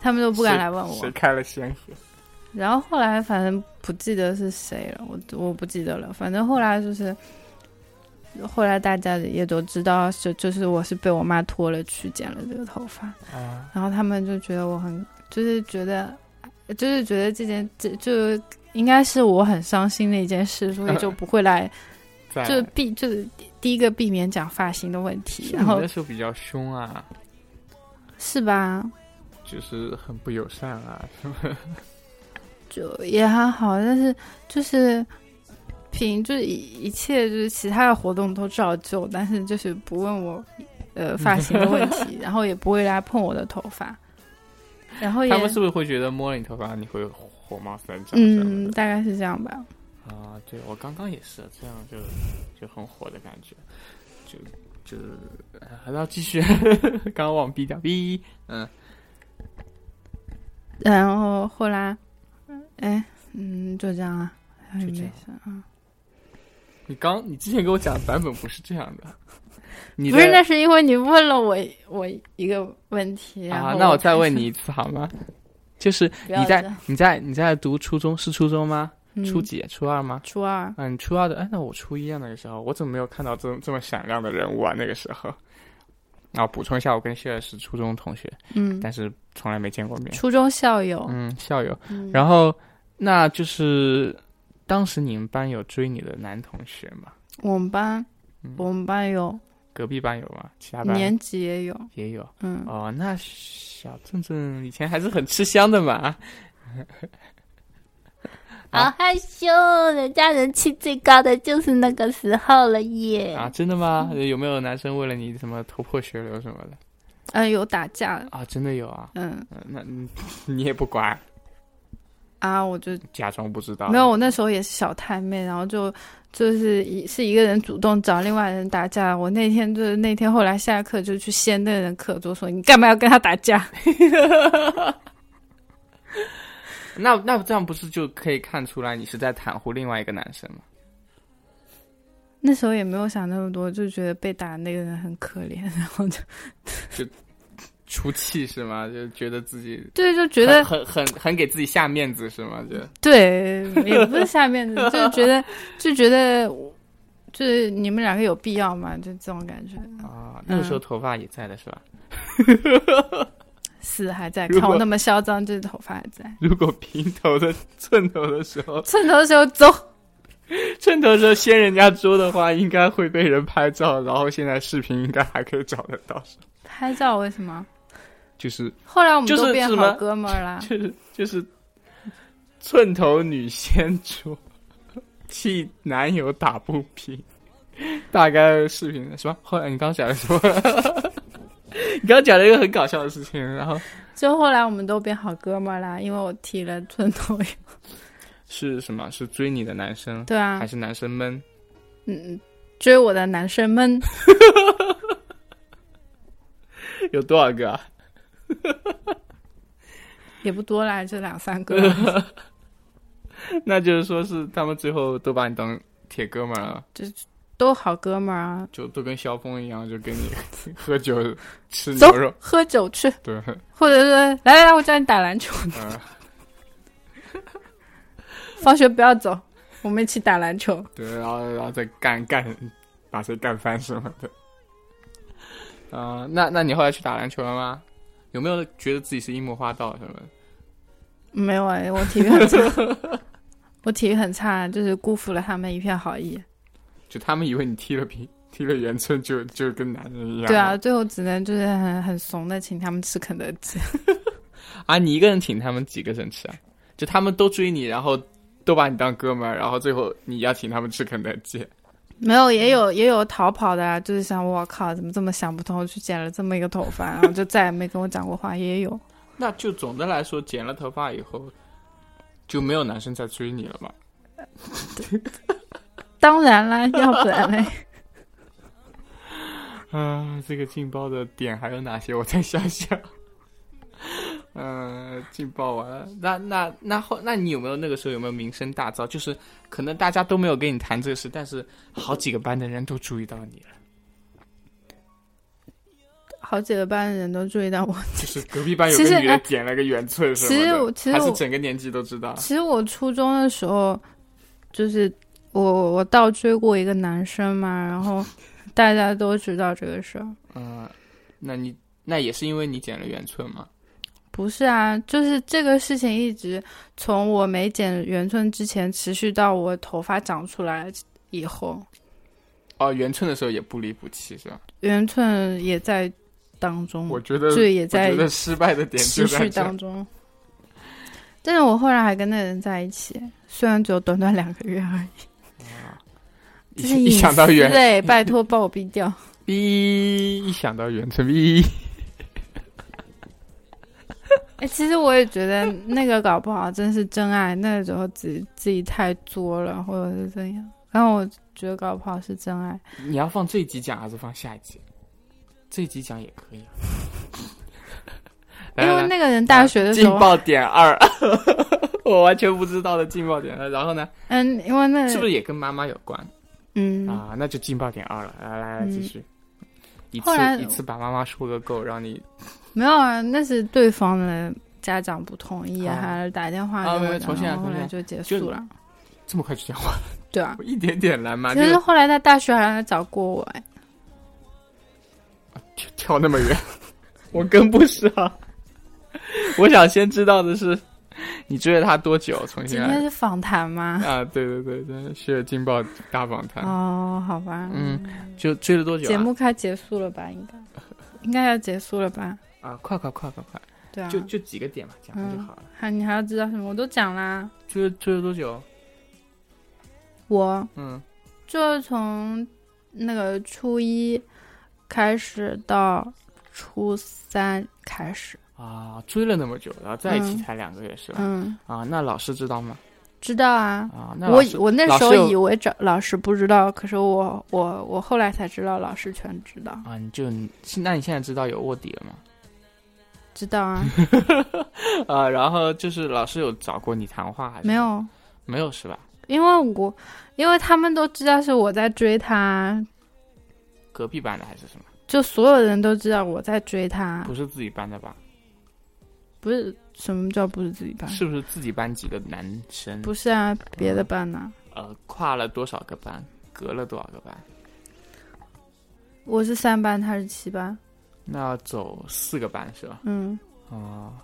Speaker 3: 他们都不敢来问
Speaker 2: 谁
Speaker 3: 我。
Speaker 2: 开了先河？
Speaker 3: 然后后来反正不记得是谁了，我我不记得了。反正后来就是，后来大家也都知道，就就是我是被我妈拖了去剪了这个头发。
Speaker 2: 啊，
Speaker 3: 然后他们就觉得我很，就是觉得，就是觉得这件这就应该是我很伤心的一 件事，所以就不会来，
Speaker 2: 在
Speaker 3: 就避就是第一个避免讲发型的问题，
Speaker 2: 是
Speaker 3: 然
Speaker 2: 你
Speaker 3: 后
Speaker 2: 那时候比较凶啊，
Speaker 3: 是吧？
Speaker 2: 就是很不友善啊，是吧？
Speaker 3: 就也还好，但是就是凭就是一一切就是其他的活动都照旧，但是就是不问我呃发型的问 题，然后也不会来碰我的头发，然后 也
Speaker 2: 他们是不是会觉得摸了你头发你会火冒三丈？这样
Speaker 3: 嗯
Speaker 2: 的
Speaker 3: 大概是这样吧。
Speaker 2: 啊，对我刚刚也是这样就，就很火的感觉，就就呃还要继续， 刚刚忘逼掉逼，嗯，
Speaker 3: 然后后来，哎，嗯，就这样啊，然后也
Speaker 2: 就这
Speaker 3: 没
Speaker 2: 样
Speaker 3: 事啊。
Speaker 2: 你刚你之前给我讲的版本不是这样的，你
Speaker 3: 不是，
Speaker 2: 的
Speaker 3: 那是因为你问了我我一个问题，然后
Speaker 2: 啊，那我
Speaker 3: 我
Speaker 2: 再问你一次好吗？就是
Speaker 3: 不要
Speaker 2: 你在
Speaker 3: 这样
Speaker 2: 你在你在读初中是初中吗？
Speaker 3: 嗯
Speaker 2: 初几？初二吗？
Speaker 3: 初二，
Speaker 2: 嗯，你初二的，哎，那我初一啊，那个时候我怎么没有看到这这么闪亮的人物啊？那个时候，啊，补充一下，我跟谢尔是初中同学，
Speaker 3: 嗯，
Speaker 2: 但是从来没见过面。
Speaker 3: 初中校友，
Speaker 2: 嗯，校友。
Speaker 3: 嗯
Speaker 2: 然后，那就是当时你们班有追你的男同学吗？
Speaker 3: 我们班
Speaker 2: 嗯
Speaker 3: 我们班有，
Speaker 2: 隔壁班有吗？其他班
Speaker 3: 年级也有，
Speaker 2: 也有。
Speaker 3: 嗯，
Speaker 2: 哦，那小正正以前还是很吃香的嘛。啊
Speaker 4: 好害羞哦，人家人气最高的就是那个时候了耶。
Speaker 2: 啊，真的吗？有没有男生为了你什么头破血流什么的？
Speaker 3: 嗯，有打架，
Speaker 2: 啊，真的有啊。
Speaker 3: 嗯
Speaker 2: 嗯那你 你也不管，
Speaker 3: 啊，我就
Speaker 2: 假装不知道。
Speaker 3: 没有，我那时候也是小太妹，然后就就是一是一个人主动找另外人打架。我那天就是那天后来下课就去掀那个人课桌，说你干嘛要跟他打架？
Speaker 2: 那那这样不是就可以看出来你是在袒护另外一个男生吗？
Speaker 3: 那时候也没有想那么多，就觉得被打那个人很可怜，然后就
Speaker 2: 出气是吗？就觉得自己
Speaker 3: 对就觉 得
Speaker 2: 很很很很给自己下面子是吗？就
Speaker 3: 对，也不是下面的，就觉得就觉得就是你们两个有必要吗？就这种感觉，
Speaker 2: 啊，
Speaker 3: 嗯
Speaker 2: 那个时候头发也在的是吧？
Speaker 3: 死还在，
Speaker 2: 如
Speaker 3: 看我
Speaker 2: 果
Speaker 3: 那么嚣张，这头发还在。
Speaker 2: 如果平头的寸头的时候，
Speaker 3: 寸头的时候走，
Speaker 2: 寸头的时候掀人家桌的话，应该会被人拍照，然后现在视频应该还可以找得到，
Speaker 3: 拍照为什么？
Speaker 2: 就是
Speaker 3: 后来我们
Speaker 2: 就
Speaker 3: 都
Speaker 2: 是
Speaker 3: 变
Speaker 2: 什
Speaker 3: 好
Speaker 2: 么
Speaker 3: 哥们儿啦。
Speaker 2: 就是就是寸头女掀桌，替男友打不平，大概视频什么？后来你刚讲了什么？ 你刚讲了一个很搞笑的事情，然后
Speaker 3: 就后来我们都变好哥们儿啦，因为我剃了寸 头。
Speaker 2: 是什么？是追你的男生，
Speaker 3: 对啊
Speaker 2: 还，是男生闷？
Speaker 3: 嗯，嗯，追我的男生们，
Speaker 2: 有多少个、啊？
Speaker 3: 也不多啦，就两三 个。
Speaker 2: 那就是说是他们最后都把你当铁哥们儿了，
Speaker 3: 都好哥们儿啊，
Speaker 2: 就都跟萧峰一样，就跟你 喝酒吃
Speaker 3: 走
Speaker 2: 牛肉，
Speaker 3: 喝酒去，
Speaker 2: 对，嗯、
Speaker 3: 或者是来来来，我教你打篮球，
Speaker 2: 嗯
Speaker 3: 放学不要走，我们一起打篮球。
Speaker 2: 对，然后然后再干 干，把谁干翻什么的。啊、那那你后来去打篮球了吗？有没有觉得自己是樱木花道什么的？
Speaker 3: 没有哎、我体育很 差，我体育很差，啊就是辜负了他们一片好意。
Speaker 2: 就他们以为你踢了平踢了圆寸就就跟男人一样。
Speaker 3: 对啊，最后只能就是很很怂的请他们吃肯德基。
Speaker 2: 啊，你一个人请他们几个人吃啊？就他们都追你，然后都把你当哥们儿，然后最后你要请他们吃肯德基。
Speaker 3: 没有，也有也有逃跑的、啊，就是想我靠，怎么这么想不通，去剪了这么一个头发， 然后就再也没跟我讲过话，也有。
Speaker 2: 那就总的来说，剪了头发以后，就没有男生再追你了嘛？
Speaker 3: 当然啦，要不然 嘞，
Speaker 2: 啊，这个劲爆的点还有哪些？我再想想。 嗯、劲爆完了。那那那后，那你有没有那个时候有没有名声大噪？就是可能大家都没有跟你谈这个事，但是好几个班的人都注意到你了，
Speaker 3: 好几个班的人都注意到我。
Speaker 2: 就是隔壁班有
Speaker 3: 其实
Speaker 2: 个女的
Speaker 3: 哎
Speaker 2: 剪了个圆寸什么
Speaker 3: 其
Speaker 2: 的，
Speaker 3: 实我其实
Speaker 2: 还是
Speaker 3: 我
Speaker 2: 整个年级都知道。
Speaker 3: 其实我初中的时候，就是我我倒追过一个男生嘛，然后大家都知道这个事儿。
Speaker 2: 嗯、那你那也是因为你剪了圆寸吗？
Speaker 3: 不是啊，就是这个事情一直从我没剪圆寸之前持续到我头发长出来以后，
Speaker 2: 哦，圆寸的时候也不离不弃是吧？
Speaker 3: 圆寸也在当中，
Speaker 2: 我觉得，我
Speaker 3: 这也嗯在
Speaker 2: 觉得失败的点
Speaker 3: 持
Speaker 2: 就在
Speaker 3: 续
Speaker 2: 这儿
Speaker 3: 当。中。但是我后来还跟那人在一起，虽然只有短短两个月而
Speaker 2: 一
Speaker 3: 已，这是
Speaker 2: 一
Speaker 3: 隐
Speaker 2: 想到
Speaker 3: 私
Speaker 2: 圆，
Speaker 3: 哎，拜托把我毙掉。
Speaker 2: 哔，一想到圆寸，哔，
Speaker 3: 哎，其实我也觉得那个搞不好真是真爱，那时候自己自己太作了，或者是怎样。然后我觉得搞不好是真爱，
Speaker 2: 你要放这一集讲还是放下一集？这一集讲也可以啊。来
Speaker 3: 因
Speaker 2: 来
Speaker 3: 为
Speaker 2: 来
Speaker 3: 那个人大学的时
Speaker 2: 劲
Speaker 3: 候，
Speaker 2: 爆点二， 我完全不知道的劲爆点二。然后呢，
Speaker 3: 嗯，因为那
Speaker 2: 是不是也跟妈妈有关？
Speaker 3: 嗯，
Speaker 2: 啊，那就劲爆点二了。来来来，继
Speaker 3: 嗯
Speaker 2: 续。一
Speaker 3: 后来
Speaker 2: 次一次把妈妈说个够，让你
Speaker 3: 没有啊，那是对方的家长不同意，
Speaker 2: 啊
Speaker 3: 还是打电话给
Speaker 2: 啊
Speaker 3: 我
Speaker 2: 没有
Speaker 3: 的
Speaker 2: 重新来
Speaker 3: 然后后
Speaker 2: 重新
Speaker 3: 来
Speaker 2: 来
Speaker 3: 就结
Speaker 2: 就
Speaker 3: 束了。
Speaker 2: 这么快就讲完，
Speaker 3: 对啊，
Speaker 2: 我一点点来嘛，
Speaker 3: 其
Speaker 2: 就
Speaker 3: 实后来他大学还来找过我，哎，
Speaker 2: 跳跳那么远， 我跟不上。 我想先知道的是，你追了他多久？重新
Speaker 3: 今
Speaker 2: 来
Speaker 3: 天是访谈吗？
Speaker 2: 啊，对对对对，是劲爆大访谈，
Speaker 3: 哦，好吧，
Speaker 2: 啊嗯就追了多久、啊？
Speaker 3: 节目快结束了吧？应该应该要结束了吧？
Speaker 2: 啊，快快快快快，
Speaker 3: 对啊，嗯
Speaker 2: 就就几个点嘛，讲完就好了。
Speaker 3: 还你还要知道什么？我都讲啦，
Speaker 2: 追追了多久？
Speaker 3: 我
Speaker 2: 嗯，
Speaker 3: 就从那个初一开始到初三开始，
Speaker 2: 啊，追了那么久，然后在一起
Speaker 3: 嗯
Speaker 2: 才两个月是吧？
Speaker 3: 嗯，
Speaker 2: 啊，那老师知道吗？
Speaker 3: 知道啊。
Speaker 2: 啊，那
Speaker 3: 我
Speaker 2: 老
Speaker 3: 以
Speaker 2: 师
Speaker 3: 我那
Speaker 2: 老
Speaker 3: 时
Speaker 2: 师有
Speaker 3: 候以为找老师不知道，可是我我我后来才知道老师全知道，
Speaker 2: 啊，你就你那你现在知道有卧底了吗？
Speaker 3: 知道啊，
Speaker 2: 啊，然后就是老师有找过你谈话还是
Speaker 3: 没？有，
Speaker 2: 没有是吧？
Speaker 3: 因为我因为他们都知道是我在追他，
Speaker 2: 隔壁班的还是什么？
Speaker 3: 就所有人都知道我在追他，
Speaker 2: 不是自己班的吧？
Speaker 3: 不是什么叫不是自己班，
Speaker 2: 是不是自己班级的男生？
Speaker 3: 嗯不是啊，别的班呐、
Speaker 2: 呃，跨了多少个班？隔了多少个班？
Speaker 3: 我是三班，他是七班，
Speaker 2: 那要走四个班是吧？
Speaker 3: 嗯，
Speaker 2: 啊、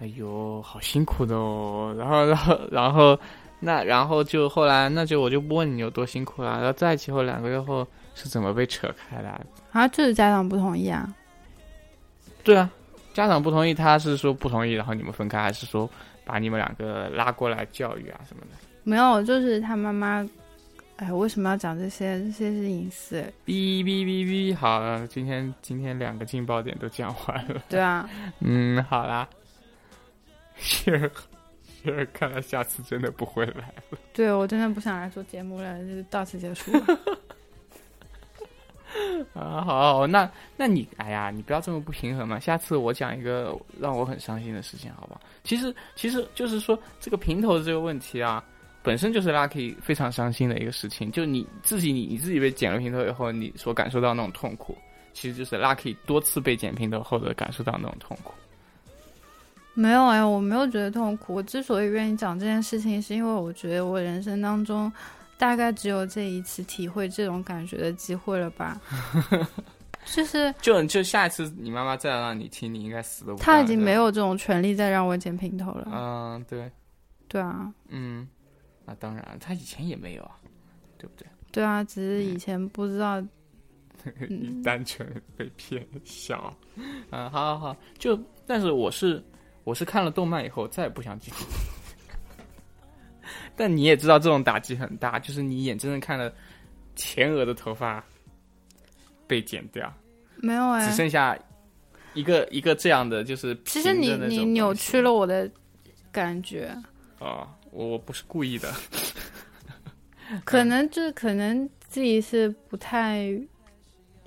Speaker 2: 哎呦，好辛苦的哦。然后，然后，然后， 那然后就后来，那就我就不问你有多辛苦了。然后在一起后两个月后是怎么被扯开的啊？
Speaker 3: 啊，就是家长不同意啊，
Speaker 2: 对啊，家长不同意，他是说不同意，然后你们分开，还是说把你们两个拉过来教育啊什么的？
Speaker 3: 没有，就是他妈妈，哎，为什么要讲这些？这些是隐私，
Speaker 2: 哔哔哔哔，好了，今天今天两个劲爆点都讲完了。
Speaker 3: 对啊，
Speaker 2: 嗯，好啦。雪儿，雪儿，看来下次真的不会来。
Speaker 3: 对我真的不想来做节目了，就到此结束吧。
Speaker 2: 啊，好好好，那那你，哎呀，你不要这么不平衡嘛。下次我讲一个让我很伤心的事情，好不好？其实，其实就是说这个平头的这个问题啊，本身就是 Lucky 非常伤心的一个事情。就你自己，你你自己被剪了平头以后，你所感受到那种痛苦，其实就是 Lucky 多次被剪平头后的感受到那种痛苦。
Speaker 3: 没有哎，我没有觉得痛苦。我之所以愿意讲这件事情，是因为我觉得我人生当中大概只有这一次体会这种感觉的机会了 吧。就是
Speaker 2: 就就下一次你妈妈再让你听，你应该死都不
Speaker 3: 他
Speaker 2: 干
Speaker 3: 已经
Speaker 2: 了
Speaker 3: 没。有这种权利再让我剪平头了。
Speaker 2: 嗯，对，
Speaker 3: 对啊，
Speaker 2: 嗯，那当然，他以前也没有啊，对不对？
Speaker 3: 对啊，只是
Speaker 2: 嗯
Speaker 3: 以前不知道。
Speaker 2: 你单纯被骗 笑。嗯，好好好，就但是我是我是看了动漫以后再也不想进。 但你也知道这种打击很大，就是你眼睁睁看着前额的头发被剪掉，
Speaker 3: 没有哎
Speaker 2: 只，剩下一个一个这样的，就是
Speaker 3: 其实你
Speaker 2: 平着那
Speaker 3: 你
Speaker 2: 种
Speaker 3: 扭
Speaker 2: 东西
Speaker 3: 曲了我的感觉，
Speaker 2: 哦，我我不是故意的，哎
Speaker 3: 可能就是可能自己是不太，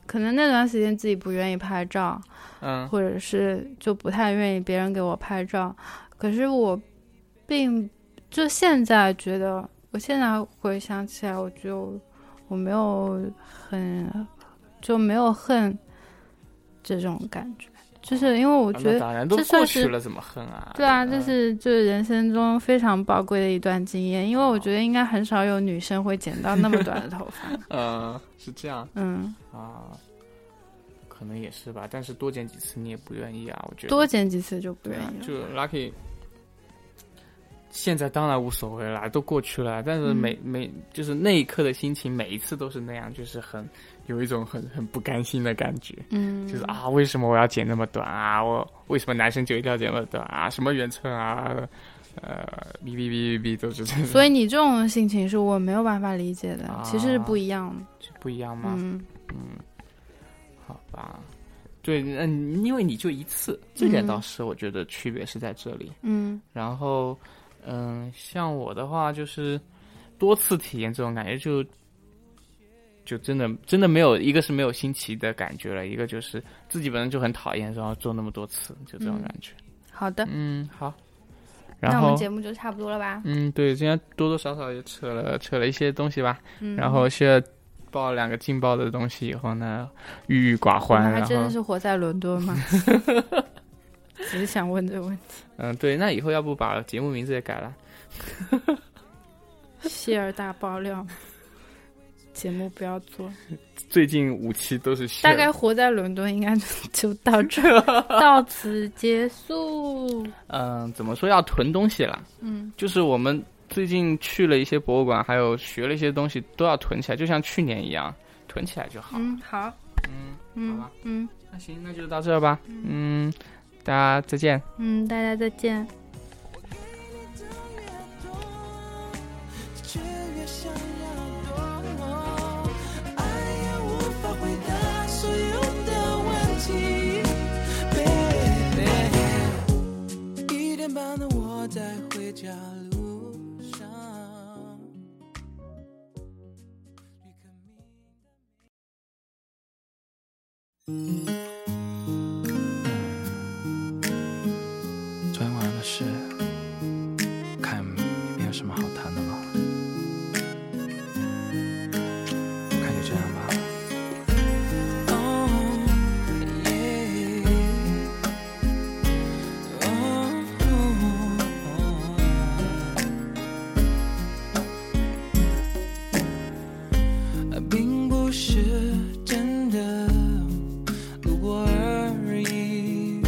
Speaker 3: 可能那段时间自己不愿意拍照，
Speaker 2: 嗯
Speaker 3: 或者是就不太愿意别人给我拍照。可是我并就现在觉得，我现在回想起来，我觉得我我没有很就没有恨这种感觉，就是因为我
Speaker 2: 啊
Speaker 3: 觉
Speaker 2: 那
Speaker 3: 得
Speaker 2: 当然都
Speaker 3: 这算
Speaker 2: 过去
Speaker 3: 是
Speaker 2: 了，怎么恨啊？
Speaker 3: 对啊，
Speaker 2: 嗯
Speaker 3: 这是就是人生中非常宝贵的一段经验，因为我觉得应该很少有女生会剪到那么短的头 发。
Speaker 2: 呃是这样，
Speaker 3: 嗯，
Speaker 2: 啊，可能也是吧，但是多剪几次你也不愿意啊，我觉得
Speaker 3: 多剪几次就不
Speaker 2: 对
Speaker 3: 愿
Speaker 2: 啊，
Speaker 3: 意
Speaker 2: 就
Speaker 3: 了。
Speaker 2: Lucky。现在当然无所谓啦，都过去了。但是每、
Speaker 3: 嗯
Speaker 2: 每就是那一刻的心情，每一次都是那样，就是很有一种很很不甘心的感觉，
Speaker 3: 嗯，
Speaker 2: 就是啊，为什么我要剪那么短啊？我为什么男生就一定要剪那么短啊？什么圆寸啊？呃，哔哔哔哔哔，都是这种，
Speaker 3: 所
Speaker 2: 以
Speaker 3: 以你这种心情是我没有办法理解的，
Speaker 2: 啊
Speaker 3: 其实是不一样的。
Speaker 2: 不一样吗？
Speaker 3: 嗯，
Speaker 2: 嗯，好吧，对，嗯，因为你就一次，这点倒是我觉得区别是在这里。
Speaker 3: 嗯
Speaker 2: 然后，嗯，像我的话就是多次体验这种感觉就，就真的真的没有一个是没有新奇的感觉了，一个就是自己本身就很讨厌，然后做那么多次，就这种
Speaker 3: 嗯
Speaker 2: 感觉。
Speaker 3: 好的，
Speaker 2: 嗯好。
Speaker 3: 那
Speaker 2: 然
Speaker 3: 我们
Speaker 2: 后，
Speaker 3: 节目就差不多了吧？
Speaker 2: 嗯，对，今天多多少少也扯了扯了一些东西吧。
Speaker 3: 嗯，
Speaker 2: 然后现在爆了两个劲爆的东西以后呢，郁郁寡
Speaker 3: 我
Speaker 2: 欢，
Speaker 3: 们还
Speaker 2: 然
Speaker 3: 真
Speaker 2: 后
Speaker 3: 的是活在伦 敦吗？只是想问这个问题。
Speaker 2: 嗯，对，那以后要不把节目名字也改了？
Speaker 3: 谢尔大爆料，节目不要做。
Speaker 2: 最近五期都是
Speaker 3: 大概活在伦敦应该 就就到这儿， 到此结束。
Speaker 2: 嗯，怎么说要囤东西啦？
Speaker 3: 嗯，
Speaker 2: 就是我们最近去了一些博物馆，还有学了一些东西，都要囤起来，就像去年一样，囤起来就好。
Speaker 3: 嗯，好，
Speaker 2: 嗯，好
Speaker 3: 嗯
Speaker 2: 吧
Speaker 3: 嗯
Speaker 2: 那行，那就到这儿吧。嗯，大家再见。
Speaker 3: 嗯，大家再见。
Speaker 1: 我给你的越多，却越想要躲。爱也无法回答所有的问题。Baby，一点半的我在回家路上。
Speaker 5: 昨天晚上的事，看也没有什么好谈的了，看就这样吧。
Speaker 1: 并不是真的路过而已，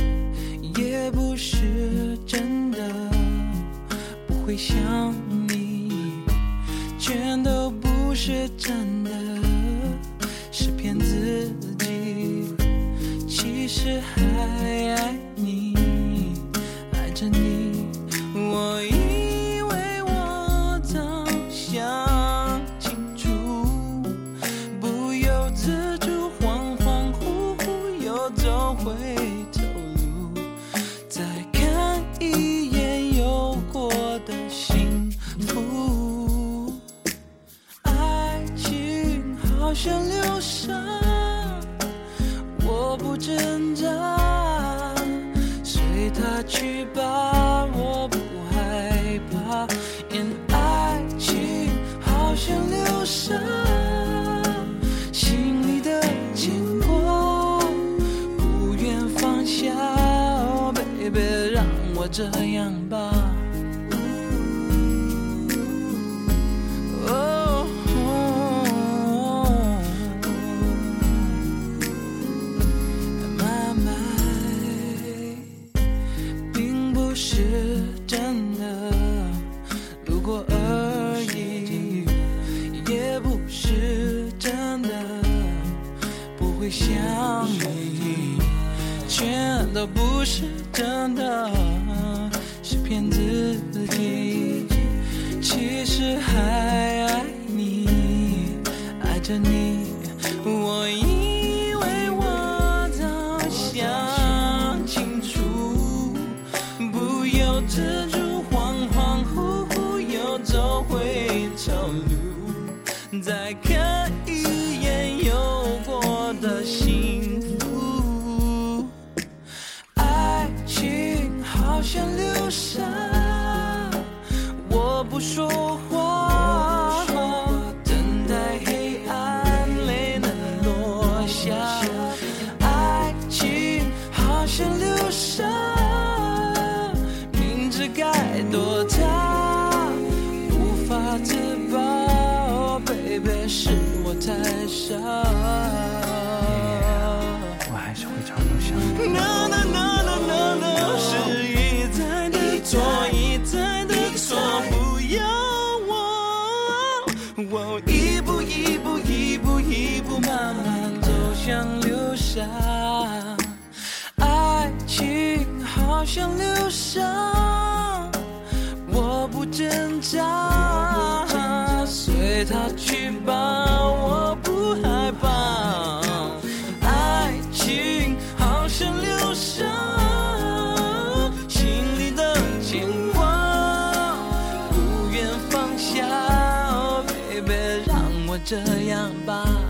Speaker 1: 也不是真的不会想你，全都不是真的，是骗自己。其实还爱你，爱着你。我以为我早想清楚，不由自主，恍恍惚惚又走回头路。再看一眼有过的幸福，爱情好像流沙。不挣扎，随它去吧，我不害怕，因爱情好像流沙，心里的牵挂不愿放下。哦，baby，让我这样吧。哦。oh, 慢慢，并不是真的，路过而已，也不是真的，不会想你，全都不是真的，是骗自己。其实还爱你，爱着你，我以为我早想清楚，不由自主，恍恍惚惚又走回潮流，在看一眼有过的幸福，爱情好像流沙。我不说话，等待黑暗泪能落下。爱情好像流沙，明知该躲它，无法自拔。哦，baby，是我太傻。
Speaker 5: 我还是会找到像你。
Speaker 1: No no no no no no，是一再的错，一再的错，不要我，我一步一步一步一步慢慢走向流沙，爱情好像流沙，我不挣扎，随它去吧，我不害怕。爱情好像流沙，心里的牵挂不愿放下。哦，baby，让我这样吧。Oh，